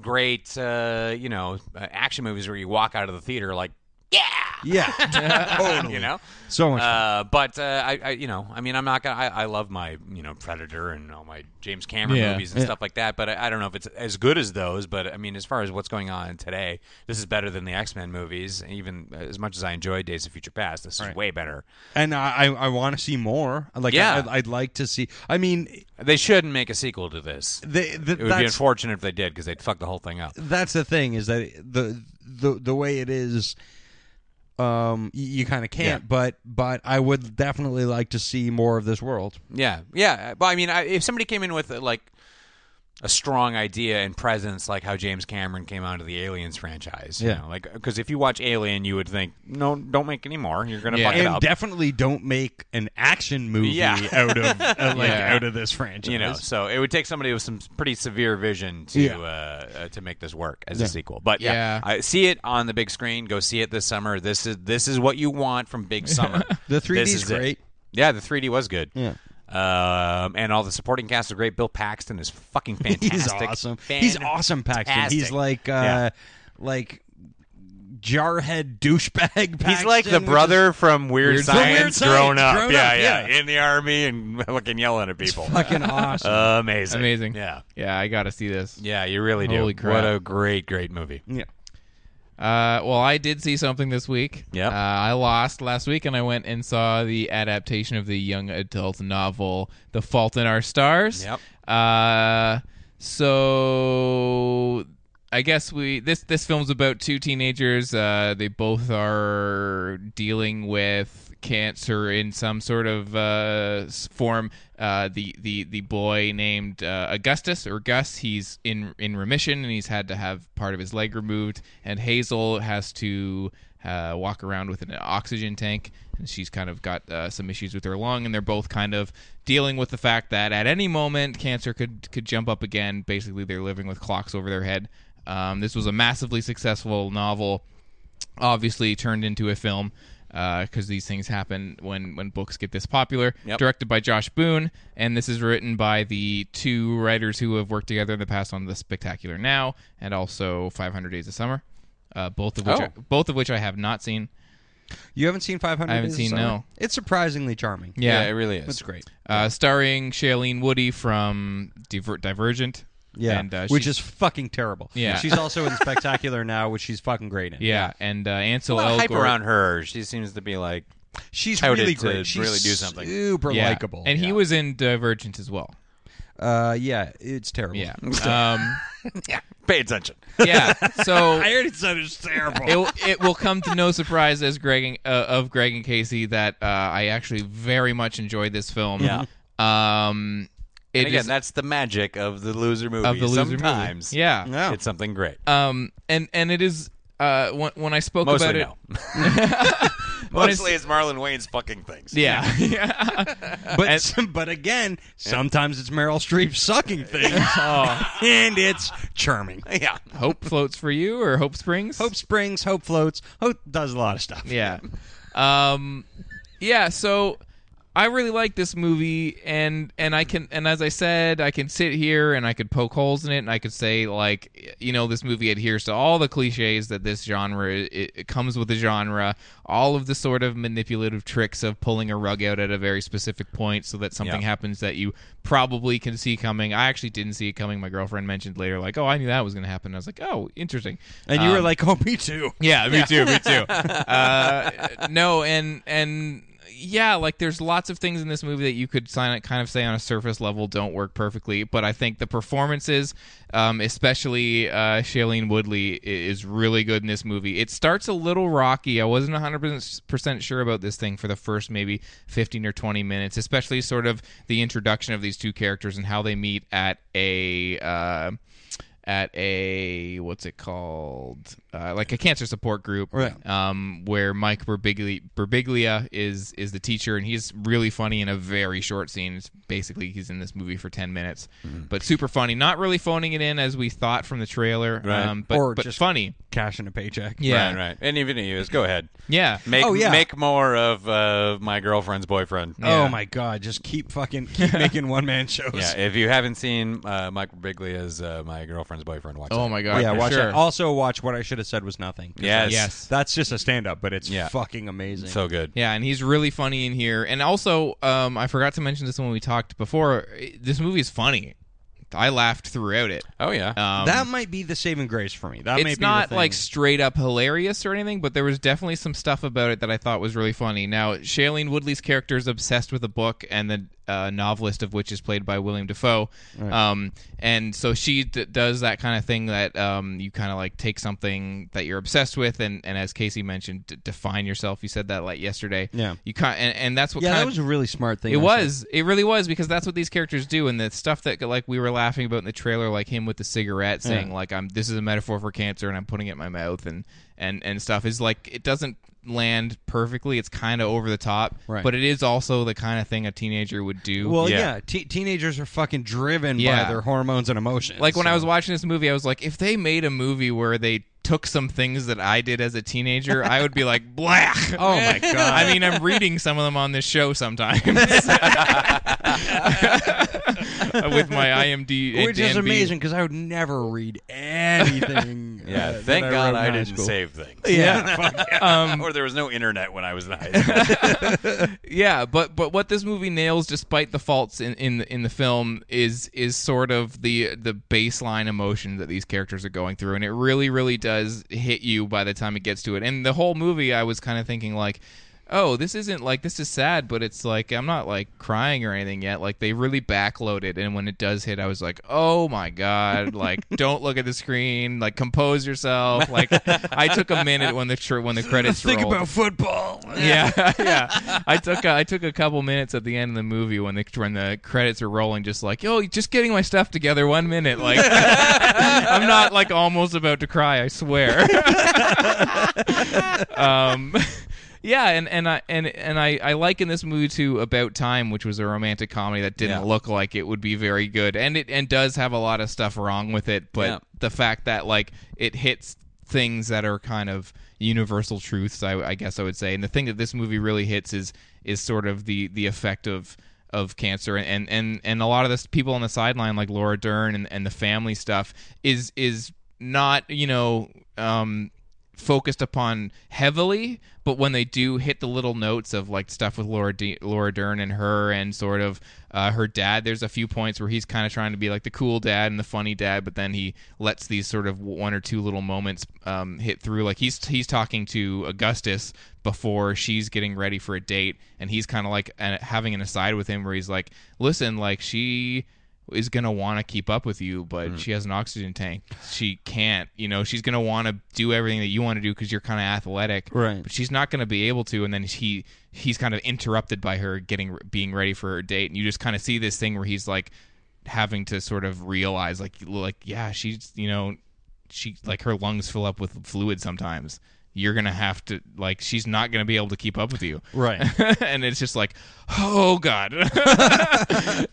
[SPEAKER 3] great, uh, you know, uh, action movies where you walk out of the theater like <laughs> yeah, <laughs>
[SPEAKER 2] Yeah, <laughs> totally.
[SPEAKER 3] you know.
[SPEAKER 2] so much.
[SPEAKER 3] Uh, but uh, I, I, you know, I mean, I'm not gonna. I, I love my, you know, Predator and all my James Cameron
[SPEAKER 1] Yeah.
[SPEAKER 3] movies and stuff like that. But I, I don't know if it's as good as those. But I mean, as far as what's going on today, this is better than the X Men movies. and Even as much as I enjoy Days of Future Past, this is way better.
[SPEAKER 2] and I, I, I want to see more. Like,
[SPEAKER 3] Yeah.
[SPEAKER 2] I, I'd like to see. I mean,
[SPEAKER 3] They shouldn't make a sequel to this.
[SPEAKER 2] they, the,
[SPEAKER 3] It would be
[SPEAKER 2] that's
[SPEAKER 3] unfortunate if they did because they'd fuck the whole thing up.
[SPEAKER 2] that's the thing is that the the the way it is um you, you kind of can't
[SPEAKER 3] Yeah.
[SPEAKER 2] but but I would definitely like to see more of this world.
[SPEAKER 3] Yeah, yeah. But I mean, I, if somebody came in with uh, like a strong idea and presence, like how James Cameron came onto the Aliens franchise, you
[SPEAKER 2] Yeah.
[SPEAKER 3] know, like because if you watch Alien, you would think, no, don't make any more. You're gonna
[SPEAKER 1] Yeah.
[SPEAKER 3] fuck it
[SPEAKER 2] And
[SPEAKER 3] up.
[SPEAKER 2] definitely don't make an action movie
[SPEAKER 3] Yeah.
[SPEAKER 2] out
[SPEAKER 3] <laughs>
[SPEAKER 2] of uh, like
[SPEAKER 1] Yeah.
[SPEAKER 2] out of this franchise.
[SPEAKER 3] you know, so it would take somebody with some pretty severe vision to uh, uh, to make this work as a sequel. But yeah,
[SPEAKER 1] Yeah.
[SPEAKER 3] I see it on the big screen. Go see it this summer. This is this is what you want from
[SPEAKER 2] <laughs>
[SPEAKER 3] Big Summer.
[SPEAKER 2] The
[SPEAKER 3] This
[SPEAKER 2] 3D is
[SPEAKER 3] is it.
[SPEAKER 2] great.
[SPEAKER 3] Yeah, the 3D was good.
[SPEAKER 2] Yeah.
[SPEAKER 3] Um, and all the supporting cast are great. Bill Paxton is fucking fantastic.
[SPEAKER 2] <laughs> He's awesome. He's awesome Paxton. He's
[SPEAKER 3] Fantastic.
[SPEAKER 2] like uh
[SPEAKER 3] Yeah.
[SPEAKER 2] like jarhead douchebag Paxton,
[SPEAKER 3] He's like the
[SPEAKER 2] which is-
[SPEAKER 3] brother from Weird,
[SPEAKER 2] Weird
[SPEAKER 3] Science,
[SPEAKER 2] Science. From Weird
[SPEAKER 3] grown up.
[SPEAKER 2] Science, grown
[SPEAKER 3] yeah,
[SPEAKER 2] up,
[SPEAKER 3] yeah,
[SPEAKER 2] yeah.
[SPEAKER 3] In the army and fucking yelling at people.
[SPEAKER 2] fucking awesome.
[SPEAKER 3] Amazing.
[SPEAKER 1] Amazing.
[SPEAKER 3] Yeah.
[SPEAKER 1] Yeah, I got to see this.
[SPEAKER 3] Yeah, you really do.
[SPEAKER 1] Holy crap.
[SPEAKER 3] What a great, great movie.
[SPEAKER 2] yeah.
[SPEAKER 1] Uh, well, I did see something this week.
[SPEAKER 3] Yep.
[SPEAKER 1] Uh, I lost last week, and I went and saw the adaptation of the young adult novel "The Fault in Our Stars."
[SPEAKER 3] Yep.
[SPEAKER 1] Uh, so I guess we this this film's about two teenagers. Uh, they both are dealing with cancer in some sort of uh, s- form. Uh, the the the boy named uh, Augustus or Gus, he's in in remission and he's had to have part of his leg removed. And Hazel has to uh, walk around with an oxygen tank, and she's kind of got uh, some issues with her lung, and they're both kind of dealing with the fact that at any moment cancer could could jump up again. Basically, they're living with clocks over their head. Um, this was a massively successful novel, obviously turned into a film because these things happen when when books get this popular.
[SPEAKER 3] Yep.
[SPEAKER 1] Directed by Josh Boone, and this is written by the two writers who have worked together in the past on The Spectacular Now and also 500 Days of Summer. Uh, both of which,
[SPEAKER 3] Oh.
[SPEAKER 1] both of which I have not seen.
[SPEAKER 2] You haven't seen 500
[SPEAKER 1] I haven't
[SPEAKER 2] Days of
[SPEAKER 1] seen,
[SPEAKER 2] Summer?
[SPEAKER 1] no.
[SPEAKER 2] uh, It's surprisingly charming.
[SPEAKER 1] Yeah,
[SPEAKER 3] it really is.
[SPEAKER 2] It's great.
[SPEAKER 1] Uh, starring Shailene Woody from Diver- Divergent.
[SPEAKER 2] Yeah,
[SPEAKER 1] and, uh,
[SPEAKER 2] which
[SPEAKER 1] she's-
[SPEAKER 2] is fucking terrible.
[SPEAKER 1] Yeah.
[SPEAKER 2] she's also in Spectacular now, which she's fucking great in.
[SPEAKER 1] yeah, and uh, Ansel
[SPEAKER 3] a lot of hype
[SPEAKER 1] Elgort.
[SPEAKER 3] around her. She seems to be like,
[SPEAKER 2] she's
[SPEAKER 3] Touted
[SPEAKER 2] really
[SPEAKER 3] to
[SPEAKER 2] great. She's
[SPEAKER 3] really do something.
[SPEAKER 2] super
[SPEAKER 1] yeah.
[SPEAKER 2] likable.
[SPEAKER 1] and he
[SPEAKER 2] Yeah.
[SPEAKER 1] was in Divergent as well.
[SPEAKER 2] uh, yeah, it's terrible.
[SPEAKER 3] <laughs>
[SPEAKER 1] Yeah, um,
[SPEAKER 3] yeah, pay <laughs> attention.
[SPEAKER 1] yeah.
[SPEAKER 3] <laughs>
[SPEAKER 1] So
[SPEAKER 2] I heard it sounded terrible.
[SPEAKER 1] it, it will come to no surprise as Greg and, uh, of Greg and Casey that uh, I actually very much enjoyed this film.
[SPEAKER 3] Yeah.
[SPEAKER 1] Um, it
[SPEAKER 3] And again,
[SPEAKER 1] is-
[SPEAKER 3] that's the magic of the loser movie.
[SPEAKER 1] of the loser movie.
[SPEAKER 3] Sometimes,
[SPEAKER 1] Yeah.
[SPEAKER 2] Yeah.
[SPEAKER 3] it's something great.
[SPEAKER 1] Um, and and it is uh when, when I spoke
[SPEAKER 3] Mostly
[SPEAKER 1] about it. <laughs>
[SPEAKER 3] no. <laughs> Mostly it's Marlon Wayne's fucking things.
[SPEAKER 1] Yeah. yeah.
[SPEAKER 2] <laughs> but <laughs> but again, sometimes it's Meryl Streep sucking things,
[SPEAKER 1] <laughs> Oh.
[SPEAKER 2] <laughs> and it's charming.
[SPEAKER 3] yeah.
[SPEAKER 1] <laughs> Hope floats for you or Hope Springs.
[SPEAKER 2] Hope springs, hope floats, hope does a lot of <laughs> stuff.
[SPEAKER 1] Yeah. Um yeah, so I really like this movie and and I can and as I said, I can sit here and I could poke holes in it and I could say like you know this movie adheres to all the clichés that this genre it, it comes with the genre, all of the sort of manipulative tricks of pulling a rug out at a very specific point so that something
[SPEAKER 3] Yeah.
[SPEAKER 1] happens that you probably can see coming. I actually didn't see it coming. My girlfriend mentioned later like, "Oh, I knew that was going to happen." I was like, "Oh, interesting."
[SPEAKER 2] and
[SPEAKER 1] Um,
[SPEAKER 2] you were like, "Oh, me too."
[SPEAKER 1] Yeah, me too, me too. uh, no, and and yeah, like there's lots of things in this movie that you could sign kind of say on a surface level don't work perfectly, but I think the performances, um, especially uh, Shailene Woodley, i- is really good in this movie. It starts a little rocky. I wasn't 100 percent sure about this thing for the first maybe 15 or 20 minutes, especially sort of the introduction of these two characters and how they meet at a. Uh, at a what's it called uh, like a cancer support group
[SPEAKER 2] Right.
[SPEAKER 1] um, where mike Birbiglia, Birbiglia is is the teacher and he's really funny in a very short scene it's basically he's in this movie for 10
[SPEAKER 2] Mm-hmm.
[SPEAKER 1] minutes but super funny not really phoning it in as we thought from the trailer um, but,
[SPEAKER 2] Or
[SPEAKER 1] but
[SPEAKER 2] just-
[SPEAKER 1] funny
[SPEAKER 2] cashing a paycheck.
[SPEAKER 1] Yeah.
[SPEAKER 3] Right, right. And even you is go ahead.
[SPEAKER 1] Yeah.
[SPEAKER 3] Make
[SPEAKER 2] Oh, yeah.
[SPEAKER 3] make more of uh, my girlfriend's boyfriend.
[SPEAKER 2] Oh my god, just keep fucking
[SPEAKER 1] <laughs>
[SPEAKER 2] keep making one man shows.
[SPEAKER 3] Yeah, if you haven't seen uh, Michael Bigley as uh, my girlfriend's boyfriend, watch
[SPEAKER 1] Oh
[SPEAKER 3] it.
[SPEAKER 1] my god.
[SPEAKER 2] yeah,
[SPEAKER 1] for
[SPEAKER 2] watch
[SPEAKER 1] sure.
[SPEAKER 2] it. Also watch what I should have said was nothing. 'Cause
[SPEAKER 3] Yes.
[SPEAKER 2] that's-
[SPEAKER 1] Yes.
[SPEAKER 2] That's just a stand up, but it's
[SPEAKER 3] Yeah.
[SPEAKER 2] fucking amazing.
[SPEAKER 3] so good.
[SPEAKER 1] Yeah, and he's really funny in here. And also, um, I forgot to mention this when we talked before. This movie is funny. I laughed throughout it.
[SPEAKER 3] Oh yeah.
[SPEAKER 1] Um,
[SPEAKER 2] that might be the saving grace for me. That may
[SPEAKER 1] it's
[SPEAKER 2] be
[SPEAKER 1] not
[SPEAKER 2] the thing.
[SPEAKER 1] like straight up hilarious or anything, but there was definitely some stuff about it that I thought was really funny. Now, Shailene Woodley's character is obsessed with a book, and the uh, novelist of which is played by William Defoe. Um, and so she d- does that kind of thing that um, you kind of like take something that you're obsessed with, and, and as Casey mentioned, d- define yourself. You said that like yesterday.
[SPEAKER 2] Yeah.
[SPEAKER 1] You kind and, and that's what
[SPEAKER 2] yeah,
[SPEAKER 1] kind
[SPEAKER 2] that
[SPEAKER 1] of
[SPEAKER 2] was a really smart thing.
[SPEAKER 1] it
[SPEAKER 2] I said.
[SPEAKER 1] was. It really was because that's what these characters do, and the stuff that like we were laughing about in the trailer, like him with the cigarette saying like I'm this is a metaphor for cancer, and I'm putting it in my mouth, and and and stuff is like it doesn't land perfectly. It's kind of over the top,
[SPEAKER 2] Right.
[SPEAKER 1] but it is also the kind of thing a teenager would do.
[SPEAKER 2] Well,
[SPEAKER 3] Yeah.
[SPEAKER 2] yeah, te- teenagers are fucking driven
[SPEAKER 1] Yeah.
[SPEAKER 2] by their hormones and emotions.
[SPEAKER 1] like when
[SPEAKER 2] so-
[SPEAKER 1] I was watching this movie, I was like, if they made a movie where they took some things that I did as a teenager, I would be like, <laughs> blah.
[SPEAKER 2] <laughs> Oh my God.
[SPEAKER 1] I mean, I'm reading some of them on this show sometimes
[SPEAKER 2] <laughs>
[SPEAKER 1] <laughs> with my IMD,
[SPEAKER 2] which is amazing because I would never read
[SPEAKER 1] <laughs>
[SPEAKER 2] anything. <laughs>
[SPEAKER 3] yeah.
[SPEAKER 2] uh, that
[SPEAKER 3] Thank
[SPEAKER 2] I
[SPEAKER 3] God
[SPEAKER 2] wrote in
[SPEAKER 3] I
[SPEAKER 2] high
[SPEAKER 3] didn't
[SPEAKER 2] school.
[SPEAKER 3] save things. Um,
[SPEAKER 2] Yeah,
[SPEAKER 3] <laughs> or there was no internet when I was in high school.
[SPEAKER 1] Yeah, but but what this movie nails, despite the faults in in the, in the film, is is sort of the the baseline emotion that these characters are going through, and it really really does hit you by the time it gets to it. And the whole movie, I was kind of thinking like. Oh, this isn't like this is sad, but it's like I'm not like crying or anything yet. Like they really backloaded, and when it does hit, I was like, "Oh my god!"
[SPEAKER 2] <laughs>
[SPEAKER 1] Like, don't look at the screen. Like, compose yourself. Like, I took a minute when the tr- when
[SPEAKER 2] <laughs>
[SPEAKER 1] the credits
[SPEAKER 2] think
[SPEAKER 1] rolled
[SPEAKER 2] about football. <laughs>
[SPEAKER 1] yeah, <laughs> yeah. I took a, I took a couple minutes at the end of the movie when the when the credits are rolling, just like yo, just getting my stuff together. One minute, like <laughs> I'm not like almost about to cry. I swear. <laughs> um, yeah, and and I and and I I liken this movie to About Time, which was a romantic comedy that didn't
[SPEAKER 3] Yeah.
[SPEAKER 1] look like it would be very good, and it and does have a lot of stuff wrong with it, but
[SPEAKER 3] Yeah.
[SPEAKER 1] the fact that like it hits things that are kind of universal truths I, I guess i would say and the thing that this movie really hits is is sort of the the effect of of cancer and and and a lot of the people on the sideline like laura dern and, and the family stuff is is not you know um focused upon heavily, but when they do hit the little notes of like stuff with Laura, D- Laura Dern and her and sort of uh, her dad, there's a few points where he's kind of trying to be like the cool dad and the funny dad, but then he lets these sort of one or two little moments um, hit through. Like he's he's talking to Augustus before she's getting ready for a date, and he's kind of like uh, having an aside with him where he's like, "Listen, like she." is going to want to keep up with you, but
[SPEAKER 2] Mm-hmm.
[SPEAKER 1] she has an oxygen tank. She can't, you know, she's going to want to do everything that you want to do because you're kind of athletic,
[SPEAKER 2] Right.
[SPEAKER 1] But she's not going to be able to. And then he he's kind of interrupted by her getting being ready for her date, and you just kind of see this thing where he's like having to sort of realize, like, like yeah, she's you know, she like her lungs fill up with fluid sometimes. You're gonna have to like she's not gonna be able to keep up with you, <laughs>
[SPEAKER 2] Right.
[SPEAKER 1] and it's just like, oh god,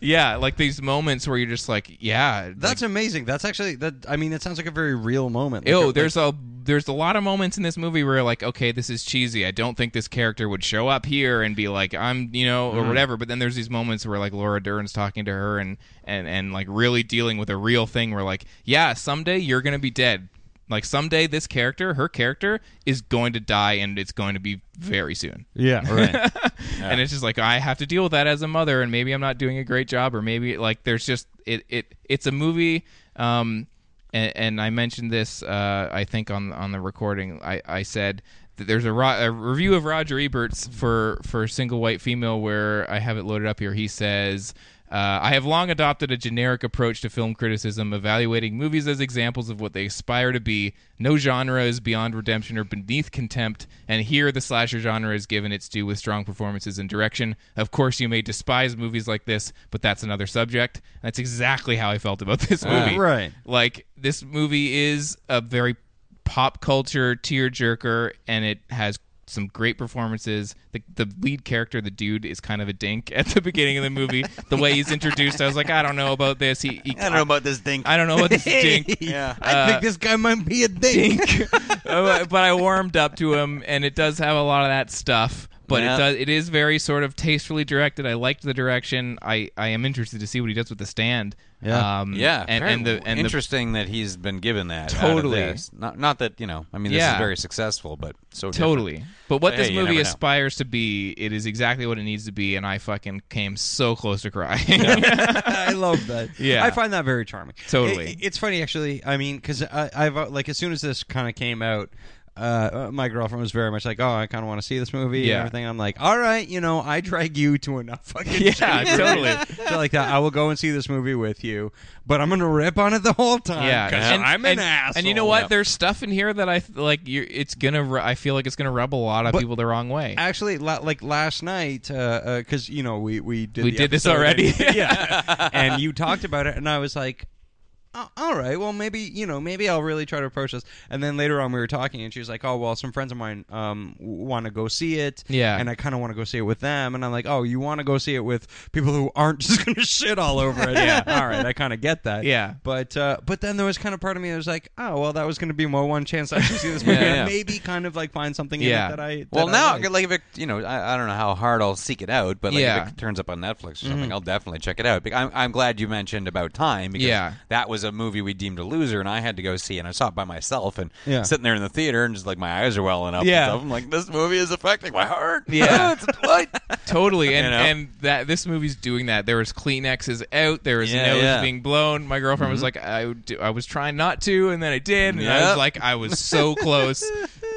[SPEAKER 1] <laughs> yeah, like these moments where you're just like, yeah,
[SPEAKER 2] That's amazing. That's actually that. I mean, it sounds like a very real moment. Like,
[SPEAKER 1] Oh,
[SPEAKER 2] like-
[SPEAKER 1] there's a there's a lot of moments in this movie where like, okay, this is cheesy. I don't think this character would show up here and be like, I'm you know, or whatever. But then there's these moments where like Laura Dern's talking to her and and and like really dealing with a real thing where like, yeah, someday you're gonna be dead. Like someday this character, her character, is going to die and it's going to be very soon.
[SPEAKER 2] <laughs> yeah,
[SPEAKER 1] <laughs>
[SPEAKER 2] right.
[SPEAKER 1] And it's just like I have to deal with that as a mother, and maybe I'm not doing a great job, or maybe like there's just it it it's a movie. Um, and, and I mentioned this, uh, I think on on the recording, I I said that there's a, ro- a review of Roger Ebert's for for single white female where I have it loaded up here. He says. Uh, I have long adopted a generic approach to film criticism, evaluating movies as examples of what they aspire to be. No genre is beyond redemption or beneath contempt, and here the slasher genre is given its due with strong performances and direction. Of course, you may despise movies like this, but that's another subject. That's exactly how I felt about this movie.
[SPEAKER 2] right.
[SPEAKER 1] Like, this movie is a very pop culture tearjerker, and it has some great performances. The, the lead character, the dude, is kind of a dink <laughs> at the beginning of the movie. the way he's introduced, I was like, I don't know about this. He, he
[SPEAKER 3] I don't know about this thing.
[SPEAKER 1] I don't know about this
[SPEAKER 3] <laughs>
[SPEAKER 1] dink.
[SPEAKER 3] Yeah.
[SPEAKER 2] I think this guy might be a dink. <laughs>
[SPEAKER 1] Uh, but I warmed up to him, and it does have a lot of that stuff. But
[SPEAKER 3] Yeah.
[SPEAKER 1] it does. It is very sort of tastefully directed. I liked the direction. I, I am interested to see what he does with the stand.
[SPEAKER 2] Yeah.
[SPEAKER 1] um,
[SPEAKER 3] Yeah,
[SPEAKER 1] and,
[SPEAKER 3] very
[SPEAKER 1] and the and the
[SPEAKER 3] interesting that he's been given that. out of
[SPEAKER 1] Totally.
[SPEAKER 3] this. Not not that you know. I mean, this
[SPEAKER 1] Yeah.
[SPEAKER 3] is very successful, but so different.
[SPEAKER 1] Totally. But what
[SPEAKER 3] But
[SPEAKER 1] this
[SPEAKER 3] hey, you
[SPEAKER 1] movie
[SPEAKER 3] never know.
[SPEAKER 1] aspires to be, it is exactly what it needs to be, and I fucking came so close to crying.
[SPEAKER 2] I love that.
[SPEAKER 1] Yeah.
[SPEAKER 2] I find that very charming.
[SPEAKER 1] Totally.
[SPEAKER 2] It- it's funny actually. I mean, because I've uh, like as soon as this kind of came out. Uh, uh, my girlfriend was very much like, "Oh, I kind of want to see this movie
[SPEAKER 1] Yeah.
[SPEAKER 2] and everything." I'm like, "All right, you know, I drag you to enough fucking
[SPEAKER 1] <laughs> Yeah,
[SPEAKER 2] shitty <laughs> movies
[SPEAKER 1] totally.
[SPEAKER 2] to like that. I will go and see this movie with you, but I'm gonna rip on it the whole time.
[SPEAKER 1] <laughs> yeah,
[SPEAKER 2] 'cause
[SPEAKER 1] and,
[SPEAKER 2] <laughs> I'm an
[SPEAKER 1] and,
[SPEAKER 2] asshole.
[SPEAKER 1] And you know what? There's stuff in here that I th- like. You're, it's gonna. Ru- I feel like it's gonna rub a lot of
[SPEAKER 2] But-
[SPEAKER 1] people the wrong way.
[SPEAKER 2] Actually, la- like last night, because uh, uh 'cause you know we we did
[SPEAKER 1] We
[SPEAKER 2] the
[SPEAKER 1] did this
[SPEAKER 2] episode
[SPEAKER 1] already. <laughs>
[SPEAKER 2] and- yeah, and you talked about it, and I was like, "Oh, all right, well maybe you know maybe I'll really try to approach this. And then later on, we were talking, and she was like, oh well, some friends of mine um want to go see it,
[SPEAKER 1] Yeah.
[SPEAKER 2] and I kind of want to go see it with them, and I'm like, oh, you want to go see it with people who aren't <laughs> just gonna shit all over it? yeah, <laughs> all right, I kind of get that.
[SPEAKER 1] Yeah.
[SPEAKER 2] but uh, but then there was kind of part of me that was like, oh well, that was gonna be my one chance to actually see
[SPEAKER 1] <laughs>
[SPEAKER 2] this movie,
[SPEAKER 3] Yeah,
[SPEAKER 2] and
[SPEAKER 3] yeah.
[SPEAKER 2] maybe kind of like find something
[SPEAKER 1] Yeah.
[SPEAKER 2] in it that I that
[SPEAKER 3] Well,
[SPEAKER 2] I
[SPEAKER 3] now,
[SPEAKER 2] like.
[SPEAKER 3] like, if it, you know, I, I don't know how hard I'll seek it out, but like,
[SPEAKER 1] Yeah. Mm-hmm.
[SPEAKER 3] if it turns up on Netflix or something, I'll definitely check it out. Bec- I'm, I'm glad you mentioned about time because
[SPEAKER 1] Yeah.
[SPEAKER 3] that was a movie we deemed a loser, and I had to go see, and I saw it by myself, and
[SPEAKER 2] Yeah.
[SPEAKER 3] sitting there in the theater, and just like my eyes are welling up.
[SPEAKER 2] Yeah.
[SPEAKER 3] and stuff. I'm like, this movie is affecting my heart.
[SPEAKER 2] <laughs>
[SPEAKER 1] Yeah.
[SPEAKER 3] it's what?
[SPEAKER 1] totally. And
[SPEAKER 3] You know?
[SPEAKER 1] and that this movie's doing that. There was Kleenexes out. There was
[SPEAKER 3] Yeah,
[SPEAKER 1] nose
[SPEAKER 3] yeah.
[SPEAKER 1] being blown. My girlfriend was
[SPEAKER 2] Mm-hmm.
[SPEAKER 1] like, I would do, I was trying not to, and then I did, and I was
[SPEAKER 3] Yep.
[SPEAKER 1] like, I was so
[SPEAKER 2] <laughs>
[SPEAKER 1] close,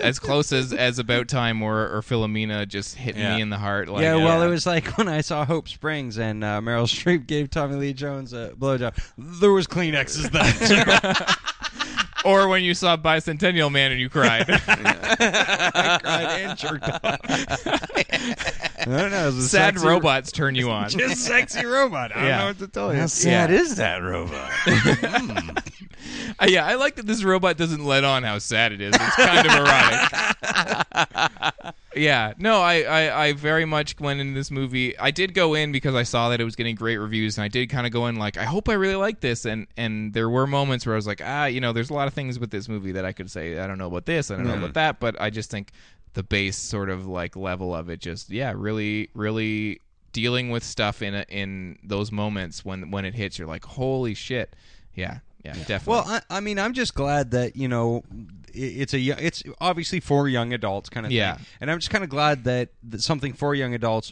[SPEAKER 1] as close as as about time or or Philomena just hitting
[SPEAKER 3] Yeah.
[SPEAKER 1] me in the heart. Like,
[SPEAKER 2] yeah, well, it was like <laughs> when I saw Hope Springs and uh, Meryl Streep gave Tommy Lee Jones a blowjob. There was Kleenexes then. too.
[SPEAKER 1] or when you saw Bicentennial Man and you
[SPEAKER 2] <laughs>
[SPEAKER 1] cried. <laughs>
[SPEAKER 2] I cried and jerked off. I don't know. It was a
[SPEAKER 1] Sad
[SPEAKER 2] sexy-
[SPEAKER 1] robots turn
[SPEAKER 2] <laughs>
[SPEAKER 1] you on.
[SPEAKER 2] Just sexy robot. I
[SPEAKER 1] Yeah.
[SPEAKER 2] don't know what to tell you.
[SPEAKER 3] How sad is that robot?
[SPEAKER 1] Uh, yeah, I like that this robot doesn't let on how sad it is. It's kind of ironic. yeah, no, I, I, I very much went into this movie. I did go in because I saw that it was getting great reviews, and I did kind of go in like, I hope I really like this. And and there were moments where I was like, ah, you know, there's a lot of things with this movie that I could say I don't know about this, I don't know about that, but I just think the base sort of like level of it just yeah really really dealing with stuff in a, in those moments when when it hits you're like holy shit yeah yeah definitely
[SPEAKER 2] Well, I, I mean, I'm just glad that you know i- it's a yo- it's obviously for young adults kind of
[SPEAKER 1] Yeah.
[SPEAKER 2] thing, and I'm just kind of glad that, that something for young adults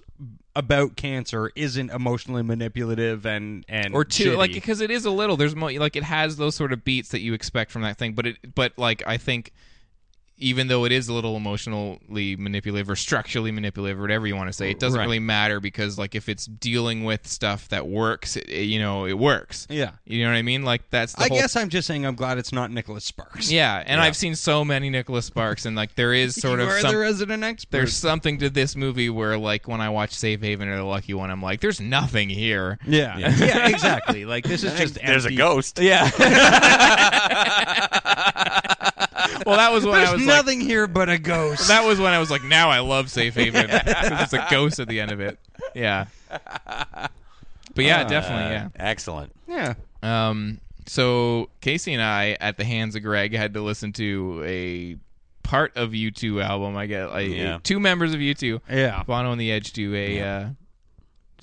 [SPEAKER 2] about cancer isn't emotionally manipulative and and
[SPEAKER 1] or two
[SPEAKER 2] shitty.
[SPEAKER 1] like because it is a little there's mo- like it has those sort of beats that you expect from that thing but it but like i think even though it is a little emotionally manipulative or structurally manipulative or whatever you want to say it doesn't
[SPEAKER 2] Right.
[SPEAKER 1] really matter because like if it's dealing with stuff that works it, it- you know it works
[SPEAKER 2] Yeah.
[SPEAKER 1] you know what i mean like that's the
[SPEAKER 2] I
[SPEAKER 1] whole
[SPEAKER 2] guess I'm just saying I'm glad it's not Nicholas Sparks.
[SPEAKER 1] yeah and i've seen so many nicholas sparks and like there is sort
[SPEAKER 2] <laughs> you
[SPEAKER 1] of
[SPEAKER 2] are
[SPEAKER 1] some
[SPEAKER 2] the resident expert.
[SPEAKER 1] there's something to this movie where like when i watch safe haven or the lucky one i'm like there's nothing here
[SPEAKER 2] yeah, <laughs> yeah, exactly. Like this is just
[SPEAKER 3] <laughs> There's a
[SPEAKER 2] empty-
[SPEAKER 3] ghost. Yeah.
[SPEAKER 1] well that was when i
[SPEAKER 2] There's
[SPEAKER 1] was like,
[SPEAKER 2] nothing here but a ghost.
[SPEAKER 1] That was when I was like, now I love Safe
[SPEAKER 2] <laughs>
[SPEAKER 1] Haven. 'Cause It's a ghost at the end of it. Yeah. But yeah,
[SPEAKER 2] Uh,
[SPEAKER 1] definitely,
[SPEAKER 3] Excellent.
[SPEAKER 2] yeah,
[SPEAKER 1] yeah. Um, so Casey and I, at the hands of Greg, had to listen to a part of U2 album. I guess like,
[SPEAKER 3] Yeah.
[SPEAKER 1] two members of U2,
[SPEAKER 2] Yeah.
[SPEAKER 1] Bono and the Edge, do a uh,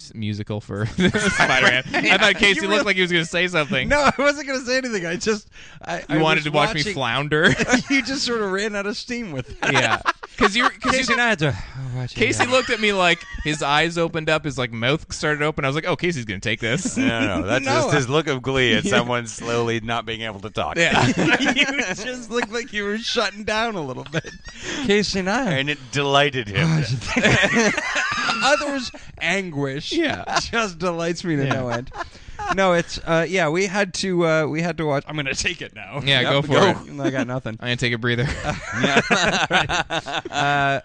[SPEAKER 1] s- musical
[SPEAKER 2] <laughs>
[SPEAKER 1] for <laughs> Spider-Man. I thought Casey looked like he was going to say something.
[SPEAKER 2] no, I wasn't gonna say anything. I just I,
[SPEAKER 1] you
[SPEAKER 2] I
[SPEAKER 1] wanted
[SPEAKER 2] was
[SPEAKER 1] to watch me
[SPEAKER 2] watching-
[SPEAKER 1] flounder.
[SPEAKER 2] <laughs>
[SPEAKER 1] <laughs>
[SPEAKER 2] you just sort of ran out of steam with that.
[SPEAKER 1] yeah, because you're because you
[SPEAKER 2] Casey and I had to watch it.
[SPEAKER 1] Casey
[SPEAKER 2] yeah.
[SPEAKER 1] looked at me like his eyes opened up, his like mouth started open. I was like, "Oh, Casey's gonna take this."
[SPEAKER 2] <laughs>
[SPEAKER 3] No,
[SPEAKER 1] <laughs>
[SPEAKER 3] no, that's
[SPEAKER 2] No,
[SPEAKER 3] just
[SPEAKER 2] I-
[SPEAKER 3] his look of
[SPEAKER 2] <laughs>
[SPEAKER 3] glee at someone slowly not being able to talk.
[SPEAKER 1] Yeah,
[SPEAKER 2] you just looked like you were shutting down a little bit. Casey and I.
[SPEAKER 3] And it delighted him.
[SPEAKER 2] <laughs> others anguish.
[SPEAKER 1] Yeah.
[SPEAKER 2] just delights me to no end. No, it's uh, yeah. We had to uh, we had to watch. I'm gonna take it now.
[SPEAKER 1] Yeah, go for it.
[SPEAKER 2] I got nothing.
[SPEAKER 1] I'm gonna take a
[SPEAKER 2] <laughs>
[SPEAKER 1] breather.
[SPEAKER 2] uh,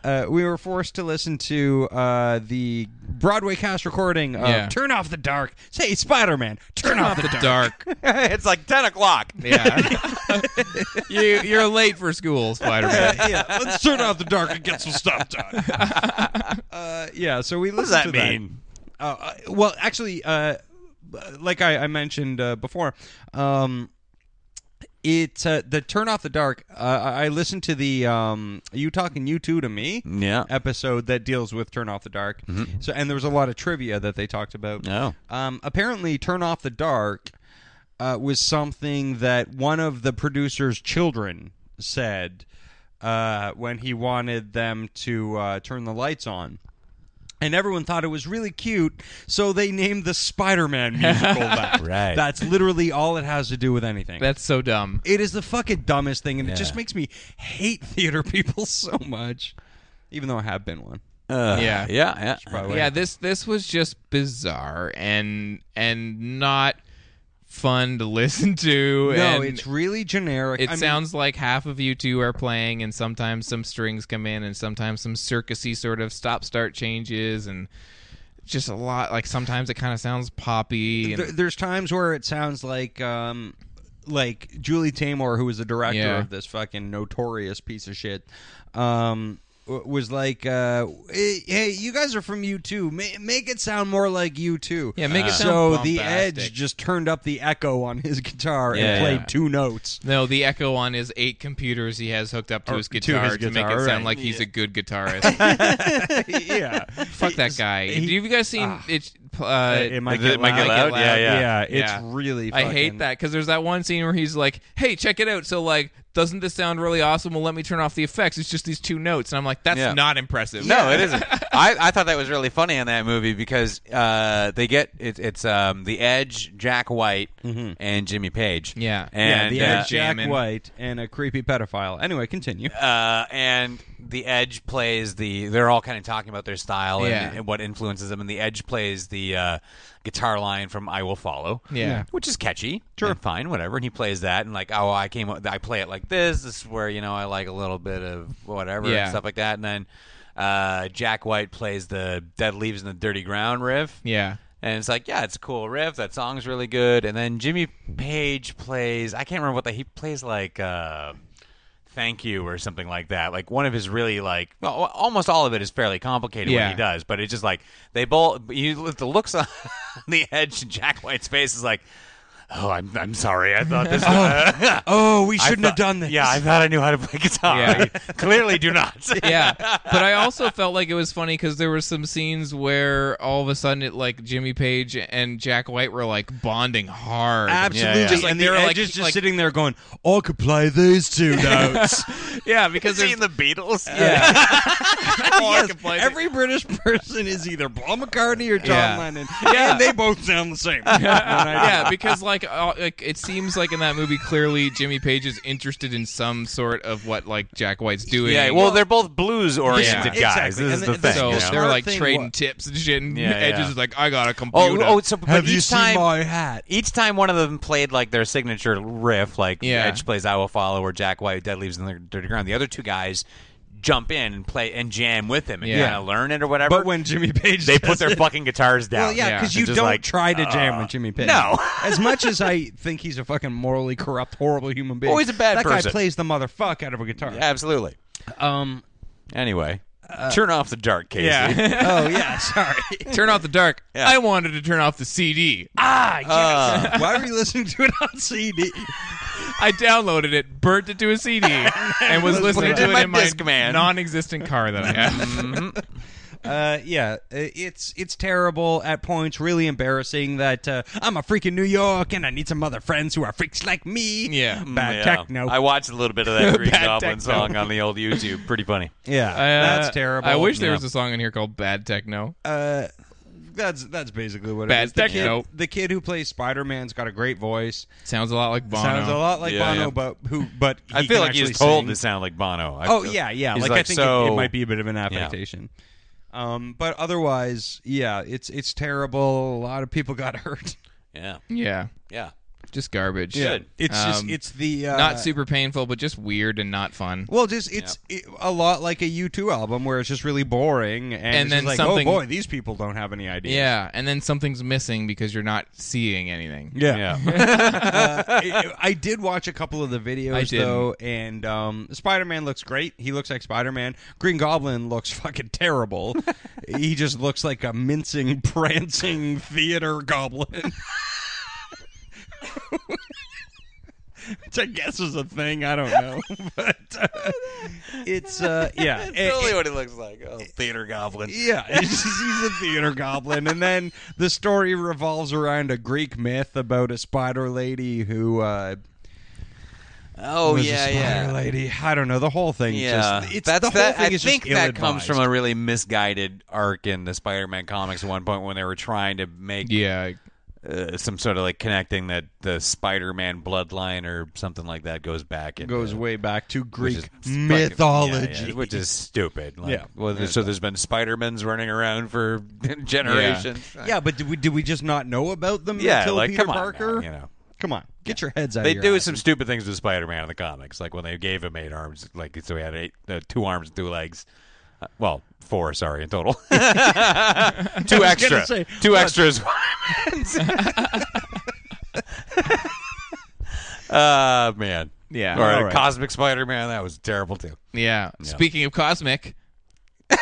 [SPEAKER 2] uh, we were forced to listen to uh, the Broadway cast recording of
[SPEAKER 1] Yeah.
[SPEAKER 2] Turn Off the Dark. Say Spider Man, Turn, Off the, Dark.
[SPEAKER 1] dark.
[SPEAKER 2] <laughs>
[SPEAKER 3] it's like ten o'clock.
[SPEAKER 1] Yeah. <laughs> you you're late for school, Spider Man.
[SPEAKER 2] <laughs> yeah, let's turn off the dark and get some stuff done. uh, yeah, so we
[SPEAKER 3] What does
[SPEAKER 2] listened
[SPEAKER 3] that
[SPEAKER 2] to
[SPEAKER 3] mean?
[SPEAKER 2] that. Uh, uh, well, actually, uh, like I, I mentioned uh, before, um, it uh, the turn off the dark. Uh, I I listened to the um, you talking you two to me
[SPEAKER 3] Yeah. Mm-hmm.
[SPEAKER 2] episode that deals with turn off the dark. So and there was a lot of trivia that they talked about.
[SPEAKER 3] Oh.
[SPEAKER 2] Um, apparently, Turn Off the Dark uh, was something that one of the producer's children said uh, when he wanted them to uh, turn the lights on. And everyone thought it was really cute, so they named the Spider Man
[SPEAKER 3] <laughs>
[SPEAKER 2] musical that.
[SPEAKER 3] Right.
[SPEAKER 2] That's literally all it has to do with anything.
[SPEAKER 1] That's so dumb.
[SPEAKER 2] it is the fucking dumbest thing, and it just makes me hate <laughs> theater people so much, even though I have been one.
[SPEAKER 3] Uh,
[SPEAKER 1] Yeah.
[SPEAKER 3] yeah, yeah.
[SPEAKER 2] Probably.
[SPEAKER 1] Yeah, this this was just bizarre and and not fun to <laughs> listen to.
[SPEAKER 2] No,
[SPEAKER 1] and
[SPEAKER 2] it's really generic.
[SPEAKER 1] it
[SPEAKER 2] I mean-
[SPEAKER 1] sounds like half of you two are playing, and sometimes some strings come in, and sometimes some circusy sort of stop start changes, and just a lot. Like sometimes it kind of sounds poppy. And,
[SPEAKER 2] There, there's times where it sounds like um, like Julie Taymor, who was the director
[SPEAKER 1] Yeah.
[SPEAKER 2] of this fucking notorious piece of shit, um, w- was like, uh, "Hey, hey, you guys are from U two. Ma- make it sound more like U two.
[SPEAKER 1] Yeah, make it sound
[SPEAKER 2] so the
[SPEAKER 1] bombastic.
[SPEAKER 2] Edge just turned up the echo on his guitar
[SPEAKER 3] Yeah.
[SPEAKER 2] and played two notes. <laughs>
[SPEAKER 1] no, the echo on his eight computers he has hooked up to his
[SPEAKER 2] to his
[SPEAKER 1] guitar to, make
[SPEAKER 2] guitar,
[SPEAKER 1] it sound
[SPEAKER 2] right.
[SPEAKER 1] like he's a good guitarist.
[SPEAKER 2] yeah,
[SPEAKER 1] Fuck that guy. Have you guys seen
[SPEAKER 2] Ah.
[SPEAKER 1] it? Uh,
[SPEAKER 2] it might
[SPEAKER 3] Did
[SPEAKER 2] get
[SPEAKER 3] it make it
[SPEAKER 2] loud.
[SPEAKER 3] loud? Yeah, yeah.
[SPEAKER 2] it's
[SPEAKER 1] Yeah.
[SPEAKER 2] really.
[SPEAKER 1] I hate
[SPEAKER 2] fucking-
[SPEAKER 1] that because there's that one scene where he's like, "Hey, check it out." So like, doesn't this sound really awesome? Well, let me turn off the effects. It's just these two notes, and I'm like, that's
[SPEAKER 3] Yeah.
[SPEAKER 1] not impressive.
[SPEAKER 3] No, it isn't. I, I thought that was really funny in that movie because uh, they get it, it's um, the Edge, Jack White, and Jimmy Page.
[SPEAKER 1] Yeah.
[SPEAKER 2] Mm-hmm. Yeah,
[SPEAKER 3] and
[SPEAKER 2] the
[SPEAKER 3] uh,
[SPEAKER 2] Edge, Jack
[SPEAKER 1] jamming.
[SPEAKER 2] White, and a creepy pedophile. Anyway, continue.
[SPEAKER 3] uh, and the Edge plays the. They're all kind of talking about their style and,
[SPEAKER 1] Yeah.
[SPEAKER 3] and what influences them, and the Edge plays the uh, guitar line from "I Will Follow."
[SPEAKER 1] Yeah.
[SPEAKER 3] which is catchy. Sure, fine, whatever. And he plays that, and like, oh, I came, up- I play it like this. This is where you know I like a little bit of whatever
[SPEAKER 1] Yeah.
[SPEAKER 3] and stuff like that, and then. Uh, Jack White plays the "Dead Leaves in the Dirty Ground" riff.
[SPEAKER 1] Yeah.
[SPEAKER 3] And it's like, yeah, it's a cool riff. That song's really good. And then Jimmy Page plays, I can't remember what that, he plays like, uh, Thank You or something like that. Like one of his really, like, well, al- almost all of it is fairly complicated
[SPEAKER 1] Yeah.
[SPEAKER 3] when he does, but it's just like, they both, you, the looks <laughs> on the edge in Jack White's face is like, oh, I'm, I'm sorry. I thought <laughs> this was.
[SPEAKER 2] Oh, we
[SPEAKER 3] I
[SPEAKER 2] shouldn't have
[SPEAKER 3] thought-
[SPEAKER 2] done this.
[SPEAKER 3] <laughs> Yeah, I thought I knew how to play guitar.
[SPEAKER 1] Yeah.
[SPEAKER 3] I <laughs> clearly do <laughs> not.
[SPEAKER 1] yeah, but I also felt like it was funny because there were some scenes where all of a sudden it like Jimmy Page and Jack White were like bonding hard.
[SPEAKER 2] Absolutely.
[SPEAKER 3] Just
[SPEAKER 1] like
[SPEAKER 2] and
[SPEAKER 1] they
[SPEAKER 2] the
[SPEAKER 1] were,
[SPEAKER 2] edge
[SPEAKER 1] like-
[SPEAKER 2] is just
[SPEAKER 1] like-
[SPEAKER 2] sitting there going, I could play these two notes.
[SPEAKER 1] yeah,
[SPEAKER 4] <laughs>
[SPEAKER 1] because there's
[SPEAKER 3] Seeing the Beatles. <laughs>
[SPEAKER 2] <laughs> yes,
[SPEAKER 1] can play the-
[SPEAKER 2] every British person is either Paul McCartney or John
[SPEAKER 1] Yeah.
[SPEAKER 2] Lennon.
[SPEAKER 1] Yeah.
[SPEAKER 2] And they both sound the same. yeah.
[SPEAKER 1] yeah, because like, uh, like it seems like in that movie, clearly Jimmy Page is interested in some sort of what like Jack White's doing.
[SPEAKER 3] Yeah, well, they're both blues <laughs> oriented
[SPEAKER 2] Yeah.
[SPEAKER 3] guys.
[SPEAKER 2] Exactly. And
[SPEAKER 3] This is
[SPEAKER 2] the-
[SPEAKER 3] the,
[SPEAKER 2] the
[SPEAKER 3] thing.
[SPEAKER 1] so
[SPEAKER 2] you know?
[SPEAKER 1] they're
[SPEAKER 2] Smart
[SPEAKER 1] like
[SPEAKER 2] thing
[SPEAKER 1] trading
[SPEAKER 2] was-
[SPEAKER 1] tips and shit. And
[SPEAKER 3] Yeah,
[SPEAKER 1] Edge
[SPEAKER 3] yeah.
[SPEAKER 1] is like, I got a computer.
[SPEAKER 3] Oh, oh, so but
[SPEAKER 2] Have
[SPEAKER 3] each
[SPEAKER 2] you
[SPEAKER 3] time,
[SPEAKER 2] seen my hat?
[SPEAKER 3] Each time one of them played like their signature riff, like
[SPEAKER 1] Yeah.
[SPEAKER 3] Edge plays "I Will Follow" or Jack White "Dead Leaves in the Dirty Ground." The other two guys jump in and play and jam with him and
[SPEAKER 1] Yeah.
[SPEAKER 3] kind of learn it or whatever.
[SPEAKER 2] But when Jimmy Page
[SPEAKER 3] they <laughs>
[SPEAKER 2] does
[SPEAKER 3] put their
[SPEAKER 2] it-
[SPEAKER 3] fucking guitars down,
[SPEAKER 2] Well, yeah,
[SPEAKER 1] Yeah.
[SPEAKER 2] because
[SPEAKER 3] They're
[SPEAKER 2] you
[SPEAKER 3] just
[SPEAKER 2] don't
[SPEAKER 3] like, uh,
[SPEAKER 2] try to jam with Jimmy Page.
[SPEAKER 3] no.
[SPEAKER 2] <laughs> as much as I think he's a fucking morally corrupt, horrible human being.
[SPEAKER 3] Always a bad
[SPEAKER 2] that guy
[SPEAKER 3] person.
[SPEAKER 2] plays the motherfuck out of a guitar.
[SPEAKER 3] absolutely. <laughs>
[SPEAKER 2] Um.
[SPEAKER 3] Anyway, turn off the dark, Casey. <laughs>
[SPEAKER 1] yeah.
[SPEAKER 2] Oh yeah. Sorry.
[SPEAKER 1] turn off the dark.
[SPEAKER 3] Yeah.
[SPEAKER 1] I wanted to turn off the CD.
[SPEAKER 2] Uh, Why were you listening to it on CD?
[SPEAKER 1] I downloaded it, burnt it to a
[SPEAKER 3] <laughs>
[SPEAKER 1] CD, and was listening
[SPEAKER 3] put it
[SPEAKER 1] to
[SPEAKER 3] in
[SPEAKER 1] it
[SPEAKER 3] my Mm-hmm.
[SPEAKER 1] in my
[SPEAKER 3] Discman.
[SPEAKER 1] non-existent car that I <laughs> have.
[SPEAKER 2] Uh, yeah, uh, it's it's terrible at points. Really embarrassing that uh, I'm a freak in New York and I need some other friends who are freaks like me.
[SPEAKER 1] Yeah.
[SPEAKER 2] bad
[SPEAKER 3] Mm, Yeah.
[SPEAKER 2] techno.
[SPEAKER 3] I watched a little bit of that <laughs> Green
[SPEAKER 2] Bad
[SPEAKER 3] Goblin
[SPEAKER 2] techno.
[SPEAKER 3] song on the old YouTube. Pretty funny.
[SPEAKER 2] yeah,
[SPEAKER 1] Uh,
[SPEAKER 2] that's terrible.
[SPEAKER 1] I wish there
[SPEAKER 2] Yeah.
[SPEAKER 1] was a song in here called "Bad Techno."
[SPEAKER 2] Uh, That's that's basically what
[SPEAKER 1] Bad
[SPEAKER 2] it is. The
[SPEAKER 1] techno.
[SPEAKER 2] kid, the kid who plays Spider Man's got a great voice.
[SPEAKER 1] Sounds a lot like Bono.
[SPEAKER 2] Sounds a lot like
[SPEAKER 3] Yeah,
[SPEAKER 2] Bono,
[SPEAKER 3] yeah.
[SPEAKER 2] but who? But
[SPEAKER 3] I
[SPEAKER 2] he
[SPEAKER 3] feel
[SPEAKER 2] can
[SPEAKER 3] like he's
[SPEAKER 2] actually
[SPEAKER 3] told
[SPEAKER 2] sing.
[SPEAKER 3] to sound like Bono. I
[SPEAKER 2] Oh
[SPEAKER 3] feel-
[SPEAKER 2] yeah, yeah.
[SPEAKER 3] He's
[SPEAKER 2] Like, I think it-
[SPEAKER 3] so,
[SPEAKER 2] it, might be a bit of an affectation. Um, but otherwise, yeah, it's it's terrible. A lot of people got <laughs> hurt.
[SPEAKER 3] Yeah,
[SPEAKER 1] yeah.
[SPEAKER 3] yeah.
[SPEAKER 1] just garbage.
[SPEAKER 3] Should.
[SPEAKER 2] It's just
[SPEAKER 1] Um,
[SPEAKER 2] it's the uh,
[SPEAKER 1] not super painful, but just weird and not fun.
[SPEAKER 2] Well, just it's it- a lot like a U two album where it's just really boring, and, it's
[SPEAKER 1] then
[SPEAKER 2] just like,
[SPEAKER 1] something-
[SPEAKER 2] oh boy, these people don't have any ideas.
[SPEAKER 1] Yeah, and then something's missing because you're not seeing anything.
[SPEAKER 3] <laughs>
[SPEAKER 2] Yeah. Uh, I, I did watch a couple of the videos
[SPEAKER 1] I didn't.
[SPEAKER 2] though, and um, Spider Man looks great. He looks like Spider Man. Green Goblin looks fucking terrible. he just looks like a mincing, <laughs> prancing theater goblin. Which I guess is a thing. I don't know, <laughs> but uh, it's uh, yeah. it-
[SPEAKER 3] totally what it looks like. Oh, theater goblin.
[SPEAKER 2] yeah, he's, just- he's a theater goblin, and then the story revolves around a Greek myth about a spider lady who uh,
[SPEAKER 3] Oh
[SPEAKER 2] was
[SPEAKER 3] yeah,
[SPEAKER 2] a spider
[SPEAKER 3] yeah.
[SPEAKER 2] lady. I don't know the whole thing.
[SPEAKER 3] Yeah,
[SPEAKER 2] just, it's,
[SPEAKER 3] that's
[SPEAKER 2] the whole
[SPEAKER 3] that.
[SPEAKER 2] thing
[SPEAKER 3] I
[SPEAKER 2] is just
[SPEAKER 3] think that comes
[SPEAKER 2] ill-advised.
[SPEAKER 3] from a really misguided arc in the Spider-Man comics at one point when they were trying to make
[SPEAKER 1] Yeah,
[SPEAKER 3] uh, some sort of like connecting that the Spider-Man bloodline or something like that goes back and
[SPEAKER 2] goes way back to
[SPEAKER 3] which is
[SPEAKER 2] Greek
[SPEAKER 3] fucking-
[SPEAKER 2] mythology.
[SPEAKER 3] yeah, yeah, which is stupid. Like,
[SPEAKER 2] Yeah.
[SPEAKER 3] Well, there's- so there's been Spider-Mans running around for <laughs> generations.
[SPEAKER 2] <laughs> Yeah, but did we did we just not know about them
[SPEAKER 3] Yeah,
[SPEAKER 2] until
[SPEAKER 3] like
[SPEAKER 2] Peter
[SPEAKER 3] come on,
[SPEAKER 2] Parker?
[SPEAKER 3] now, you know.
[SPEAKER 2] Come on, get your heads out.
[SPEAKER 3] They
[SPEAKER 2] of your
[SPEAKER 3] do
[SPEAKER 2] ass.
[SPEAKER 3] some stupid things with Spider-Man in the comics, like when they gave him eight arms, like so he had eight, uh, two arms, and two legs. Uh, well, four, sorry,
[SPEAKER 1] <laughs>
[SPEAKER 3] in total. <laughs> two extra,
[SPEAKER 2] say,
[SPEAKER 3] two
[SPEAKER 2] what?
[SPEAKER 3] extras.
[SPEAKER 1] <laughs>
[SPEAKER 3] uh man,
[SPEAKER 1] Yeah.
[SPEAKER 3] Or
[SPEAKER 1] All
[SPEAKER 3] the
[SPEAKER 2] right.
[SPEAKER 3] Cosmic Spider-Man, that was
[SPEAKER 1] <laughs>
[SPEAKER 3] terrible too.
[SPEAKER 1] yeah. Speaking of cosmic,
[SPEAKER 3] yes,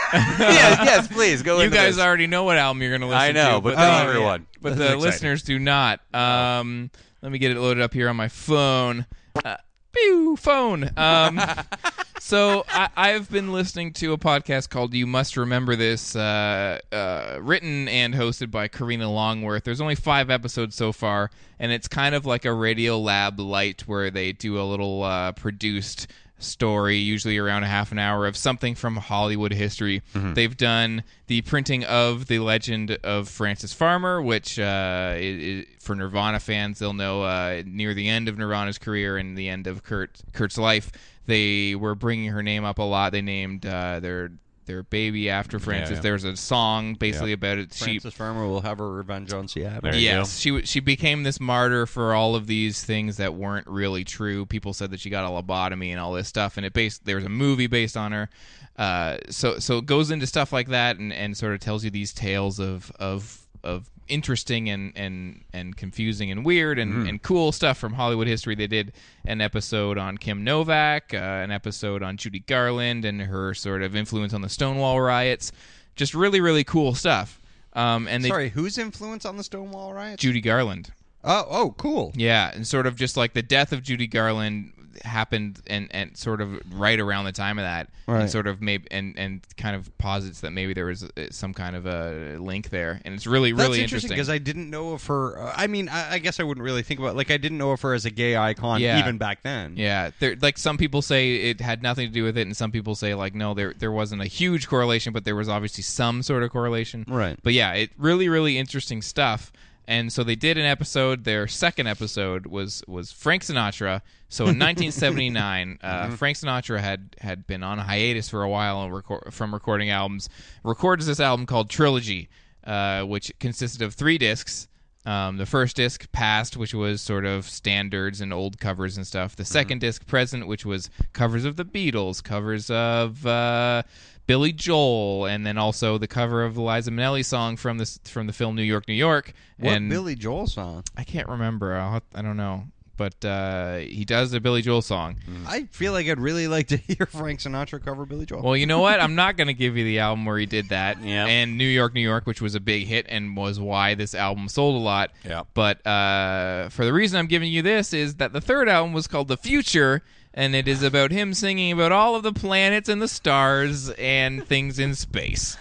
[SPEAKER 3] yes, please go.
[SPEAKER 1] you
[SPEAKER 3] into
[SPEAKER 1] guys
[SPEAKER 3] this.
[SPEAKER 1] already know what album you're going to listen
[SPEAKER 3] I know,
[SPEAKER 1] to,
[SPEAKER 3] but
[SPEAKER 1] the-
[SPEAKER 3] not everyone.
[SPEAKER 1] but
[SPEAKER 2] This
[SPEAKER 1] the
[SPEAKER 2] is exciting.
[SPEAKER 1] listeners do not. Um, let me get it loaded up here on my phone. Uh, pew, phone. Um,
[SPEAKER 3] <laughs>
[SPEAKER 1] so I, I've been listening to a podcast called "You Must Remember This," uh, uh, written and hosted by Karina Longworth. There's only five episodes so far, and it's kind of like a Radio Lab light, where they do a little uh, produced story, usually around a half an hour, of something from Hollywood history. They've done the printing of the legend of Francis Farmer, which uh, i i for Nirvana fans, they'll know uh, near the end of Nirvana's career and the end of Kurt Kurt's life, they were bringing her name up a lot. They named uh, their their baby after Francis. There's a song basically about it. She,
[SPEAKER 2] Francis Farmer will have her revenge on Seattle.
[SPEAKER 1] Yes, she w- she became this martyr for all of these things that weren't really true. People said that she got a lobotomy and all this stuff, and it based there was a movie based on her. Uh, so so it goes into stuff like that and, and sort of tells you these tales of of of interesting and and and confusing and weird and, and cool stuff from Hollywood history. They did an episode on Kim Novak, uh, an episode on Judy Garland and her sort of influence on the Stonewall riots. Just really really cool stuff. Um, and they
[SPEAKER 2] Sorry, whose influence on the Stonewall riots?
[SPEAKER 1] Judy Garland.
[SPEAKER 2] oh, oh, cool.
[SPEAKER 1] Yeah, and sort of just like the death of Judy Garland happened and, and sort of right around the time of that
[SPEAKER 2] Right.
[SPEAKER 1] and sort of maybe and and kind of posits that maybe there was uh, some kind of a link there and it's really
[SPEAKER 2] That's
[SPEAKER 1] really
[SPEAKER 2] interesting because I didn't know of her. Uh, I mean, I, I guess I wouldn't really think about like I didn't know of her as a gay icon
[SPEAKER 1] Yeah.
[SPEAKER 2] even back then.
[SPEAKER 1] yeah there like some people say it had nothing to do with it and some people say like no there there wasn't a huge correlation but there was obviously some sort of correlation
[SPEAKER 2] Right.
[SPEAKER 1] But yeah, it really really interesting stuff. And so they did an episode. Their second episode was was Frank Sinatra. So in 1979, uh, Frank Sinatra had had been on a hiatus for a while and record, from recording albums. Records this album called Trilogy, uh, which consisted of three discs. Um, the first disc, Past, which was sort of standards and old covers and stuff. The 2nd
[SPEAKER 2] Mm-hmm.
[SPEAKER 1] disc, Present, which was covers of the Beatles, covers of uh, Billy Joel, and then also the cover of Eliza Minnelli song from this from the film New York, New York.
[SPEAKER 2] What
[SPEAKER 1] and
[SPEAKER 2] Billy Joel song?
[SPEAKER 1] I can't remember. I'll have, I don't know, but uh, he does a Billy Joel song.
[SPEAKER 2] I feel like I'd really like to <laughs> hear Frank Sinatra cover Billy Joel.
[SPEAKER 1] Well, you know what? I'm not going to give you the album where he did that.
[SPEAKER 3] Yeah.
[SPEAKER 1] And New York, New York, which was a big hit and was why this album sold a lot.
[SPEAKER 3] Yeah.
[SPEAKER 1] But uh, for the reason I'm giving you this is that the third album was called The Future, and it is about him singing about all of the planets and the stars and things in space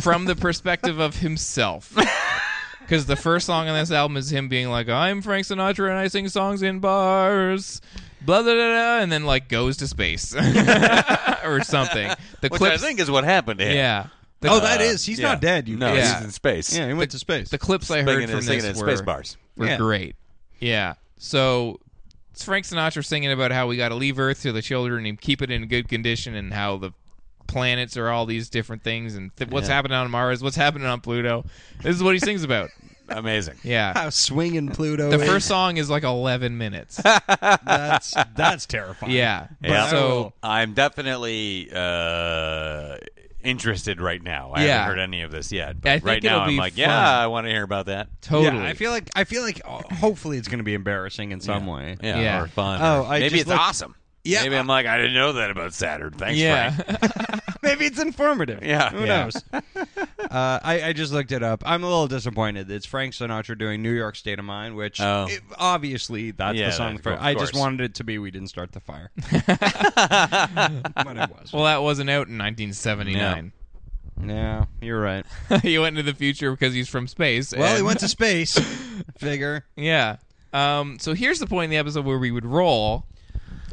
[SPEAKER 1] from the perspective of himself. Because the first song on this album is him being like, "I'm Frank Sinatra and I sing songs in bars," blah blah blah, blah and then like goes to space <laughs> or something. The
[SPEAKER 3] Which
[SPEAKER 1] clips,
[SPEAKER 3] I think <laughs> is what happened to him.
[SPEAKER 1] yeah, the,
[SPEAKER 2] oh, that is. He's
[SPEAKER 3] uh, Yeah.
[SPEAKER 2] not dead. You
[SPEAKER 3] no,
[SPEAKER 2] guys.
[SPEAKER 1] Yeah.
[SPEAKER 3] he's in space.
[SPEAKER 2] yeah, he went to space.
[SPEAKER 1] the clips I
[SPEAKER 3] Singing
[SPEAKER 1] heard
[SPEAKER 3] in-
[SPEAKER 1] from
[SPEAKER 3] singing
[SPEAKER 1] this
[SPEAKER 3] in
[SPEAKER 1] were
[SPEAKER 3] space bars.
[SPEAKER 1] were
[SPEAKER 2] Yeah.
[SPEAKER 1] great. Yeah, so it's Frank Sinatra singing about how we got to leave Earth to the children and keep it in good condition, and how the planets are all these different things, and th- what's happening on Mars, what's happening on Pluto. This is what he sings about.
[SPEAKER 3] Amazing. <laughs>
[SPEAKER 1] Yeah.
[SPEAKER 2] How Ah, swinging Pluto.
[SPEAKER 1] The
[SPEAKER 2] is.
[SPEAKER 1] first song is like 11 minutes.
[SPEAKER 3] <laughs>
[SPEAKER 2] That's that's terrifying.
[SPEAKER 1] Yeah.
[SPEAKER 3] Yeah.
[SPEAKER 2] Oh.
[SPEAKER 1] So
[SPEAKER 3] I'm definitely uh, interested right now. I
[SPEAKER 1] Yeah.
[SPEAKER 3] haven't heard any of this yet,
[SPEAKER 1] I
[SPEAKER 3] but
[SPEAKER 1] think
[SPEAKER 3] right now
[SPEAKER 1] it'll be
[SPEAKER 3] I'm like,
[SPEAKER 1] fun.
[SPEAKER 3] yeah, I want to hear about that.
[SPEAKER 1] totally.
[SPEAKER 2] Yeah, I feel like I feel like oh, hopefully it's going to be embarrassing in some way.
[SPEAKER 3] Yeah,
[SPEAKER 1] Yeah.
[SPEAKER 3] or fun.
[SPEAKER 2] Oh,
[SPEAKER 3] or
[SPEAKER 2] I
[SPEAKER 3] maybe
[SPEAKER 2] just
[SPEAKER 3] it's
[SPEAKER 2] looked-
[SPEAKER 3] awesome.
[SPEAKER 2] Yeah.
[SPEAKER 3] maybe I'm like, I didn't know that about Saturn. Thanks,
[SPEAKER 1] yeah.
[SPEAKER 3] Frank.
[SPEAKER 2] Maybe it's informative.
[SPEAKER 3] Yeah.
[SPEAKER 2] Who
[SPEAKER 3] Yeah.
[SPEAKER 2] knows? <laughs> uh, I, I just looked it up. I'm a little disappointed. It's Frank Sinatra doing New York State of Mine, which
[SPEAKER 3] Oh.
[SPEAKER 2] it- obviously that's
[SPEAKER 3] Yeah,
[SPEAKER 2] the song.
[SPEAKER 3] that-
[SPEAKER 2] for,
[SPEAKER 3] of
[SPEAKER 2] I just
[SPEAKER 3] course.
[SPEAKER 2] wanted it to be We Didn't Start the
[SPEAKER 3] <laughs>
[SPEAKER 2] Fire. but it
[SPEAKER 1] <laughs>
[SPEAKER 2] was.
[SPEAKER 1] well, that wasn't out in 1979.
[SPEAKER 2] no, you're right.
[SPEAKER 1] <laughs> he went into the future because he's from space.
[SPEAKER 2] Well, he
[SPEAKER 1] and-
[SPEAKER 2] went <laughs> to space. Figure.
[SPEAKER 1] Yeah. Um, so here's the point in the episode where we would roll.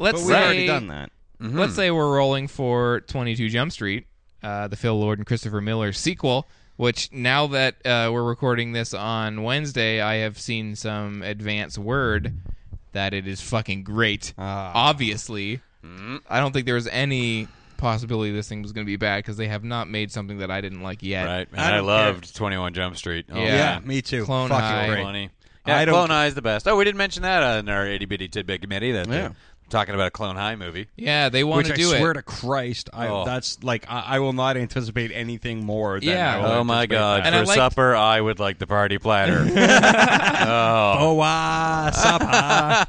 [SPEAKER 1] Let's say
[SPEAKER 2] But we've already done that. Hmm.
[SPEAKER 1] Let's say we're rolling for 22 Jump Street, uh, the Phil Lord and Christopher Miller sequel. Which now that uh, we're recording this on Wednesday, I have seen some advance word that it is fucking great.
[SPEAKER 2] Ah.
[SPEAKER 1] Obviously,
[SPEAKER 2] Hmm.
[SPEAKER 1] I don't think there was any possibility this thing was going to be bad because they have not made something that I didn't like yet.
[SPEAKER 3] Right. And
[SPEAKER 2] I
[SPEAKER 3] I,
[SPEAKER 2] don't
[SPEAKER 3] loved 21 Jump Street. Oh,
[SPEAKER 1] Yeah.
[SPEAKER 2] Yeah, me too.
[SPEAKER 1] Clone
[SPEAKER 2] Fuck
[SPEAKER 1] High.
[SPEAKER 2] you,
[SPEAKER 1] Great.
[SPEAKER 3] Funny. Yeah,
[SPEAKER 2] I don't-
[SPEAKER 3] Clone High is the best. Oh, we didn't mention that on our itty bitty tidbit committee. That
[SPEAKER 2] Yeah.
[SPEAKER 3] yeah. talking about a Clone High movie.
[SPEAKER 1] Yeah, they want
[SPEAKER 2] Which
[SPEAKER 1] to
[SPEAKER 2] I
[SPEAKER 1] do
[SPEAKER 2] swear
[SPEAKER 1] it.
[SPEAKER 2] to Christ, I,
[SPEAKER 3] Oh.
[SPEAKER 2] that's like I, I will not anticipate anything more. Than
[SPEAKER 1] Yeah.
[SPEAKER 2] I will
[SPEAKER 3] Oh my
[SPEAKER 2] anticipate
[SPEAKER 3] God!
[SPEAKER 2] that.
[SPEAKER 1] And
[SPEAKER 3] For
[SPEAKER 1] I liked-
[SPEAKER 3] supper, I would like the party platter.
[SPEAKER 1] <laughs>
[SPEAKER 2] Oh, ah,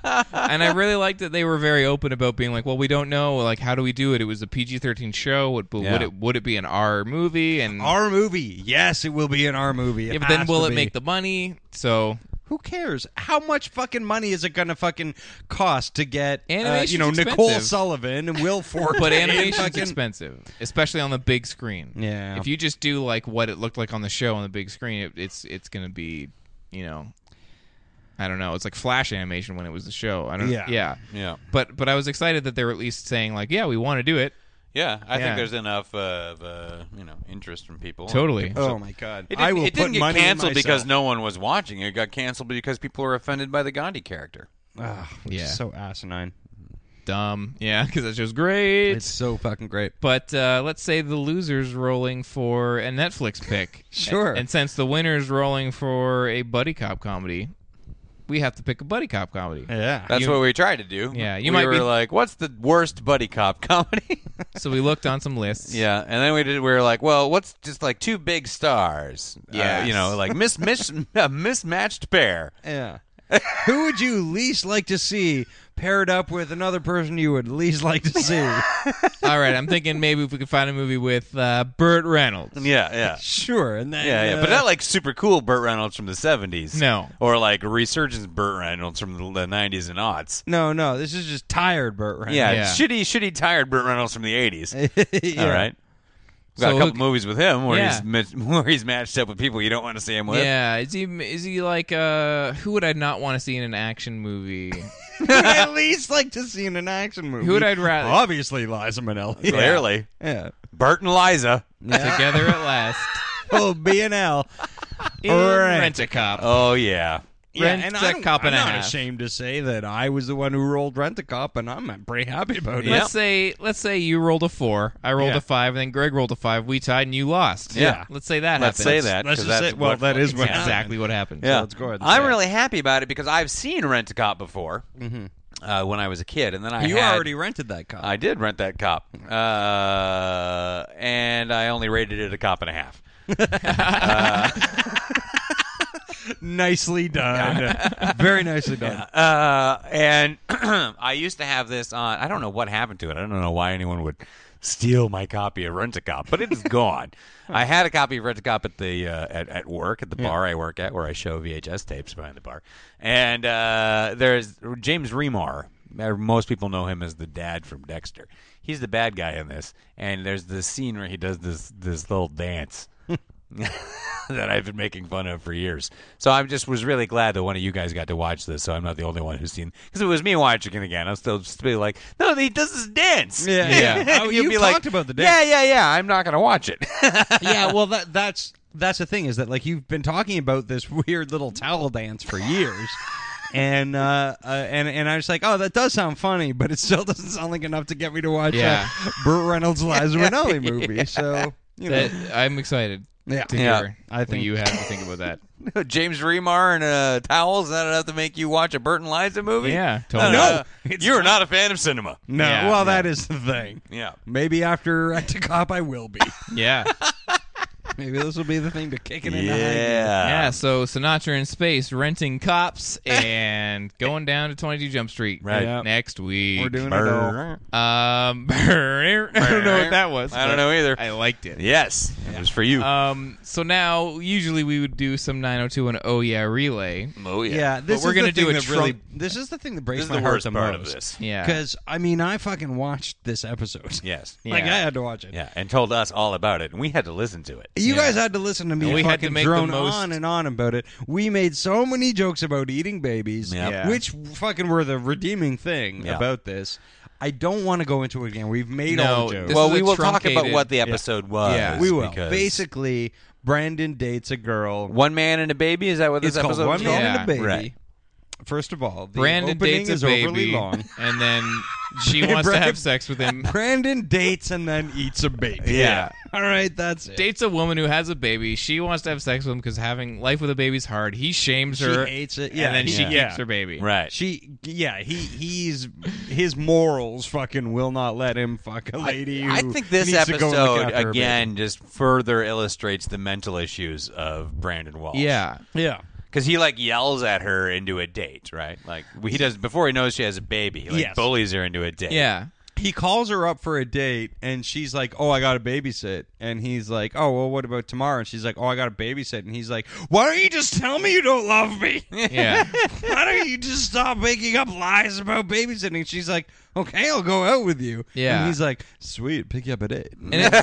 [SPEAKER 2] <laughs> sapa.
[SPEAKER 1] and
[SPEAKER 2] <laughs>
[SPEAKER 1] I really liked that they were very open about being like, well, we don't know, like, how do we do it? It was a PG-13 show, would, but would
[SPEAKER 3] Yeah.
[SPEAKER 1] it would it be an R movie? And
[SPEAKER 2] our movie. Yes, it will be an our movie. It
[SPEAKER 1] yeah, but then
[SPEAKER 2] has
[SPEAKER 1] will
[SPEAKER 2] to
[SPEAKER 1] it
[SPEAKER 2] be.
[SPEAKER 1] make the money? So
[SPEAKER 2] Who cares? How much fucking money is it going to fucking cost to get? uh,
[SPEAKER 1] Animation's
[SPEAKER 2] you know, Nicole
[SPEAKER 1] expensive.
[SPEAKER 2] Sullivan and
[SPEAKER 1] <laughs>
[SPEAKER 2] Will Forte.
[SPEAKER 1] but
[SPEAKER 2] and
[SPEAKER 1] animation's
[SPEAKER 2] fucking-
[SPEAKER 1] expensive, especially on the big screen.
[SPEAKER 2] Yeah.
[SPEAKER 1] If you just do like what it looked like on the show on the big screen, it, it's it's gonna be, you know, I don't know. It's like Flash animation when it was the show. I don't.
[SPEAKER 2] Yeah.
[SPEAKER 1] Yeah.
[SPEAKER 3] Yeah.
[SPEAKER 1] But but I was excited that they were at least saying like, yeah, we want to do it.
[SPEAKER 3] Yeah, I
[SPEAKER 1] Yeah.
[SPEAKER 3] think there's enough uh, of uh, you know interest from people.
[SPEAKER 1] Totally.
[SPEAKER 2] Oh my god!
[SPEAKER 3] It didn't,
[SPEAKER 2] I will
[SPEAKER 3] it didn't
[SPEAKER 2] put
[SPEAKER 3] get
[SPEAKER 2] money in
[SPEAKER 3] canceled because
[SPEAKER 2] myself.
[SPEAKER 3] no one was watching. It got canceled because people were offended by the Gandhi character.
[SPEAKER 2] Ugh, which is
[SPEAKER 1] Yeah.
[SPEAKER 2] so asinine.
[SPEAKER 1] Dumb. Yeah, because that show's great.
[SPEAKER 2] It's so fucking great.
[SPEAKER 1] But uh, let's say the loser's rolling for a Netflix pick.
[SPEAKER 2] <laughs> Sure.
[SPEAKER 1] And, since the winner's rolling for a buddy cop comedy, we have to pick a buddy cop comedy.
[SPEAKER 2] Yeah.
[SPEAKER 3] That's what we tried to do.
[SPEAKER 1] Yeah, you
[SPEAKER 3] we
[SPEAKER 1] might
[SPEAKER 3] were
[SPEAKER 1] be-
[SPEAKER 3] like, "What's the worst buddy cop <laughs> comedy?"
[SPEAKER 1] So we looked on some lists.
[SPEAKER 3] yeah, and then we did. We were like, "Well, what's just like two big stars?" Yeah,
[SPEAKER 2] Yes.
[SPEAKER 3] you know, like mis- <laughs> mis- a mismatched pair.
[SPEAKER 2] Yeah. <laughs> Who would you least like to see paired up with another person you would least like to see?
[SPEAKER 1] <laughs> All right, I'm thinking maybe if we could find a movie with uh, Burt Reynolds.
[SPEAKER 3] Yeah, yeah.
[SPEAKER 2] sure, and then
[SPEAKER 3] Yeah, yeah, but
[SPEAKER 2] uh,
[SPEAKER 3] not like super cool Burt Reynolds from the '70s.
[SPEAKER 1] No.
[SPEAKER 3] or like resurgence Burt Reynolds from the the '90s and aughts.
[SPEAKER 2] no, no. This is just tired Burt Reynolds.
[SPEAKER 3] Yeah,
[SPEAKER 1] Yeah.
[SPEAKER 3] shitty, shitty, tired Burt Reynolds from the '80s.
[SPEAKER 2] Yeah.
[SPEAKER 3] All right, We've got
[SPEAKER 1] So
[SPEAKER 3] a couple
[SPEAKER 1] who-
[SPEAKER 3] movies with him where
[SPEAKER 1] Yeah.
[SPEAKER 3] he's ma- <laughs> where he's matched up with people you don't want to see him with.
[SPEAKER 1] Yeah, is he is he like uh who would I not want to see in an action
[SPEAKER 3] <laughs>
[SPEAKER 1] movie?
[SPEAKER 2] <laughs> Who would I least like to see in an action movie?
[SPEAKER 1] Who would I'd rather-
[SPEAKER 2] Obviously, Liza Minnelli.
[SPEAKER 3] Clearly,
[SPEAKER 2] Yeah.
[SPEAKER 3] Burt and Liza.
[SPEAKER 1] Together at last.
[SPEAKER 2] Oh, B and L.
[SPEAKER 1] In
[SPEAKER 2] Right.
[SPEAKER 1] Rent a Cop.
[SPEAKER 3] Oh yeah,
[SPEAKER 1] Rent a
[SPEAKER 2] I'm,
[SPEAKER 1] Cop and
[SPEAKER 2] I'm
[SPEAKER 1] a
[SPEAKER 2] not
[SPEAKER 1] Half.
[SPEAKER 2] ashamed to say that I was the one who rolled Rent a Cop, and I'm pretty happy about it.
[SPEAKER 1] Let's say let's say you rolled a four, I rolled
[SPEAKER 2] Yeah.
[SPEAKER 1] a five, and then Greg rolled a five. We tied and you lost.
[SPEAKER 3] Yeah.
[SPEAKER 1] let's say that.
[SPEAKER 3] Let's
[SPEAKER 1] happens.
[SPEAKER 3] say that.
[SPEAKER 2] Let's
[SPEAKER 3] 'cause
[SPEAKER 2] just
[SPEAKER 3] that's
[SPEAKER 2] say, well,
[SPEAKER 3] what-
[SPEAKER 2] that is what
[SPEAKER 1] That's exactly what happened.
[SPEAKER 3] Yeah,
[SPEAKER 2] let's go ahead and
[SPEAKER 3] I'm
[SPEAKER 2] say it.
[SPEAKER 3] really happy about it because I've seen Rent a Cop before uh, when I was a kid, and then I
[SPEAKER 2] happened. Mm-hmm. You
[SPEAKER 3] had-
[SPEAKER 2] already rented that cop.
[SPEAKER 3] I did rent that cop, uh, and I only rated it a cop and a half.
[SPEAKER 2] nicely done. Very nicely done.
[SPEAKER 3] Uh, and <clears throat> I used to have this on. I don't know what happened to it. I don't know why anyone would steal my copy of Rent a Cop, but it's gone. I had a copy of Rent a Cop at the uh, at, at work at the bar I work at, where I show VHS tapes behind the bar. And uh, there's James Remar. Uh, Most people know him as the dad from Dexter. He's the bad guy in this. And there's the scene where he does this this little dance. <laughs> that I've been making fun of for years. So I just was really glad that one of you guys got to watch this. So I'm not the only one who's seen because it was me watching it again. I'm still just be like, no, he does this dance.
[SPEAKER 2] Yeah,
[SPEAKER 3] <laughs>
[SPEAKER 2] yeah. Oh,
[SPEAKER 3] You'd
[SPEAKER 2] you
[SPEAKER 3] be like,
[SPEAKER 2] talked about the dance.
[SPEAKER 3] Yeah, yeah, yeah. I'm not gonna watch it. <laughs>
[SPEAKER 2] yeah, well, that, that's that's the thing is that like you've been talking about this <laughs> weird little towel dance for years, and uh, uh, and and I was like, oh, that does sound funny, but it still <laughs> doesn't sound like enough to get me to watch uh,
[SPEAKER 1] Yeah.
[SPEAKER 2] a Burt Reynolds Liza Minnelli movie. So you know,
[SPEAKER 1] That- I'm excited.
[SPEAKER 2] Yeah.
[SPEAKER 1] to
[SPEAKER 3] Yeah.
[SPEAKER 1] hear
[SPEAKER 2] I
[SPEAKER 1] what
[SPEAKER 2] think-
[SPEAKER 1] you have to think about
[SPEAKER 3] <laughs>
[SPEAKER 1] that.
[SPEAKER 3] James Remar and uh, towels. Is that enough to make you watch a Burton Liza movie?
[SPEAKER 1] Yeah,
[SPEAKER 3] No,
[SPEAKER 1] totally.
[SPEAKER 3] no,
[SPEAKER 2] <laughs>
[SPEAKER 3] you are not a fan of cinema.
[SPEAKER 2] No,
[SPEAKER 1] Yeah,
[SPEAKER 2] well,
[SPEAKER 1] yeah.
[SPEAKER 2] that is the thing.
[SPEAKER 3] Yeah.
[SPEAKER 2] Maybe after Act a Cop, I will be. <laughs>
[SPEAKER 1] Yeah.
[SPEAKER 2] Maybe this will be the thing to kick it in the hind.
[SPEAKER 3] Yeah.
[SPEAKER 1] yeah, so Sinatra in space renting
[SPEAKER 3] <laughs>
[SPEAKER 1] cops and going down to 22 Jump Street
[SPEAKER 3] Right.
[SPEAKER 2] Yep.
[SPEAKER 1] next week.
[SPEAKER 2] We're doing it all.
[SPEAKER 3] Brr.
[SPEAKER 2] <laughs>
[SPEAKER 1] Um, <laughs> I don't know what that was.
[SPEAKER 3] I don't
[SPEAKER 1] but
[SPEAKER 3] know either.
[SPEAKER 1] I liked it.
[SPEAKER 3] <laughs> Yes, it was for you.
[SPEAKER 2] Uh,
[SPEAKER 1] Um, so now usually we would do some 902 and oh yeah relay.
[SPEAKER 3] oh yeah.
[SPEAKER 2] Yeah, this
[SPEAKER 1] we're
[SPEAKER 2] is
[SPEAKER 1] gonna
[SPEAKER 2] the
[SPEAKER 1] do
[SPEAKER 2] thing
[SPEAKER 1] a
[SPEAKER 2] that
[SPEAKER 1] Trump-
[SPEAKER 2] really. This is the thing that breaks
[SPEAKER 3] This is
[SPEAKER 2] my
[SPEAKER 3] the
[SPEAKER 2] heart
[SPEAKER 3] worst
[SPEAKER 2] the
[SPEAKER 3] part of
[SPEAKER 2] most.
[SPEAKER 3] this.
[SPEAKER 1] Yeah.
[SPEAKER 2] because I mean, I fucking watched this episode.
[SPEAKER 3] Yes.
[SPEAKER 2] <laughs> like
[SPEAKER 1] Yeah.
[SPEAKER 2] I had to watch it.
[SPEAKER 3] Yeah, and told us all about it, and we had to listen to it.
[SPEAKER 2] You guys had to listen to me
[SPEAKER 1] And we
[SPEAKER 2] fucking
[SPEAKER 1] had to make the
[SPEAKER 2] drone
[SPEAKER 1] most-
[SPEAKER 2] on and on about it. We made so many jokes about eating babies,
[SPEAKER 3] Yep.
[SPEAKER 1] Yeah.
[SPEAKER 2] which fucking were the redeeming thing
[SPEAKER 3] Yeah.
[SPEAKER 2] about this. I don't want to go into it again. We've made
[SPEAKER 1] No,
[SPEAKER 2] all the jokes.
[SPEAKER 1] This
[SPEAKER 3] well,
[SPEAKER 1] is
[SPEAKER 3] we
[SPEAKER 1] a
[SPEAKER 3] will talk about
[SPEAKER 1] truncated-
[SPEAKER 3] what the episode was.
[SPEAKER 2] yeah, we will.
[SPEAKER 3] because-
[SPEAKER 2] Basically, Brandon dates a girl.
[SPEAKER 3] one man and a baby. Is that what this
[SPEAKER 2] it's called
[SPEAKER 3] episode?
[SPEAKER 2] One
[SPEAKER 3] is
[SPEAKER 2] Man and
[SPEAKER 3] called?
[SPEAKER 2] a Baby.
[SPEAKER 3] Right.
[SPEAKER 2] First of all, the
[SPEAKER 1] Brandon
[SPEAKER 2] opening
[SPEAKER 1] dates a
[SPEAKER 2] is overly
[SPEAKER 1] baby,
[SPEAKER 2] long.
[SPEAKER 1] <laughs> and
[SPEAKER 2] <laughs>
[SPEAKER 1] then she wants to
[SPEAKER 2] Brandon-
[SPEAKER 1] have sex with him.
[SPEAKER 2] Brandon dates and then eats a baby.
[SPEAKER 3] Yeah.
[SPEAKER 2] <laughs> All right, that's it.
[SPEAKER 1] Dates a woman who has a baby. She wants to have sex with him because having life with a baby's hard. He shames
[SPEAKER 2] She
[SPEAKER 1] her.
[SPEAKER 2] hates it.
[SPEAKER 1] and
[SPEAKER 2] Yeah,
[SPEAKER 1] then she
[SPEAKER 2] yeah.
[SPEAKER 1] keeps her baby.
[SPEAKER 3] Right.
[SPEAKER 2] She, yeah, he, he's his morals fucking will not let him fuck a lady.
[SPEAKER 3] I
[SPEAKER 2] who
[SPEAKER 3] think this
[SPEAKER 2] needs to go and look
[SPEAKER 3] episode
[SPEAKER 2] after her
[SPEAKER 3] again just further illustrates the mental issues of Brandon Walsh.
[SPEAKER 1] Yeah.
[SPEAKER 2] baby. Yeah,
[SPEAKER 3] because he like yells at her into a date, right? Like he does before he knows she has a baby. He like
[SPEAKER 2] Yes.
[SPEAKER 3] bullies her into a date.
[SPEAKER 1] Yeah.
[SPEAKER 2] he calls her up for a date, and she's like, "Oh, I got to babysit," and he's like, "Oh, well, what about tomorrow?" And she's like, "Oh, I got to babysit," and he's like, "Why don't you just tell me you don't love me?"
[SPEAKER 1] Yeah.
[SPEAKER 2] <laughs> Why don't you just stop making up lies about babysitting? She's like, okay, I'll go out with you.
[SPEAKER 1] Yeah.
[SPEAKER 2] And he's like, sweet, pick you up a date.
[SPEAKER 1] And, it's,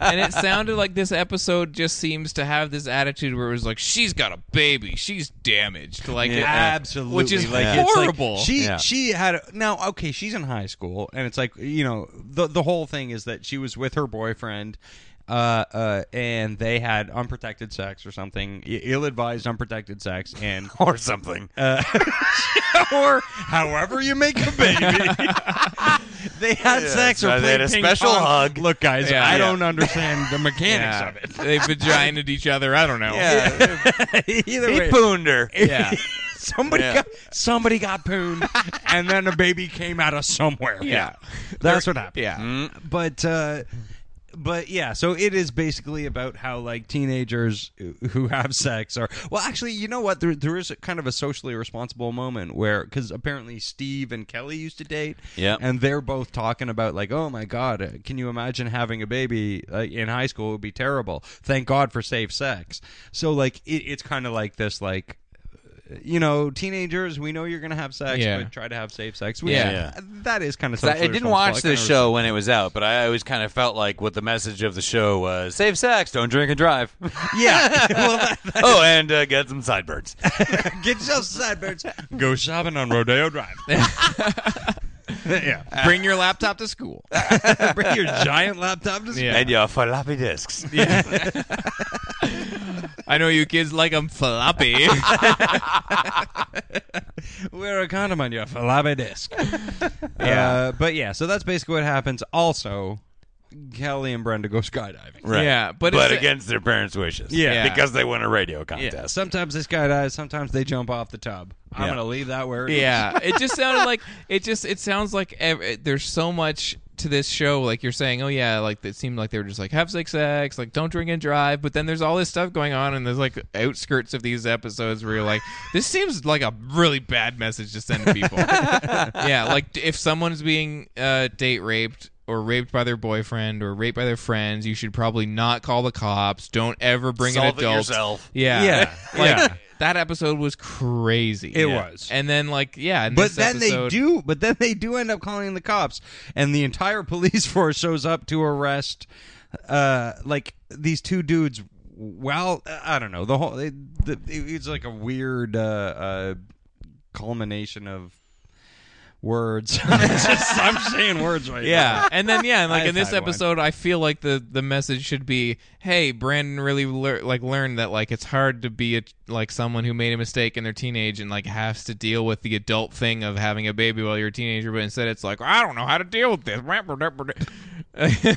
[SPEAKER 1] and it sounded like this episode just seems to have this attitude where it was like, she's got a baby, she's damaged, like it-
[SPEAKER 2] Absolutely,
[SPEAKER 1] which is
[SPEAKER 2] like, it's like-
[SPEAKER 1] horrible.
[SPEAKER 2] she
[SPEAKER 3] Yeah.
[SPEAKER 2] she had a, now okay. She's in high school, and it's like you know the the whole thing is that she was with her boyfriend, uh, uh, and they had unprotected sex or something, ill advised unprotected sex, and
[SPEAKER 3] <laughs>
[SPEAKER 2] Uh,
[SPEAKER 3] or something.
[SPEAKER 2] <laughs> or however you make a baby.
[SPEAKER 3] <laughs>
[SPEAKER 2] they had sex or
[SPEAKER 3] so
[SPEAKER 2] played
[SPEAKER 3] they had a
[SPEAKER 2] ping
[SPEAKER 3] special
[SPEAKER 2] pong.
[SPEAKER 3] hug.
[SPEAKER 2] Look, guys,
[SPEAKER 1] Yeah.
[SPEAKER 2] I
[SPEAKER 1] Yeah.
[SPEAKER 2] don't understand the mechanics
[SPEAKER 1] yeah.
[SPEAKER 2] of it.
[SPEAKER 1] they
[SPEAKER 2] <laughs>
[SPEAKER 1] vaginaed each other. I don't know.
[SPEAKER 3] yeah,
[SPEAKER 2] Either
[SPEAKER 3] he
[SPEAKER 2] way,
[SPEAKER 3] pooned her.
[SPEAKER 1] Yeah.
[SPEAKER 2] <laughs> somebody
[SPEAKER 3] Yeah.
[SPEAKER 2] got somebody got pooned, and then a baby came out of somewhere.
[SPEAKER 1] Yeah.
[SPEAKER 2] that's what happened.
[SPEAKER 1] Yeah.
[SPEAKER 2] but. uh but yeah, so it is basically about how like teenagers who have sex are well. Actually, you know what? There there is a kind of a socially responsible moment where because apparently Steve and Kelly used to date,
[SPEAKER 3] Yep.
[SPEAKER 2] and they're both talking about like, oh my god, uh, can you imagine having a baby like, in high school? It would be terrible. Thank God for safe sex. So like, it, it's kind of like this like. You know, teenagers, we know you're going to have sex,
[SPEAKER 1] Yeah.
[SPEAKER 2] but try to have safe sex. Which,
[SPEAKER 1] Yeah.
[SPEAKER 2] That is kind of
[SPEAKER 3] So I
[SPEAKER 2] something.
[SPEAKER 3] I didn't watch this show when it was out, but I always kind of felt like what the message of the show was: save sex, don't drink and drive. <laughs>
[SPEAKER 2] Yeah. <laughs> well, that,
[SPEAKER 3] oh, <laughs> and uh, get some sideburns.
[SPEAKER 2] Get yourself sideburns. Go shopping on Rodeo
[SPEAKER 3] <laughs>
[SPEAKER 2] Drive. <laughs> yeah.
[SPEAKER 1] Bring your laptop to school.
[SPEAKER 2] Bring your giant laptop to school.
[SPEAKER 1] Yeah.
[SPEAKER 3] And your
[SPEAKER 1] <laughs>
[SPEAKER 3] floppy disks.
[SPEAKER 1] I know you kids like them floppy.
[SPEAKER 2] Wear a condom on your floppy
[SPEAKER 3] <laughs>
[SPEAKER 2] disk. yeah. But yeah, so that's basically what happens. Also, Kelly and Brenda go skydiving.
[SPEAKER 3] Right.
[SPEAKER 1] Yeah, but
[SPEAKER 3] but
[SPEAKER 1] it's-
[SPEAKER 3] against their parents' wishes.
[SPEAKER 2] Yeah.
[SPEAKER 3] because they won a radio contest.
[SPEAKER 2] Yeah. Sometimes they skydive, sometimes they jump off the tub. I'm
[SPEAKER 3] Yeah.
[SPEAKER 2] going to leave that where it is.
[SPEAKER 3] <laughs>
[SPEAKER 1] yeah. It just sounded like it just it sounds like ev- it- there's so much to this show like you're saying, oh yeah, like it seemed like they were just like have sex, sex, like don't drink and drive, but then there's all this stuff going on and there's like outskirts of these episodes where you're like this seems like a really bad message to send to
[SPEAKER 3] <laughs>
[SPEAKER 1] people. yeah, like if someone's being uh, date raped or raped by their boyfriend or raped by their friends, you should probably not call the cops. Don't ever bring
[SPEAKER 3] Solve it
[SPEAKER 1] an adult.
[SPEAKER 3] yourself.
[SPEAKER 1] Yeah, <laughs>
[SPEAKER 2] Yeah.
[SPEAKER 1] Like,
[SPEAKER 2] Yeah.
[SPEAKER 1] That episode was crazy.
[SPEAKER 2] It was.
[SPEAKER 1] And then like yeah, and
[SPEAKER 2] But
[SPEAKER 1] this
[SPEAKER 2] then
[SPEAKER 1] episode-
[SPEAKER 2] they do. But then they do end up calling the cops, and the entire <laughs> police force shows up to arrest, uh, like these two dudes. Well, I don't know. The whole it, the, it- it's like a weird uh, uh, culmination of words. <laughs> I'm, just, I'm saying words right
[SPEAKER 1] <laughs> Yeah, and then yeah, and
[SPEAKER 2] <laughs>
[SPEAKER 1] like
[SPEAKER 2] I've
[SPEAKER 1] in this
[SPEAKER 2] had one.
[SPEAKER 1] episode, I feel like the the message should be, hey, Brandon really lear- like learned that like it's hard to be a, like someone who made a mistake in their teenage and like has to deal with the adult thing of having a baby while you're a teenager. But instead, it's <laughs> like I don't know how to deal with this.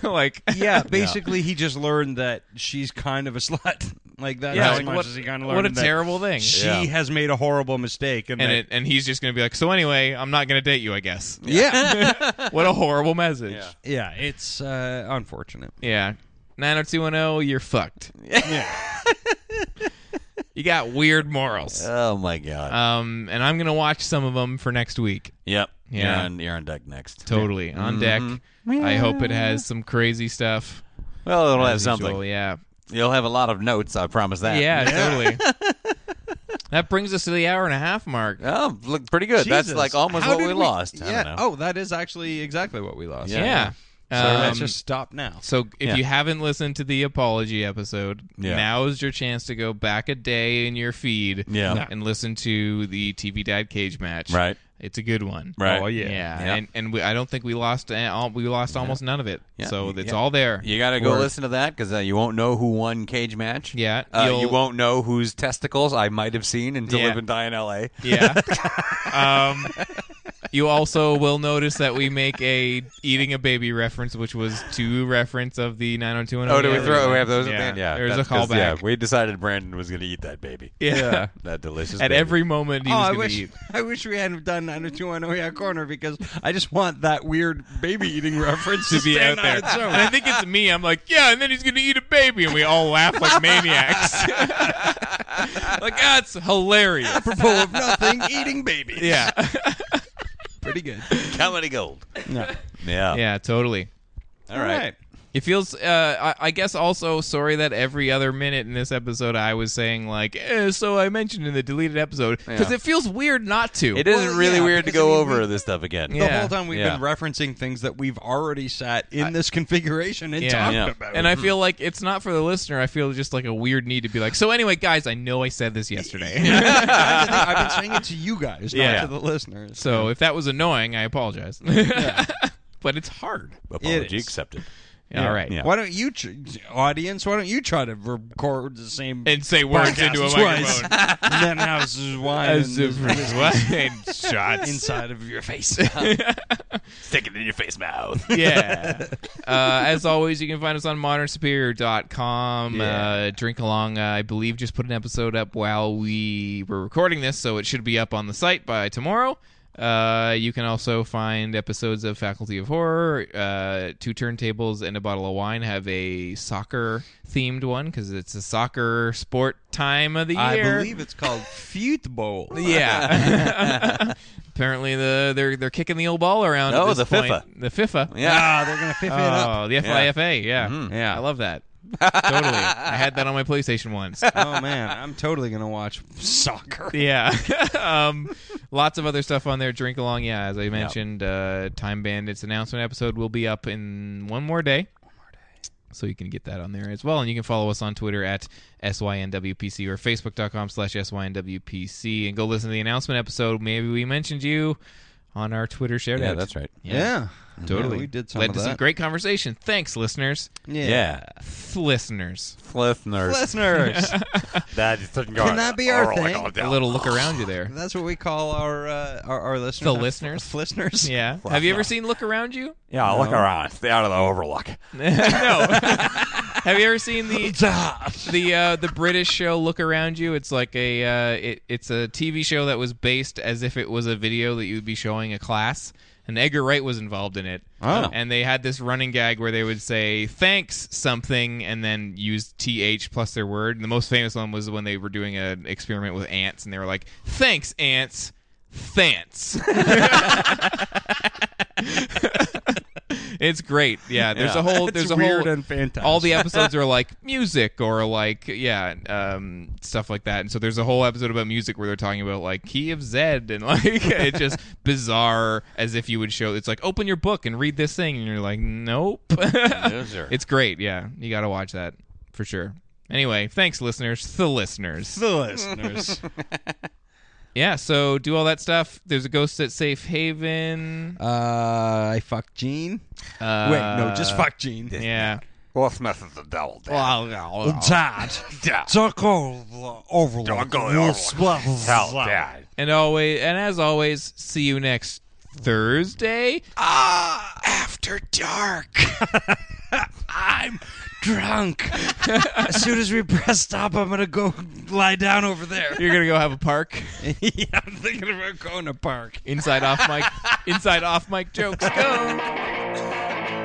[SPEAKER 1] <laughs> like
[SPEAKER 2] yeah, basically, he just learned that she's kind of a slut. <laughs> Like that,
[SPEAKER 1] Yeah,
[SPEAKER 2] as
[SPEAKER 1] like,
[SPEAKER 2] much
[SPEAKER 1] what-
[SPEAKER 2] as he kind of
[SPEAKER 1] what
[SPEAKER 2] learned.
[SPEAKER 1] a
[SPEAKER 2] that
[SPEAKER 1] terrible thing.
[SPEAKER 2] She
[SPEAKER 3] Yeah.
[SPEAKER 2] has made a horrible mistake, and,
[SPEAKER 1] and
[SPEAKER 2] that-
[SPEAKER 1] it and he's just gonna be like, so anyway, I'm not gonna date you, I guess.
[SPEAKER 2] yeah,
[SPEAKER 1] <laughs> What a horrible message. Yeah.
[SPEAKER 2] yeah, it's uh, unfortunate.
[SPEAKER 1] 90210, you're fucked. Yeah.
[SPEAKER 2] <laughs>
[SPEAKER 1] Uh. you got weird morals.
[SPEAKER 3] Oh my god.
[SPEAKER 2] Uh,
[SPEAKER 1] Um, and I'm gonna watch some of them for next week.
[SPEAKER 3] yep.
[SPEAKER 1] yeah.
[SPEAKER 3] You're on, you're on deck next.
[SPEAKER 1] Totally on deck. I hope it has some crazy stuff.
[SPEAKER 3] Well, it'll have
[SPEAKER 1] as
[SPEAKER 3] something.
[SPEAKER 1] usual, yeah.
[SPEAKER 3] You'll have a lot of notes. I promise that.
[SPEAKER 1] Yeah, totally. <laughs> that brings us to the hour and a half mark.
[SPEAKER 3] <laughs> Oh, look pretty good. That's
[SPEAKER 2] Jesus.
[SPEAKER 3] like almost
[SPEAKER 2] How
[SPEAKER 3] what we,
[SPEAKER 2] did
[SPEAKER 3] lost. I
[SPEAKER 2] Yeah.
[SPEAKER 3] don't know.
[SPEAKER 2] Oh, that is actually exactly what we lost.
[SPEAKER 3] Yeah.
[SPEAKER 1] Yeah.
[SPEAKER 2] So
[SPEAKER 1] Um,
[SPEAKER 2] let's just stop now.
[SPEAKER 1] So if
[SPEAKER 3] Yeah.
[SPEAKER 1] you haven't listened to the apology episode,
[SPEAKER 3] Yeah.
[SPEAKER 1] now is your chance to go back a day in your feed
[SPEAKER 3] Yeah.
[SPEAKER 1] and listen to the TV Dad cage match.
[SPEAKER 3] Right.
[SPEAKER 1] It's a good one.
[SPEAKER 3] Right.
[SPEAKER 2] Oh, yeah.
[SPEAKER 1] Yeah.
[SPEAKER 3] Yeah.
[SPEAKER 1] And and we, I don't think we lost uh, all, we lost almost none of it.
[SPEAKER 3] Yeah.
[SPEAKER 1] So it's
[SPEAKER 3] Yeah.
[SPEAKER 1] all there.
[SPEAKER 3] You got to go
[SPEAKER 1] Or-
[SPEAKER 3] listen to that because uh, you won't know who won cage match.
[SPEAKER 1] Yeah,
[SPEAKER 3] Uh, you
[SPEAKER 1] you'll-
[SPEAKER 3] won't know whose testicles I might have seen until
[SPEAKER 1] Yeah.
[SPEAKER 3] live and die in L.A. <laughs>
[SPEAKER 1] Yeah. um, you also will notice that we make a eating a baby reference, which was to reference of the 90210.
[SPEAKER 3] Oh, do we throw? We have those.
[SPEAKER 1] Yeah.
[SPEAKER 3] at the end? yeah
[SPEAKER 1] There's a
[SPEAKER 3] that's 'cause,
[SPEAKER 1] callback.
[SPEAKER 3] Yeah, we decided Brandon was going to eat that baby.
[SPEAKER 1] Yeah.
[SPEAKER 3] that delicious.
[SPEAKER 1] At
[SPEAKER 3] baby.
[SPEAKER 1] every moment he
[SPEAKER 2] oh,
[SPEAKER 1] was
[SPEAKER 2] I
[SPEAKER 1] going to <laughs>
[SPEAKER 2] wish
[SPEAKER 1] eat.
[SPEAKER 2] I wish we hadn't done 90210 yeah corner because I just want that weird baby <laughs> eating reference to,
[SPEAKER 1] to be out
[SPEAKER 2] stand
[SPEAKER 1] there.
[SPEAKER 2] on its own.
[SPEAKER 1] And I think it's me. I'm like, yeah, and then he's gonna eat a baby, and we all laugh <laughs> like maniacs. like that's hilarious.
[SPEAKER 2] Apropos of nothing, eating babies.
[SPEAKER 1] Yeah,
[SPEAKER 2] pretty <laughs> good.
[SPEAKER 3] comedy gold.
[SPEAKER 2] No.
[SPEAKER 1] <laughs>
[SPEAKER 3] Yeah.
[SPEAKER 1] yeah, totally.
[SPEAKER 3] All right.
[SPEAKER 1] It feels. Uh, I, I guess also sorry that every other minute in this episode I was saying like, eh, so I mentioned in the deleted episode because
[SPEAKER 3] Yeah.
[SPEAKER 1] it feels weird not to.
[SPEAKER 3] It is
[SPEAKER 2] Well,
[SPEAKER 3] really
[SPEAKER 2] yeah,
[SPEAKER 3] weird to
[SPEAKER 2] because, I
[SPEAKER 3] go
[SPEAKER 2] mean,
[SPEAKER 3] over
[SPEAKER 2] we-
[SPEAKER 3] this stuff again.
[SPEAKER 1] The
[SPEAKER 2] The
[SPEAKER 1] Yeah.
[SPEAKER 2] whole time we've
[SPEAKER 3] Yeah.
[SPEAKER 2] been referencing things that we've already sat in this configuration and
[SPEAKER 1] Yeah.
[SPEAKER 2] talked
[SPEAKER 3] Yeah.
[SPEAKER 2] about. Hmm.
[SPEAKER 1] And I feel like it's not for the listener. I feel just like a weird need to be like. So anyway, guys, I know I said this
[SPEAKER 2] <laughs>
[SPEAKER 1] yesterday.
[SPEAKER 2] That's the thing, I've been saying it to you guys, not
[SPEAKER 1] Yeah.
[SPEAKER 2] to the listeners.
[SPEAKER 1] so if that was annoying, I apologize. <laughs> but it's hard.
[SPEAKER 3] Apology
[SPEAKER 2] It is.
[SPEAKER 3] accepted.
[SPEAKER 1] All right.
[SPEAKER 3] Yeah.
[SPEAKER 2] Why don't you, tr- audience? Why don't you try to record the same
[SPEAKER 1] And say words
[SPEAKER 2] podcast
[SPEAKER 1] into a
[SPEAKER 2] twice,
[SPEAKER 1] microphone.
[SPEAKER 2] <laughs> and then house is wine and
[SPEAKER 1] As
[SPEAKER 2] <laughs> this
[SPEAKER 1] if-
[SPEAKER 2] whiskey
[SPEAKER 1] What? Shots.
[SPEAKER 2] inside of your face.
[SPEAKER 3] Stick it in your face, mouth.
[SPEAKER 2] <laughs>
[SPEAKER 1] yeah. Uh, as always, you can find us on modernsuperior.com. Uh, drink along. Uh, I believe just put an episode up while we were recording this, so it should be up on the site by tomorrow. Uh, you can also find episodes of Faculty of Horror, uh, Two Turntables, and a Bottle of Wine have a soccer themed one because it's a soccer sport time of the year.
[SPEAKER 2] I believe it's called Feet Bowl.
[SPEAKER 1] Yeah. Apparently the they're they're kicking the old ball around. at
[SPEAKER 3] Oh,
[SPEAKER 1] this
[SPEAKER 3] the
[SPEAKER 1] point.
[SPEAKER 3] FIFA.
[SPEAKER 1] The FIFA.
[SPEAKER 3] Yeah.
[SPEAKER 2] Ah, they're gonna fifth it up.
[SPEAKER 1] Oh, the FIFA. Yeah.
[SPEAKER 2] Yeah.
[SPEAKER 1] I love that. totally. I had that on my PlayStation once.
[SPEAKER 2] Oh man, I'm totally gonna watch soccer.
[SPEAKER 1] Yeah. <laughs> um, lots of other stuff on there. Drink along. Yeah, as I mentioned, uh, Time Bandits announcement episode will be up in one more day. So you can get that on there as well. And you can follow us on Twitter at SYNWPC or Facebook.com slash SYNWPC and go listen to the announcement episode. Maybe we mentioned you on our Twitter shout
[SPEAKER 3] Yeah,
[SPEAKER 1] out.
[SPEAKER 3] that's right.
[SPEAKER 2] Yeah,
[SPEAKER 1] Totally.
[SPEAKER 2] Yeah, we did some
[SPEAKER 1] Led
[SPEAKER 2] of
[SPEAKER 1] to some
[SPEAKER 2] that.
[SPEAKER 1] great conversation. Thanks, listeners.
[SPEAKER 3] Yeah.
[SPEAKER 1] Th- listeners.
[SPEAKER 3] Listeners.
[SPEAKER 2] Listeners,
[SPEAKER 3] <laughs>
[SPEAKER 1] <laughs>
[SPEAKER 3] That is Can
[SPEAKER 2] Can that be our thing?
[SPEAKER 1] A little look around you
[SPEAKER 2] <laughs>
[SPEAKER 1] there.
[SPEAKER 2] that's what we call our uh, our, our listeners.
[SPEAKER 1] The
[SPEAKER 2] Our
[SPEAKER 1] listeners?
[SPEAKER 2] f- <laughs> listeners.
[SPEAKER 1] Yeah. Have you ever seen Look Around You?
[SPEAKER 3] Yeah, look around. Stay out of the overlook.
[SPEAKER 1] no. Have you ever seen the the uh, the British show Look Around You? It's like a uh, it, it's a TV show that was based as if it was a video that you'd be showing a class. And Edgar Wright was involved in it.
[SPEAKER 2] Oh.
[SPEAKER 1] And they had this running gag where they would say thanks something and then use th plus their word. And the most famous one was when they were doing an experiment with ants and they were like thanks ants, thanks. It's great. Yeah, there's
[SPEAKER 3] Yeah.
[SPEAKER 1] a whole
[SPEAKER 2] <laughs> It's
[SPEAKER 1] there's a
[SPEAKER 2] weird
[SPEAKER 1] whole
[SPEAKER 2] and fantastic.
[SPEAKER 1] all
[SPEAKER 2] <laughs>
[SPEAKER 1] the episodes are like music or like yeah, um, stuff like that. And so there's a whole episode about music where they're talking about like key of Z and like <laughs> it's just bizarre as if you would show it's like open your book and read this thing and you're like nope. <laughs>
[SPEAKER 3] sir.
[SPEAKER 1] it's great. Yeah, you got to watch that for sure. Anyway, thanks listeners, the listeners.
[SPEAKER 2] The listeners.
[SPEAKER 1] Yeah, so do all that stuff. There's a ghost at Safe Haven.
[SPEAKER 2] <laughs> uh, I fuck Gene. Uh, Wait, no, just fuck Gene.
[SPEAKER 1] Yeah.
[SPEAKER 3] Well, Smith is the devil.
[SPEAKER 2] Dad,
[SPEAKER 3] Dad.
[SPEAKER 2] don't go the overlook.
[SPEAKER 3] Don't go the
[SPEAKER 2] We'll
[SPEAKER 3] overlook.
[SPEAKER 2] split the lot.
[SPEAKER 1] And always and as always, see you next Thursday.
[SPEAKER 2] Ah, after. after dark. I'm <laughs> drunk. as soon as we press stop, I'm gonna go lie down over there.
[SPEAKER 1] You're gonna go have a park.
[SPEAKER 2] <laughs> yeah, I'm thinking about going to park.
[SPEAKER 1] Inside off mic. Inside off mic jokes. Go.